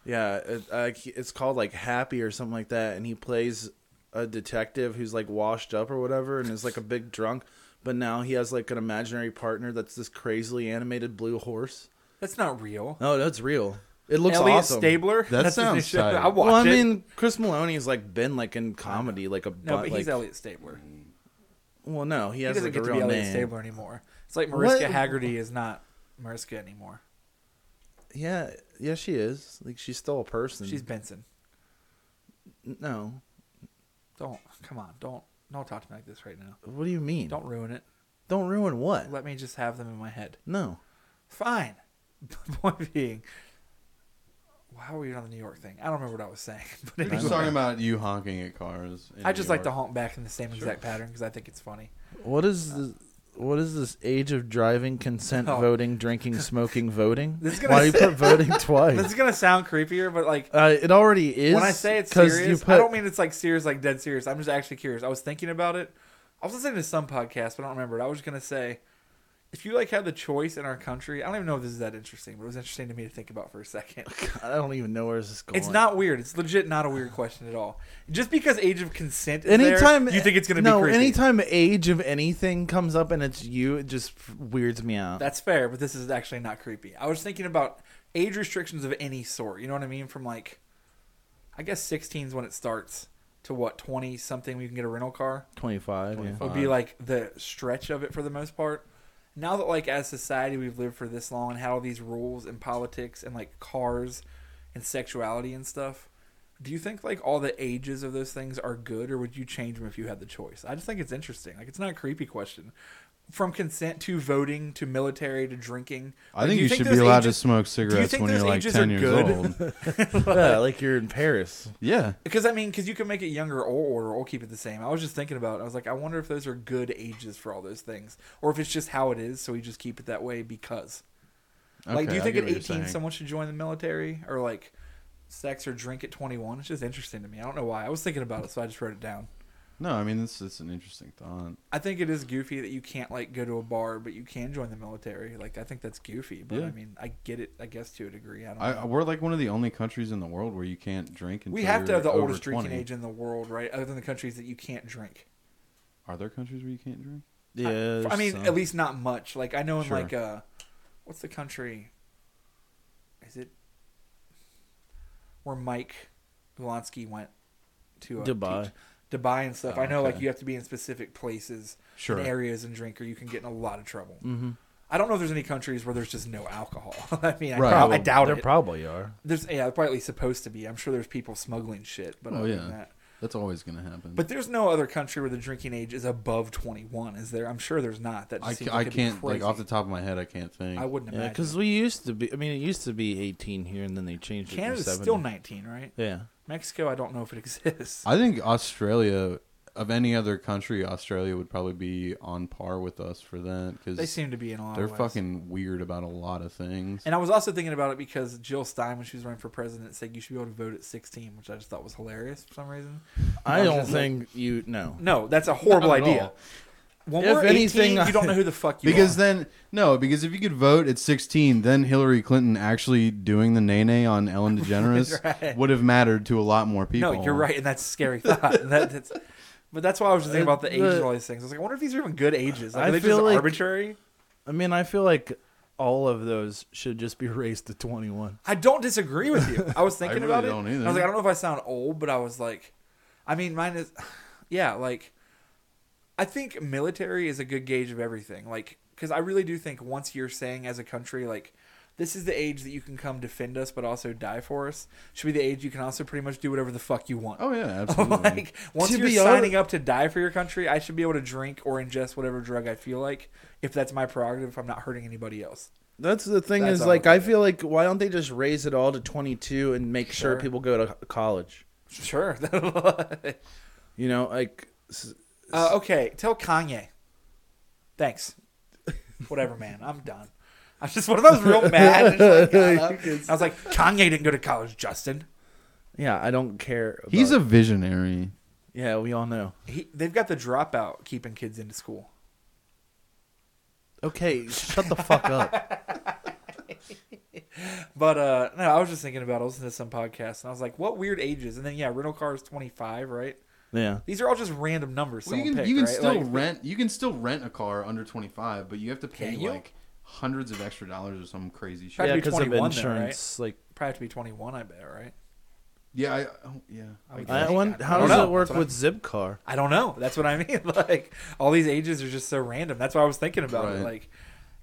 B: Yeah, it, uh, it's called like Happy or something like that, and he plays a detective who's like washed up or whatever, and is like a big drunk. But now he has like an imaginary partner that's this crazily animated blue horse.
E: That's not real.
B: No, that's real. It looks
E: Elliot
B: awesome.
E: Stabler.
F: That
E: That's his
F: sounds
E: new show.
F: tight.
E: I watch
B: well, I
E: it.
B: mean, Chris Maloney's like been like in comedy, like a
E: no,
B: bu-
E: but he's
B: like,
E: Elliot Stabler.
B: well, no, he
E: He
B: has like
E: doesn't
B: a
E: get to be
B: real
E: Elliot
B: name.
E: Stabler anymore. It's like
B: What?
E: Mariska Haggerty is not Mariska anymore.
B: Yeah, yeah, she is. Like she's still a person.
E: She's Benson.
B: no.
E: Don't come on. Don't don't talk to me like this right now.
B: What do you mean?
E: Don't ruin it.
B: Don't ruin what?
E: Let me just have them in my head.
B: No.
E: Fine. Point being, why were you on the New York thing? I don't remember what I was saying. But
F: We're
E: anyway,
F: just talking about you honking at cars. in
E: I just
F: New
E: like to
F: York.
E: honk back in the same exact pattern because I think it's funny.
B: What is the what is this age of driving, consent,
E: Oh.
B: voting, drinking, smoking, voting?
E: This is gonna
B: Why do you
E: s-
B: put voting
E: This
B: twice?
E: is gonna sound creepier, but like
B: Uh, it already is.
E: when I say it's
B: 'cause you
E: serious, I
B: put-
E: don't mean it's like serious, like dead serious. I'm just actually curious. I was thinking about it. I was listening to some podcast, but I don't remember it. I was gonna say, if you like had the choice in our country, I don't even know if this is that interesting, but it was interesting to me to think about for a second.
B: I don't even know where this is going.
E: It's not weird. It's legit not a weird question at all. Just because age of consent is
B: Anytime
E: there, you think it's gonna
B: no,
E: be creepy.
B: anytime age of anything comes up and it's you, it just weirds me out.
E: That's fair, but this is actually not creepy. I was thinking about age restrictions of any sort. You know what I mean? From like, I guess 16 is when it starts to what 20 something we can get a rental car.
B: Twenty five. Yeah.
E: would be like the stretch of it for the most part. Now that like as society we've lived for this long and had all these rules and politics and like cars and sexuality and stuff, do you think like all the ages of those things are good or would you change them if you had the choice? I just think it's interesting. Like it's not a creepy question. From consent to voting to military to drinking.
F: I
E: like,
F: think
E: do
F: you, should
E: those
F: be allowed
E: ages-
F: to smoke cigarettes
E: think
F: when you're
E: those
F: like
E: ages are
F: ten years
E: good?
F: old.
B: yeah, like you're in Paris.
F: yeah.
E: Because I mean, because you can make it younger or older, or keep it the same. I was just thinking about. it. I was like, I wonder if those are good ages for all those things, or if it's just how it is, so we just keep it that way because. like, do
F: Okay,
E: you
F: I
E: think
F: get
E: at
F: what you're
E: eighteen
F: saying.
E: someone should join the military, or like sex or drink at twenty one? It's just interesting to me. I don't know why. I was thinking about it, so I just wrote it down.
F: No, I mean it's it's an interesting thought.
E: I think it is goofy that you can't like go to a bar, but you can join the military. Like, I think that's goofy, but
F: Yeah.
E: I mean, I get it. I guess to a degree. I don't.
F: I,
E: know.
F: I- we're like one of the only countries in the world where you can't drink. Until
E: we have to
F: you're
E: have the
F: over
E: oldest drinking
F: 20.
E: age in the world, right? Other than the countries that you can't drink.
F: Are there countries where you can't drink?
B: Yeah.
E: I mean,
B: so-
E: at least not much. Like I know in
F: Sure.
E: like uh, what's the country? Is it where Mike Ulanski went to uh,
B: Dubai.
E: teach- Dubai and stuff.
F: Oh,
E: I know, like
F: okay.
E: you have to be in specific places,
F: Sure.
E: and areas, and drink, or you can get in a lot of trouble. Mm-hmm. I don't know if there's any countries where there's just no alcohol. I mean, I,
F: Right.
E: prob- I
F: Probab-
E: doubt
B: there
E: it.
B: probably are.
E: there's yeah, they're probably at least supposed to be. I'm sure there's people smuggling shit, but
F: Oh
E: other
F: yeah,
E: than that.
F: that's always gonna happen.
E: But there's no other country where the drinking age is above 21, is there? I'm sure there's not. That just
F: I,
E: seems
F: ca- I
E: like it'd be
F: can't like
E: crazy.
F: off the top of my head I can't think.
E: I wouldn't
B: Yeah,
E: imagine.
B: because we used to be. I mean, it used to be 18 here, and then they changed it. to
E: Canada's
B: 70.
E: still 19, right?
B: Yeah.
E: Mexico, I don't know if it exists.
F: I think Australia of any other country, Australia would probably be on par with us for that
E: They
F: because
E: seem to be in a lot
F: they're
E: of ways.
F: fucking weird about a lot of things.
E: And I was also thinking about it because Jill Stein, when she was running for president, said you should be able to vote at 16, which I just thought was hilarious for some reason.
B: I
E: I'm
B: don't
E: just
B: think you. No.
E: No, that's a horrible
F: Not at
E: idea.
F: all.
E: When
B: If
E: we're
B: anything,
E: 18, you don't know who the fuck you
F: Because
E: are.
F: then no, because if you could vote at 16, then Hillary Clinton actually doing the nay on Ellen DeGeneres
E: Right.
F: would have mattered to a lot more people.
E: No, you're right, and that's a scary thought. that, that's, but that's why I was just thinking about the
B: Uh,
E: ages
B: the-
E: of all these things. I was like, I wonder if these are even good ages. Like,
B: I
E: are they
B: feel
E: just
B: like-
E: arbitrary?
B: I mean, I feel like all of those should just be raised to 21.
E: I don't disagree with you. I was thinking
F: really
E: about it.
F: don't either.
E: I was like, I don't know if I sound old, but I was like, I mean, mine is, yeah, like, I think military is a good gauge of everything. Like, because I really do think once you're saying as a country, like, this is the age that you can come defend us, but also die for us, should be the age you can also pretty much do whatever the fuck you want.
F: Oh yeah, absolutely.
E: like, once
B: To
E: you're
B: be
E: signing up to die for your country, I should be able to drink or ingest whatever drug I feel like if that's my prerogative, if I'm not hurting anybody else.
B: That's the thing
E: That's
B: is like
E: all.
B: I feel like why don't they just raise it all to 22 and make sure,
E: Sure.
B: people go to college?
E: Sure.
B: You know, like s-
E: Uh, okay, tell Kanye. Thanks. Whatever, man. I'm done. I was just one of those real mad. Just like, got up. I was like, Kanye didn't go to college, Justin.
B: yeah, I don't care. About
F: He's a visionary.
B: yeah, we all know.
E: He, they've got the dropout keeping kids into school.
B: Okay, shut the fuck up.
E: But uh, no, I was just thinking about. it. I was listening to some podcasts, and I was like, "What weird ages?" And then yeah, rental car is twenty five, right?
B: Yeah,
E: These are all just random numbers.
F: Well, you
E: someone
F: can
E: picked,
F: you can
E: right?
F: still
E: Like,
F: rent you can still rent a car under 25, but you have to pay
E: Can you?
F: like hundreds of extra dollars or some crazy shit.
E: Had to
B: yeah,
E: be
B: because of
E: 21 then,
B: insurance.
E: probably have to be twenty one. I bet, right?
F: Yeah, I oh, yeah. I
E: would
F: guess.
B: Like, I wonder, how
E: don't
B: does
E: know.
B: it work
E: That's what
B: with Zipcar?
E: I don't know. That's what I mean. Like all these ages are just so random. That's why I was thinking about
F: Right.
E: it. Like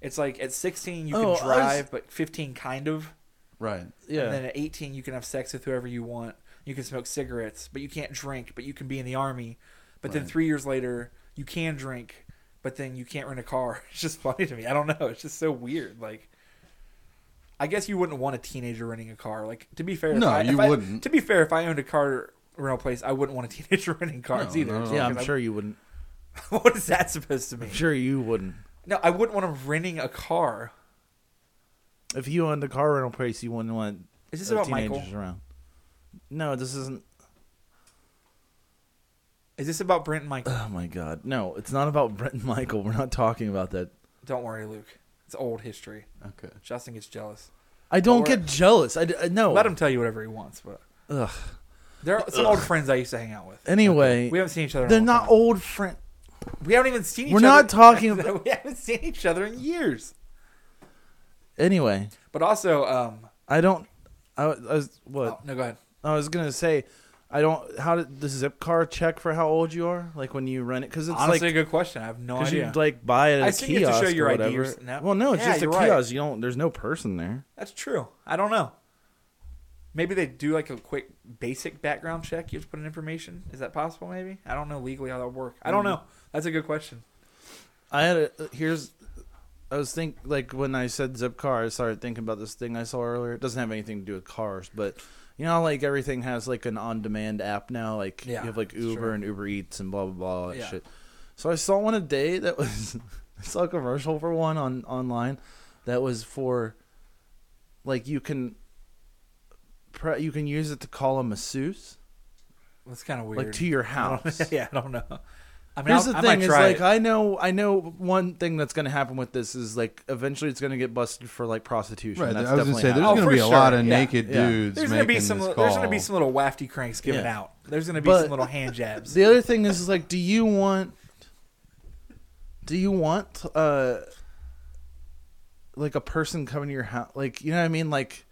E: it's like at 16 you
B: Oh, I was-
E: can drive, but 15 kind of.
F: Right.
E: And then
B: Yeah,
E: at 18 you can have sex with whoever you want. You can smoke cigarettes, but you can't drink. But you can be in the army. But then
F: Right.
E: three years later you can drink, but then you can't rent a car. It's just funny to me. I don't know. It's just so weird. Like. I guess you wouldn't want a teenager renting a car. Like to be fair, if
F: No,
E: I- if
F: you
E: I-
F: wouldn't.
E: to be fair, if I owned a car rental place, I wouldn't want a teenager renting cars
F: No,
E: either.
F: no,
E: just
F: no.
B: yeah,
E: because
B: I'm
E: I-
B: sure you wouldn't.
E: what is that supposed to mean?
B: I'm sure you wouldn't.
E: No, I wouldn't want him renting a car.
B: If you owned a car rental place, you wouldn't want
E: Is this
B: uh,
E: about
B: teenagers
E: Michael?
B: around. No, this isn't.
E: Is this about Brent and Michael?
B: Oh my god, no! It's not about Brent and Michael. We're not talking about that.
E: Don't worry, Luke. It's old history.
F: Okay.
E: Justin gets jealous.
B: I don't
E: we're-
B: get jealous. I, d- I- no.
E: Let him tell you whatever he wants, but
B: Ugh.
E: there are some old friends I used to hang out with.
B: Anyway,
E: We haven't seen each other. in a
B: they're
E: long
B: not
E: time.
B: old friends.
E: We haven't even seen. each
B: We're
E: other.
B: not talking about-
E: we haven't seen each other in years.
B: Anyway,
E: But also, um,
B: I don't. I, was- I was
E: oh,
B: what
E: no, go ahead.
B: I was gonna say. I don't. How did the Zipcar check for how old you are? Like when you rent it, because it's
E: Honestly, a
B: like
E: good question. I have no
B: because
E: idea.
B: you like buy it at
E: I
B: a
E: think you have to show
B: kiosk
E: your
B: or
E: ID or
B: whatever.
E: s- no.
B: Well, no, it's
E: Yeah,
B: just a
E: you're right.
B: kiosk. You don't. There's no person there.
E: That's true. I don't know. Maybe they do like a quick basic background check. You have to put in information. Is that possible? Maybe I don't know legally how that would work. I
B: Mm.
E: don't know. That's a good question.
B: I had a here's. I was think like when I said Zipcar, I started thinking about this thing I saw earlier. It doesn't have anything to do with cars, but you know, how, like everything has like an on-demand app now. Like
E: Yeah,
B: you have like Uber
E: sure.
B: and Uber Eats and blah blah blah all that
E: Yeah.
B: shit. So I saw one a day that was I saw a commercial for one on online that was for like you can pre- you can use it to call a masseuse
E: That's kind of weird.
B: like to your
E: I don't-
B: house.
E: yeah, I don't know. I mean,
B: Here's
E: I'll-
B: the
E: I
B: thing:
E: might
B: is
E: try
B: like
E: it.
B: I know, I know one thing that's going to happen with this is like eventually it's going to get busted for like prostitution.
F: Right.
B: That's
F: I was gonna
B: definitely
F: say there's
E: Oh,
B: happening.
F: gonna
E: for
F: be a lot
E: sure,
F: of
E: yeah.
F: naked
B: Yeah.
F: dudes.
E: there's gonna be
F: making
E: some.
F: this
E: There's
F: call.
E: gonna be some little wafty cranks given
B: Yeah.
E: out. There's gonna be
B: But-
E: some little hand jabs.
B: The other thing is, is like, do you want? do you want uh like a person coming to your house? Like you know what I mean? Like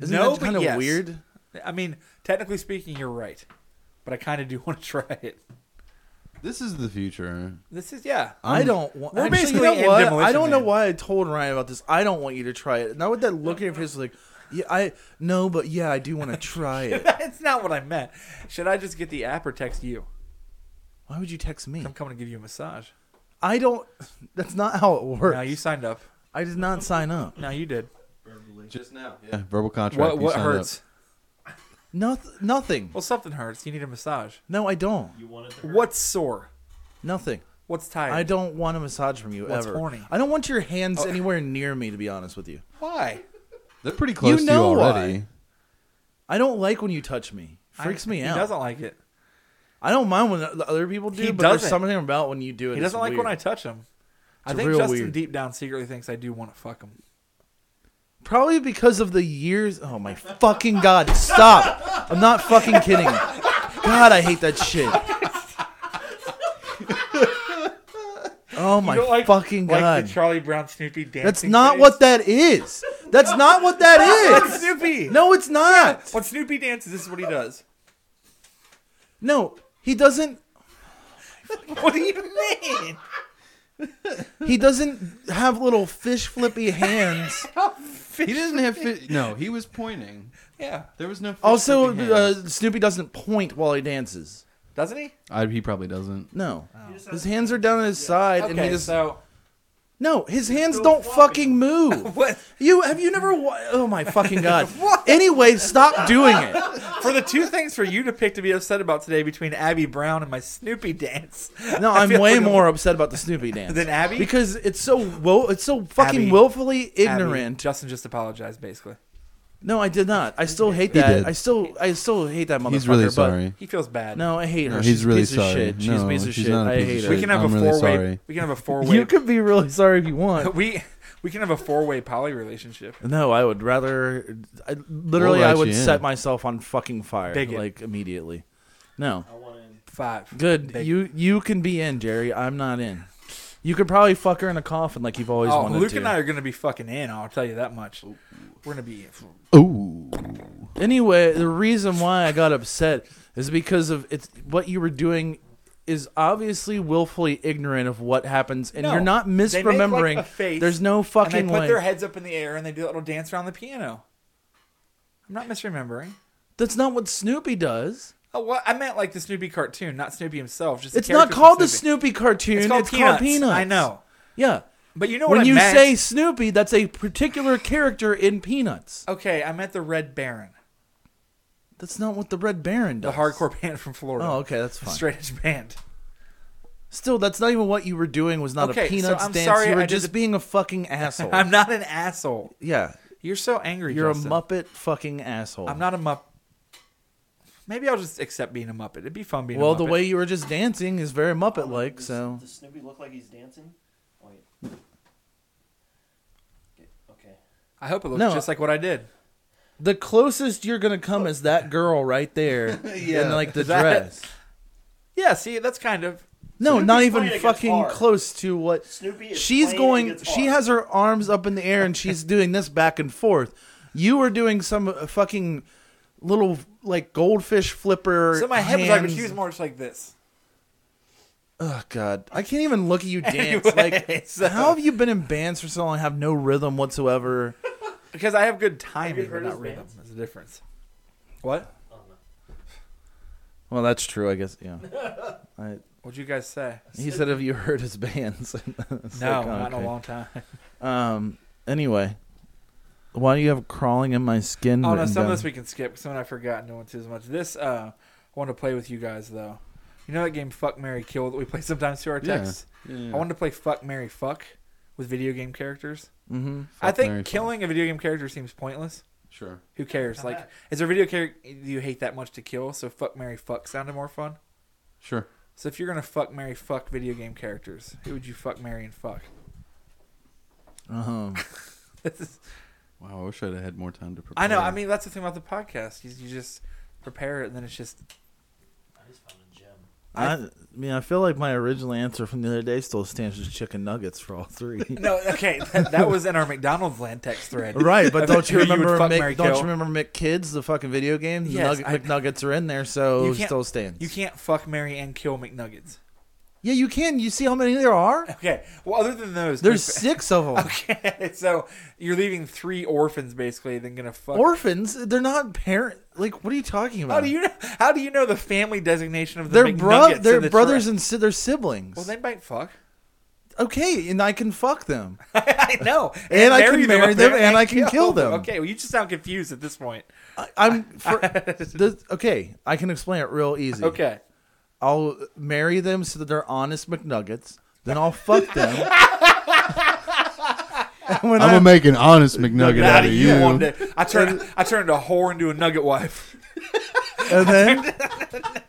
B: isn't
E: No,
B: that
E: but
B: kind of
E: yes.
B: weird?
E: I mean, technically speaking, you're right, but I kind of do want to try it.
F: This is the future.
E: This is yeah.
B: I don't want.
E: We're
B: Actually, you
E: basically
B: know
E: in
B: what?
E: Demolition
B: I don't know
E: Man.
B: why I told Ryan about this. I don't want you to try it. Now with that look in your face, like, yeah, I no, but yeah, I do want to try it.
E: That's not what I meant. Should I just get the app or text you?
B: Why would you text me?
E: I'm coming to give you a massage.
B: I don't. That's not how it works.
E: Now you signed up.
B: I did not sign up.
E: Now you did.
F: Just now. Yeah. verbal contract.
E: What
F: you
E: what
F: signed up.
E: hurts?
B: Noth- nothing.
E: Well, something hurts. You need a massage.
B: No, I don't.
G: You wanted to.
E: What's sore?
B: Nothing.
E: What's tired?
B: I don't want a massage from you
E: What's
B: ever.
E: horny?
B: I don't want your hands anywhere near me. To be honest with you,
E: Why?
F: They're pretty close
B: know
F: to you already.
B: why. I don't like when you touch me. Freaks
E: I-
B: me out.
E: He doesn't like it.
B: I don't mind when the other people do,
E: He
B: but there's
E: doesn't.
B: something about when you do it.
E: He
B: that's
E: doesn't like when I
B: weird.
E: touch him. I
B: It's
E: think
B: real
E: Justin
B: weird.
E: deep down secretly thinks I do want to fuck him.
B: Probably because of the years. Oh my fucking god! Stop! I'm not fucking kidding. God, I hate that shit. Oh my fucking god!
E: Charlie Brown Snoopy dancing.
B: That's not what that is. That's not what that is.
E: Snoopy.
B: No, it's not.
E: When Snoopy dances, this is what he does.
B: No, he doesn't.
E: what do you mean?
B: He doesn't have little fish flippy hands.
F: He doesn't have fi- no. He was pointing.
E: Yeah.
F: There was no.
B: Also, uh, Snoopy doesn't point while he dances.
E: Doesn't he?
F: I, he probably doesn't.
B: No, his hands are down at his side, and he
E: Okay,
B: just
E: so
B: no. His hands don't fucking move.
E: what?
B: You have you never? Wa- oh my fucking god! Anyway, stop doing it.
E: For the two things for you to pick to be upset about today between Abby Brown and my Snoopy dance.
B: No,
E: I
B: I'm
E: feel
B: way
E: like I'm-
B: more upset about the Snoopy dance
E: Than Abby?
B: because it's so wo- it's so fucking
E: Abby.
B: willfully
E: Abby,
B: ignorant.
E: Justin just apologized, basically.
B: No, I did not. I still hate
F: He
B: that.
F: did.
B: I still I still hate that motherfucker.
F: He's really
B: but-
F: sorry.
E: He feels bad.
B: No, I hate her.
F: No,
B: she's
F: he's really
B: a piece
F: sorry.
B: of shit. She's a
F: No,
B: piece of
F: she's
B: shit.
F: not a
B: I
F: piece of
B: hate
F: shit.
B: her.
E: we can have
F: I'm
E: a
F: really
E: four way.
F: sorry.
E: We can have a four
B: You
E: way.
B: could be really sorry if you want.
E: We we can have a four way poly relationship.
B: No, I would rather. I, literally,
F: We'll let
B: I would
F: you
B: set
F: in.
B: myself on fucking fire
E: Bigot.
B: like immediately. No,
G: I want in.
E: Five.
B: good.
E: Bigot.
B: You you can be in, Jerry. I'm not in. You could probably fuck her in a coffin like you've always
E: Oh,
B: wanted
E: Luke
B: to.
E: and I are gonna be fucking in. I'll tell you that much. We're gonna be.
F: Ooh.
B: Anyway, the reason why I got upset is because of it's what you were doing is obviously willfully ignorant of what happens, and
E: No.
B: you're not
E: They make, like,
B: misremembering.
E: a face,
B: There's no fucking
E: And they put
B: way.
E: their heads up in the air and they do a little dance around the piano. I'm not misremembering.
B: That's not what Snoopy does.
E: Oh, well, I meant like the Snoopy cartoon, not Snoopy himself. Just the
B: It's not
E: characters
B: called
E: from
B: the Snoopy cartoon.
E: It's called, peanuts.
B: Peanuts.
E: I know,
B: Yeah.
E: but you know
B: when
E: what
B: you
E: I meant.
B: say Snoopy, that's a particular character in Peanuts.
E: okay, I meant the Red Baron,
B: That's not what the Red Baron
E: the
B: does.
E: hardcore band from Florida.
B: Oh, okay, that's
E: The
B: fine.
E: straight edge band.
B: Still, that's not even what you were doing. Was not
E: Okay,
B: a
E: so
B: Peanuts
E: I'm
B: dance.
E: sorry
B: you were
E: I did
B: just
E: the-
B: being a fucking asshole.
E: I'm not an asshole.
B: Yeah,
E: You're so angry.
B: You're
E: Justin.
B: a Muppet fucking asshole.
E: I'm not a mupp. Maybe I'll just accept being a Muppet. It'd be fun being. a
B: Well,
E: Muppet.
B: the way you were just dancing is very Muppet like,
G: Does-
B: so.
G: Does Snoopy look like he's dancing? Wait. Okay. okay.
E: I hope it looks
B: No.
E: just like what I did.
B: The closest you're going to come is that girl right there in like the
E: That-
B: dress.
E: Yeah. See, that's kind of.
B: No,
G: Snoopy's
B: not
G: playing
B: even
G: against
B: fucking
G: hard.
B: close to what
G: Snoopy is
B: she's
G: playing
B: going.
G: against
B: She
G: hard.
B: has her arms up in the air and she's doing this back and forth. You were doing some uh, fucking little like goldfish flipper.
E: So my head was like, but
B: hands.
E: she was more just like this.
B: Oh god, I can't even look at you dance.
E: Anyway,
B: like,
E: so-
B: how have you been in bands for so long? and Have no rhythm whatsoever.
E: Because I have good timing, but
G: heard
E: not
G: his
E: rhythm.
G: dance?
E: There's a difference. What?
G: I don't know.
B: Well, that's true, I guess. Yeah. I,
E: What'd you guys say?
B: he said, "Have you heard his bands?" It's
E: No,
B: like, oh,
E: not in a
B: okay.
E: long time.
B: Um. Anyway, why do you have crawling in my skin?
E: Oh no,
B: written
E: some of
B: down?
E: this we can skip. Some I forgot. No one too as much. This uh, I want to play with you guys though. You know that game Fuck Mary Kill that we play sometimes through our
F: Yeah.
E: texts.
F: Yeah.
E: I wanted to play Fuck Mary Fuck with video game characters.
B: Mhm.
E: I think
F: marry, fuck.
E: killing a video game character seems pointless.
F: Sure.
E: Who cares? Like, is there a video character you hate that much to kill? So Fuck Mary Fuck sounded more fun.
F: Sure.
E: So if you're gonna fuck Mary Fuck video game characters, who would you fuck Mary and fuck?
B: Uh-huh.
E: This is-
F: Wow. I wish I'd had more time to prepare.
E: I know. I mean, that's the thing about the podcast. You, you just prepare it, and then it's just
G: I just found a gem.
B: I, I mean, I feel like my original answer from the other day still stands as chicken nuggets for all three.
E: No, okay, that, that was in our McDonald's land text thread.
B: Right, but don't you
E: Who you would
B: remember?
E: fuck,
B: Mick,
E: marry,
B: don't
E: kill?
B: you remember McKids, the fucking video game? The
E: Yes,
B: nugget,
E: I-
B: McNuggets are in there, so
E: You
B: it
E: can't-
B: still stands.
E: You can't fuck, Mary and kill McNuggets.
B: yeah, you can. You see how many there are?
E: Okay, well, other than those,
B: There's
E: there's-
B: six of them.
E: Okay, so you're leaving three orphans basically. Then gonna fuck.
B: Orphans? They're not parent. Like, what are you talking about?
E: how do you know? How do you know the family designation of the
B: They're bro.
E: McNuggets
B: They're
E: in the
B: brothers
E: thread?
B: and si- they're siblings.
E: Well, they might fuck.
B: okay, and I can fuck them.
E: I know,
B: And I can marry them, and I can kill them.
E: Okay, well, you just sound confused at this point.
B: I, I'm for, the, okay. I can explain it real easy.
E: Okay,
B: I'll marry them so that they're honest McNuggets. Then I'll fuck them. And when
F: I'm
B: I-
F: gonna make an honest McNugget out of you.
E: one day. I turned I turned a whore into a nugget wife.
B: and then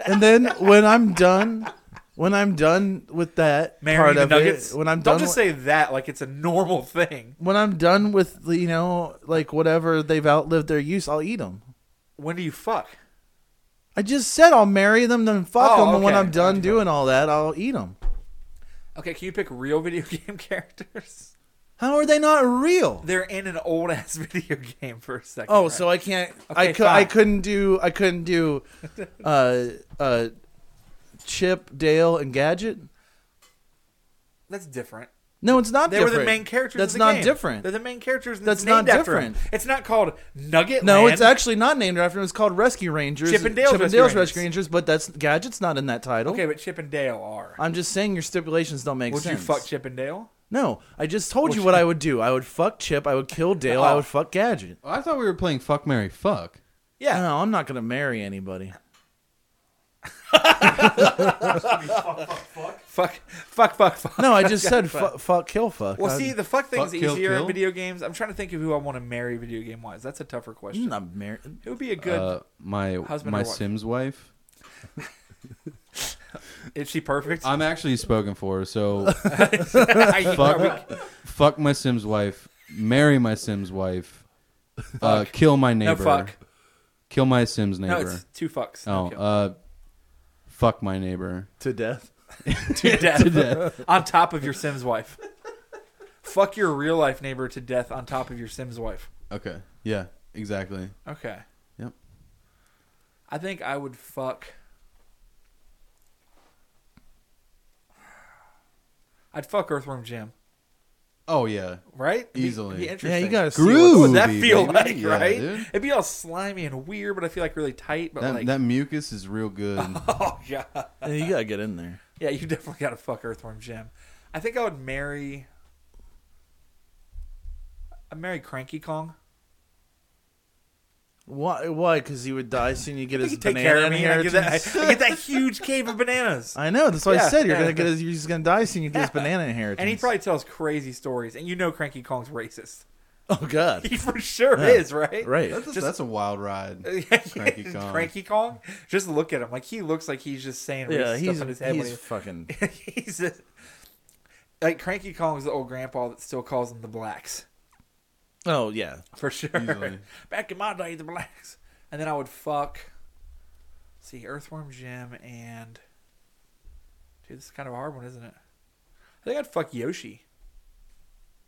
B: and then when I'm done, when I'm done with that
E: Marrying
B: part
E: the
B: of
E: nuggets.
B: it, when I'm
E: don't
B: done,
E: just
B: with,
E: say that like it's a normal thing.
B: when I'm done with the, you know like whatever they've outlived their use, I'll eat them.
E: When do you fuck?
B: I just said I'll marry them, then fuck
E: Oh,
B: them, and when
E: okay.
B: I'm done doing all that, I'll eat them.
E: Okay, can you pick real video game characters?
B: How are they not real?
E: They're in an old ass video game for a second.
B: Oh,
E: right?
B: so I can't. I
E: Okay,
B: could. I
E: fine.
B: couldn't do. I couldn't do. Uh, uh, Chip, Dale, and Gadget.
E: that's different.
B: No, it's not.
E: They
B: different.
E: were the main characters.
B: That's
E: of the
B: not
E: game.
B: different.
E: They're the main characters. And
B: That's
E: it's named
B: not
E: after 'em.
B: different.
E: It's not called Nugget.
B: No,
E: Land.
B: it's actually not named after him. It's called Rescue Rangers.
E: Chip and Dale's Rescue
B: Dale's
E: Rangers.
B: Rescue Rangers, but that's Gadget's not in that title.
E: okay, but Chip and Dale are.
B: I'm just saying your stipulations don't make
E: Would
B: sense.
E: you fuck Chip and Dale?
B: No, I just told you what I would do. I would fuck Chip. I would kill Dale.
E: Oh.
B: I would fuck Gadget.
F: Oh, I thought we were playing fuck Mary fuck.
E: Yeah.
B: No, I'm not gonna marry anybody.
E: Fuck. Fuck. Fuck. Fuck.
B: No, I just said fuck, fuck, kill, fuck.
E: Well,
B: I-
E: see, the fuck thing's
F: Fuck, kill,
E: easier
F: kill?
E: in video games. I'm trying to think of who I want to marry video game wise. That's a tougher
B: I'm
E: question.
B: not married.
E: It would be a good.
F: Uh, my
E: Husband
F: my
E: or wife?
F: Sims wife.
E: is she perfect?
F: I'm actually spoken for, so
E: I-
F: fuck, fuck my Sims wife, marry my Sims wife, uh, kill my
E: no
F: neighbor,
E: fuck.
F: kill my Sims
E: No,
F: neighbor.
E: it's two fucks.
F: oh,
E: Okay.
F: uh, fuck my neighbor.
B: to death.
E: to death. on top of your Sims wife. Fuck your real life neighbor to death on top of your Sims wife.
F: Okay, yeah, exactly.
E: Okay.
F: Yep.
E: I think I would fuck. I'd fuck Earthworm Jim,
F: Oh yeah,
E: right? It'd be-
F: Easily.
E: it'd be
F: Yeah,
B: Yeah,
E: interesting.
F: you
B: you gotta see
F: Groove.
B: what's-
E: What would that
F: Groovy,
E: feel
F: baby.
E: like,
F: Yeah,
E: right?
F: dude.
E: It'd be all slimy and weird, but I feel like really tight. But
F: that
E: like,
F: that mucus is real good.
E: oh god,
B: Yeah, you gotta get in there.
E: yeah, you definitely gotta fuck Earthworm Jim. I think I would marry. I marry Cranky Kong.
B: Why? Why? Because he would die soon. You get
E: You
B: his
E: can take
B: banana
E: care of me. I get, that,
B: inheritance.
E: I get that huge cave of bananas.
B: I know. That's why I
E: Yeah,
B: said you're
E: yeah.
B: gonna get. His, you're just gonna die soon. You get his banana inheritance.
E: And he probably tells crazy stories. And you know Cranky Kong's racist.
B: Oh God.
E: He for sure
B: Yeah.
E: is, right?
B: Right.
F: That's a,
E: Just-
F: that's a wild ride. Cranky
E: Cranky
F: Kong.
E: Kong. Just look at him. Like he looks like he's just saying racist
B: Yeah, he's
E: stuff in his head.
B: he's
E: He's,
B: fucking.
E: when he, he's a, like Cranky Kong's the old grandpa that still calls them the blacks.
B: Oh yeah.
E: For sure.
F: Easily.
E: Back in my day, the blacks. And then I would fuck. see, Earthworm Jim and. Dude, this is kind of a hard one, isn't it? I think I'd fuck Yoshi.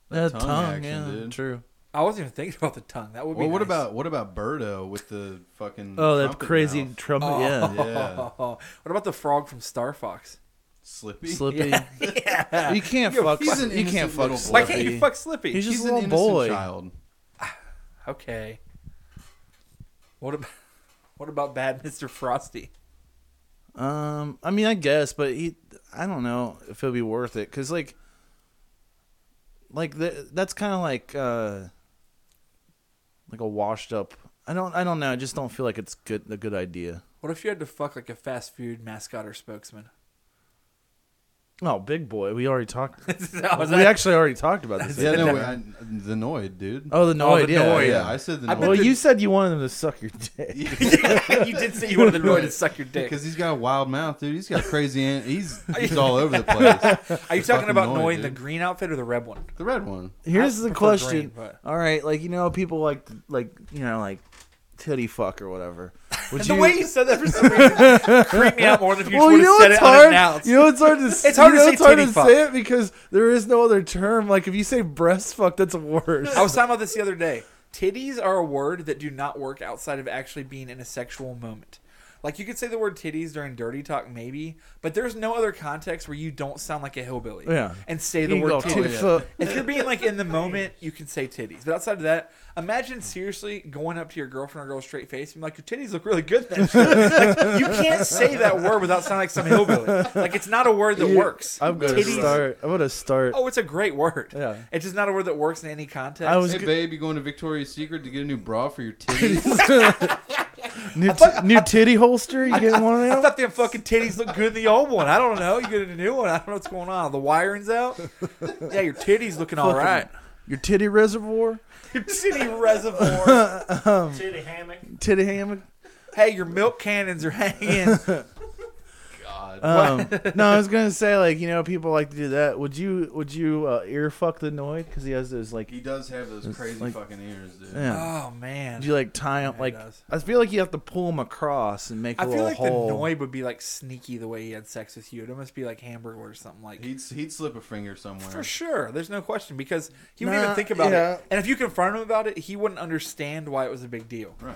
B: That
F: tongue
B: tongue,
F: action,
B: yeah,
F: dude.
B: true.
E: I wasn't even thinking about the tongue. That would be.
F: Well, what
E: nice.
F: about what about Birdo with the fucking?
B: Oh, that
F: trumpet
B: crazy
F: mouth?
B: trumpet, yeah,
F: Yeah,
E: Oh, what about the frog from Star Fox? Oh,
F: Slippy.
B: Slippy. You can't fuck.
F: he's an
B: you can't
F: innocent
B: fuck. Slippy.
F: little boy.
E: Why can't you fuck Slippy?
B: He's just
F: He's
B: a
F: an
B: little
F: innocent
B: boy.
F: child.
E: okay. What about what about bad Mr. Frosty?
B: Um, I mean, I guess, but he, I don't know if it'll be worth it because, like, like the, that's kind of like, uh, like a washed up. I don't, I don't know. I just don't feel like it's good, a good idea.
E: What if you had to fuck like a fast food mascot or spokesman?
B: Oh, big boy, we already talked.
E: Oh, Is that- was
B: we
E: that-
B: actually already talked about this.
F: Yeah, no, I, the Noid, dude.
B: Oh, the Noid,
E: the
B: yeah,
E: Noid.
F: yeah,
B: yeah.
F: I said the
E: I
F: Noid.
E: bet
B: Well, you said you wanted him to suck your dick.
E: you did say you wanted the Noid to suck your dick.
F: Because he's got a wild mouth, dude. He's got crazy. An- he's he's all over the place.
E: Are you talking
F: fucking
E: about
F: Noid,
E: Noid in the
F: dude.
E: green outfit or the red one?
F: The red one.
B: Here's
E: I
B: the
E: prefer
B: question.
E: green, but-
B: All right, like you know, people like like you know like titty fuck or whatever.
E: And the way you said that for some reason creeped me out more than if you just
B: Well, you
E: would have
B: know
E: said
B: it's
E: it
B: hard.
E: unannounced.
B: You know it's hard to. s-
E: It's hard
B: you
E: to
B: know
E: say
B: it's hard
E: titty
B: to
E: fuck.
B: say it because there is no other term. Like if you say breast fuck, that's worse.
E: I was talking about this the other day. Titties are a word that do not work outside of actually being in a sexual moment. Like you could say the word titties during dirty talk, maybe, but there's no other context where you don't sound like a hillbilly.
B: Yeah.
E: And say the
B: You
E: word
B: go,
E: titties.
B: "Titty fuck."
E: If you're being like in the moment, you can say titties. But outside of that, imagine seriously going up to your girlfriend or girl straight face and be like, Your titties look really good in that shirt." Like, you can't say that word without sounding like some hillbilly. Like it's not a word that
B: You-
E: works.
B: I'm gonna
E: Titties-
B: start. I'm gonna start.
E: Oh, it's a great word.
B: Yeah.
E: It's just not a word that works in any context.
B: I was
F: Hey,
B: go-
F: babe, you going to Victoria's Secret to get a new bra for your titties?
B: new t- new titty holster. You getting one
E: I
B: of them?
E: thought them fucking titties looked good in the old one. I don't know. You get a new one. I don't know what's going on. The wiring's out. Yeah, your titties looking all right.
B: Your titty reservoir,
E: Your titty reservoir.
G: Titty hammock.
B: titty hammock.
E: Hey, your milk cannons are hanging.
B: Um, no, I was gonna say like you know people like to do that. Would you would you uh, ear fuck the Noid because he has those like
F: he does have those crazy
B: like-
F: fucking ears, dude.
B: yeah.
E: Oh man.
B: Do you like tie them
E: Yeah, it
B: like?
E: does.
B: I feel like you have to pull them across and make a
E: I feel
B: little
E: like
B: hole.
E: the Noid would be like sneaky the way he had sex with you. It must be like hamburger or something like.
F: He'd he'd slip a finger somewhere.
E: for sure, there's no question because he wouldn't
B: Nah,
E: even think about
B: yeah.
E: it. And if you confront him about it, he wouldn't understand why it was a big deal.
F: Right.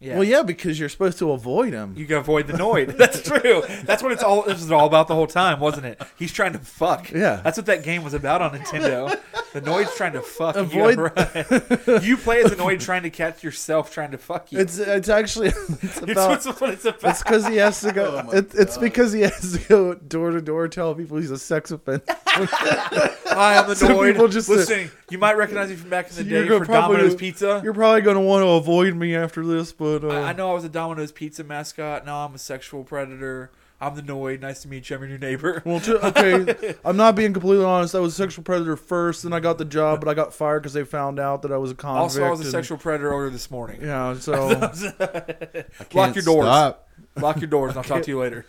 E: Yeah.
B: Well, yeah, because you're supposed to avoid them.
E: You can avoid the Noid. That's true. That's what it's all. This is all about the whole time, wasn't it? He's trying to fuck.
B: Yeah.
E: That's what that game was about on Nintendo. The Noid's trying to fuck. and You,
B: Avoid-
E: gotta run. you play as a Noid trying to catch yourself trying to fuck you.
B: It's it's actually it's
E: It's
B: about.
E: what's- what it's about.
B: It's because he has to
F: Oh
B: go.
F: my
B: it, it's because he has to go door to door telling people he's a sex offender.
E: Hi, I'm the
B: so
E: Noid.
B: people just-
E: listening. you might recognize me from back in the
B: You're
E: day
B: gonna
E: for
B: probably-
E: Domino's Pizza.
B: You're probably going to want to avoid me after this, but uh,
E: I, I know I was a Domino's Pizza mascot. Now I'm a sexual predator. I'm the Noid. Nice to meet you. I'm your new neighbor.
B: Well, t- okay, I'm not being completely honest. I was a sexual predator first, then I got the job, but I got fired because they found out that I was a convict.
E: Also, I was a
B: and-
E: sexual predator earlier this morning.
B: Yeah, so
E: Lock
F: Can't
E: your doors.
F: Stop.
E: Lock your doors, and I'll talk to you later.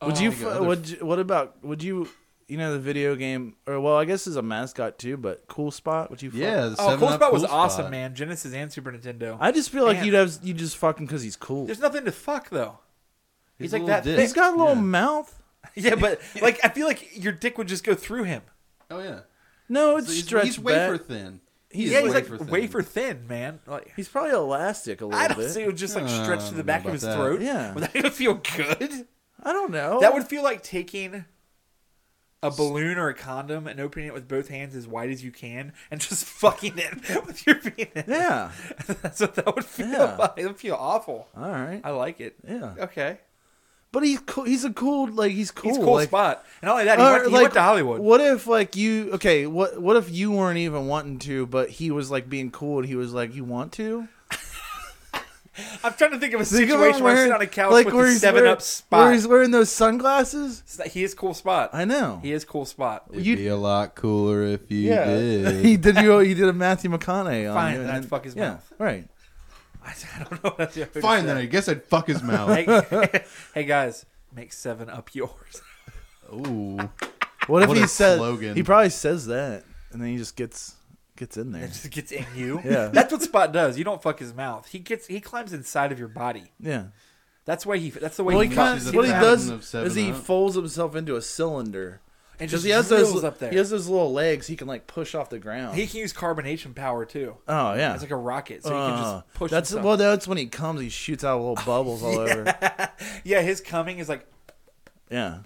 E: Oh
B: would you?
F: my God,
B: f-
F: they're-
B: Would you, what about? Would you? You know the video game, or well, I guess is a mascot too, but Cool Spot. Would you? fuck-
F: Yeah. the
E: Oh,
F: 7
E: Cool
F: Up
E: Spot was
F: Cool
E: awesome,
F: Spot.
E: man. Genesis and Super Nintendo.
B: I just feel like
E: Man.
B: you'd have you just fucking because he's cool.
E: There's nothing to fuck though.
F: His
E: He's like
F: little
E: that
F: dick.
B: He's got a little
F: Yeah.
B: mouth.
E: Yeah, but like I feel like your dick would just go through him.
F: Oh yeah.
B: No, it's
F: He's,
B: stretched
F: he's
B: back.
F: wafer thin.
B: He's
E: yeah,
B: like-
E: he's like
F: wafer thin.
E: wafer thin, man. Like
B: He's probably elastic a little
E: I don't
B: bit.
E: see it would just like
F: Uh,
E: stretch
F: I
E: to the
F: don't
E: back
F: know
E: of his
F: about that.
E: throat.
B: Yeah.
E: would that feel good?
B: I don't know.
E: That would feel like taking a balloon or a condom and opening it with both hands as wide as you can and just fucking it with your penis.
B: Yeah.
E: That's what that would feel
B: Yeah.
E: like. It would feel awful.
B: All right.
E: I like it.
B: Yeah.
E: Okay.
B: But he's cool. He's a cool. Like he's cool.
E: He's a cool
B: like,
E: spot. And not only that, he,
B: Or,
E: went, he
B: like,
E: went to Hollywood.
B: What if like you okay, what what if you weren't even wanting to, but he was like being cool and he was like, You want to?
E: I'm trying to think of a
B: Think of
E: situation
B: him
E: where I'm
B: wearing-
E: sitting on a couch with
B: where
E: a
B: he's
E: seven
B: wearing-
E: up spot.
B: Where he's wearing those sunglasses?
E: It's not- he is cool spot.
B: I know.
E: He is cool spot.
F: It'd
B: You-
F: be a lot cooler if you did.
B: he did you he did a Matthew McConaughey on
E: Fine,
B: you,
E: then
B: and-
E: I'd fuck his
B: yeah,
E: mouth.
B: Right.
E: I, I don't know what to do.
F: Fine then. I guess I'd fuck his mouth.
E: Hey, hey guys, make seven up yours.
F: Ooh.
B: What if
F: What
B: he
F: a
B: said
F: slogan.
B: he probably says that and then he just gets gets in there.
E: It just gets in you.
B: Yeah.
E: That's what Spot does. You don't fuck his mouth. He gets he climbs inside of your body.
B: Yeah.
E: That's why he that's the way
B: Well, he
E: he,
B: kind
E: fucks
F: he's
B: of,
E: his
F: a
B: what he
E: mouth
F: fountain
B: does
F: of
B: is he
F: 7-Up.
B: folds himself into a cylinder.
E: and
B: Because
E: just
B: he has those
E: drills up there.
B: he has those little legs he can like push off the ground.
E: He can use carbonation power too.
B: oh yeah.
E: It's like a rocket, so he can
B: Uh,
E: just push
B: That's
E: himself.
B: well. That's when he comes. He shoots out little bubbles all over.
E: yeah, his coming is like
B: Yeah.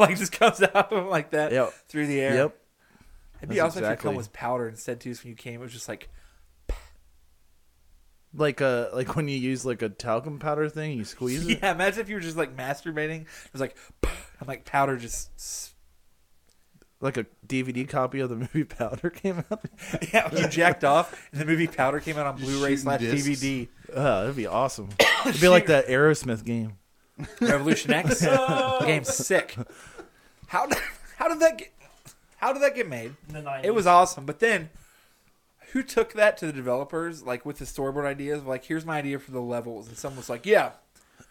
E: like just comes out of him like that
B: Yep.
E: through the air.
B: Yep.
E: It'd be
B: That's
E: awesome if your
B: exactly-
E: cum was powder instead too. So when you came, it was just like
B: Like uh, like when you use like a talcum powder thing, you squeeze it.
E: yeah. Imagine if you were just like masturbating. It was like I'm like powder just s-
B: Like a DVD copy of the movie Powder came out.
E: yeah. You jacked off, and the movie Powder came out on Blu-ray
F: shooting
E: slash
F: discs.
E: DVD.
B: Uh, that'd be awesome. It'd be like that Aerosmith game.
E: Revolution X The game's sick. How did, how did that get how did that get made?
G: In the 90s.
E: It was awesome, but then who took that to the developers like with the storyboard ideas? Like, here's my idea for the levels, and someone was like, "Yeah,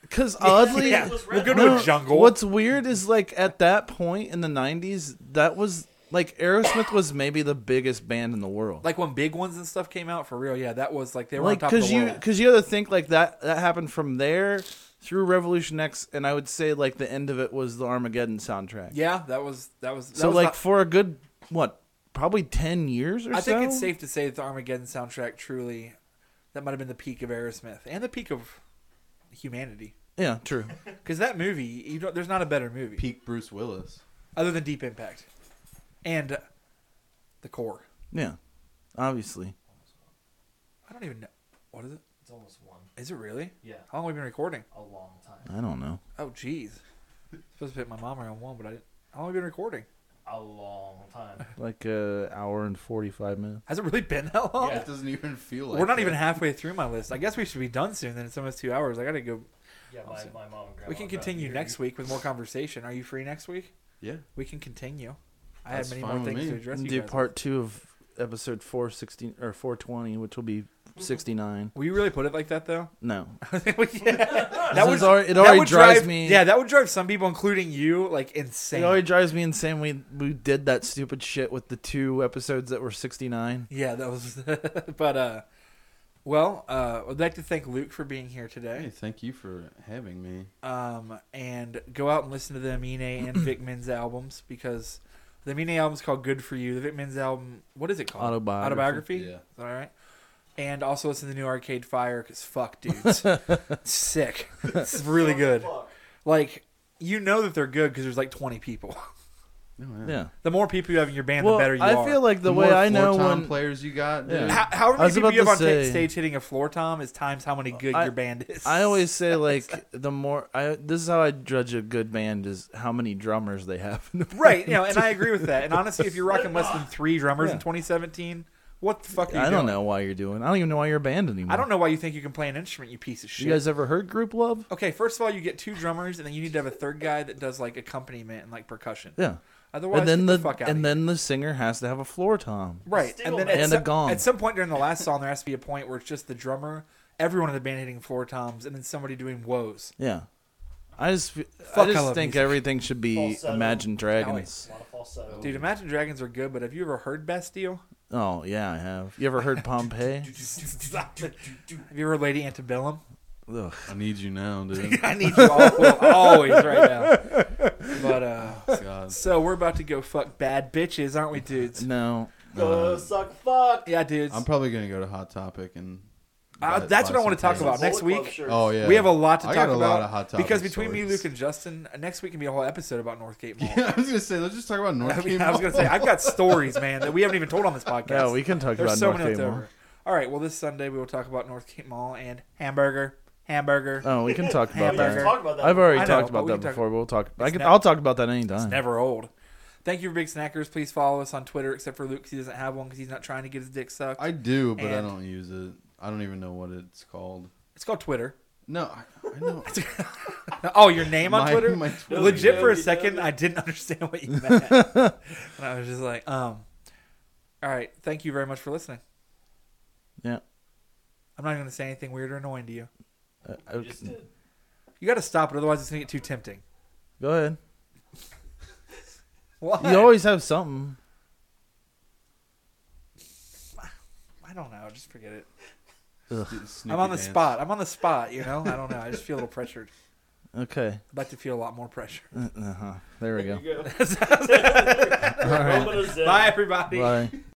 B: Because oddly,
E: yeah,
G: was
E: we'll go
G: rad.
E: to
B: No,
E: a jungle."
B: What's weird is like at that point in the '90s, that was Like Aerosmith was maybe the biggest band in the world.
E: Like when big ones and stuff came out for real, yeah, that was like they were
B: like
E: on top of
B: because
E: the
B: you
E: world.
B: because you gotta think like that that happened from there through Revolution X, and I would say like the end of it was the Armageddon soundtrack.
E: Yeah, that was that was. That
B: so
E: was
B: like
E: not-
B: for a good what probably ten years or
E: I
B: so.
E: think it's safe to say that the Armageddon soundtrack truly, that might have been the peak of Aerosmith and the peak of humanity.
B: Yeah, true.
E: Because that movie, you don't, there's not a better movie
F: Peak Bruce Willis.
E: other than Deep Impact, and uh, the core.
B: Yeah, obviously.
E: I don't even know what is it.
G: It's almost one.
E: Is it really?
G: Yeah,
E: How long have we been recording?
G: a long time.
B: I don't know.
E: Oh, jeez. Supposed to put my mom around one, but I didn't. How long have we been recording?
G: A long time.
B: Like a hour and forty five minutes.
E: Has it really been that long?
G: Yeah.
F: It doesn't even feel like
E: We're not
F: it.
E: even halfway through my list. I guess we should be done soon. Then it's almost two hours. I gotta go.
G: Yeah, my,
E: Awesome.
G: my mom and grandma.
E: We can
G: brought me
E: continue
G: here.
E: next week with more conversation. Are you free next week?
F: Yeah.
E: We can continue. I
F: That's
E: have many more
F: fine with
E: things
F: me.
E: to address. You
B: Do
E: guys
B: part two of episode four sixteen or four twenty, which will be sixty nine.
E: with. Will you really put it like that though?
B: No,
E: that
B: This
E: would
B: is already- it
E: that
B: already
E: would
B: drives
E: drive,
B: me-
E: Yeah, that would drive some people, including you, like insane.
B: it already drives me insane. We we did that stupid shit with the two episodes that were sixty nine.
E: Yeah, that was. but uh, well, uh, I'd like to thank Luke for being here
F: Hey,
E: today.
F: thank you for having me.
E: Um, and go out and listen to the Amine and Vic Men's albums because the Amine album's called "Good for You." The Vic Men's album, what is it called?
B: Autobiography.
E: Autobiography.
F: Yeah.
E: Is that all right. And also listen to the new Arcade Fire because fuck, dudes, sick. It's really good. Like you know that they're good because there's like 20 people.
F: No,
B: Yeah.
E: The more people you have in your band,
B: Well,
E: the better you
B: I
E: are.
B: feel like the, way
F: more
B: I know
F: floor-tom
B: when
F: players you got.
B: Yeah.
F: dude.
E: How, however
B: I
E: many
B: was
E: people
B: about
E: you have
B: to
E: on ta-
B: say-
E: stage hitting a floor tom is times how many good
B: I-
E: your band is.
B: I always say like the more I this is how I judge a good band is how many drummers they have. in the band.
E: right, you know, and I agree with that. And honestly, if you're rocking less than three drummers in
B: Yeah.
E: 2017, what the fuck? Are you
B: I don't
E: doing?
B: know why you're doing. I don't even know why you're a band anymore.
E: I don't know why you think you can play an instrument, you piece of shit.
B: You guys ever heard Group Love?
E: okay, first of all, you get two drummers, and then you need to have a third guy that does like accompaniment and like percussion.
B: Yeah.
E: Otherwise,
B: and then
E: get
B: the,
E: the, fuck out.
B: and then the singer has to have a floor tom.
E: right, and
G: Still,
E: then
G: man.
E: at
B: And a
E: some-
B: gong.
E: At some point during the last song, there has to be a point where it's just the drummer, everyone in the band hitting floor toms, and then somebody doing woes.
B: Yeah. I just fe-
E: Fuck,
B: I
E: I love
B: just think
E: music.
B: everything should be
G: Falsetto.
B: Imagine Dragons.
G: A lot of falsetto.
E: Dude, Imagine Dragons are good, but have you ever heard Bastille?
B: Oh yeah, I have. You ever heard Pompeii?
E: Have you ever heard Lady Antebellum?
B: Ugh.
F: I need you now, dude. Oh,
E: I need you all, always right now. But uh,
F: God.
E: so we're about to go fuck bad bitches, aren't we, dudes?
B: No.
G: Go
E: um,
G: suck fuck.
E: Yeah, dudes.
F: I'm probably gonna go to Hot Topic and.
E: Uh,
F: buy-
E: that's
F: buy
E: what I want to
F: some
E: talk about
F: things.
E: next
G: Bullet Club
E: week.
G: shirts.
F: Oh yeah,
E: We have a lot to
F: I
E: talk
F: got a
E: about
F: lot of hot topic
E: because between me,
F: stories.
E: Luke, and Justin, uh, next week can be a whole episode about Northgate Mall.
F: Yeah, I was gonna say, let's just talk about
E: I,
F: North
E: mean,
F: Came
E: I was gonna say I've got stories, man, that we haven't even told on this podcast.
B: Yeah, we can talk
E: There's
B: about
E: so
B: North
E: many left
B: Gate Mall.
E: over. All right, well, this Sunday we will talk about Northgate Mall and hamburger, hamburger.
F: Uh.
B: Oh, we can talk about
E: Hamburger.
B: that.
G: Talk about that.
B: I've already
E: I know,
B: talked
E: but
B: about
E: we
B: that
E: can talk-
B: before. but we'll talk. I can,
E: never-
B: I'll talk about that anytime.
E: never old. Thank you for Big Snackers. Please follow us on Twitter, except for Luke, 'cause he doesn't have one because he's not trying to get his dick sucked.
F: I do, but I
E: And-
F: don't use it. I don't even know what it's called.
E: it's called Twitter.
F: No, I, I know.
E: Oh, your name on
F: My-
E: Twitter?
F: my Twitter
E: Legit
G: name.
E: for a
G: Oh, Yeah,
E: second,
G: yeah.
E: I didn't understand what you meant. and I was just like, um, all right. Thank you very much for listening.
B: Yeah.
E: I'm not going to say anything weird or annoying to you.
B: Uh,
G: You
B: okay.
G: just did.
E: You got to stop it, otherwise it's going to get too tempting.
B: Go ahead.
E: What?
B: You always have something.
E: I don't know. Just forget it.
F: Snoopy
E: I'm on the
F: dance.
E: spot. I'm on the spot, you know? I don't know. I just feel a little pressured.
B: Okay.
E: I'd like to feel a lot more pressure.
B: Uh huh. There we
G: There
B: go.
G: you go.
E: All right.
G: Moment of zen.
E: Bye, everybody.
B: Bye.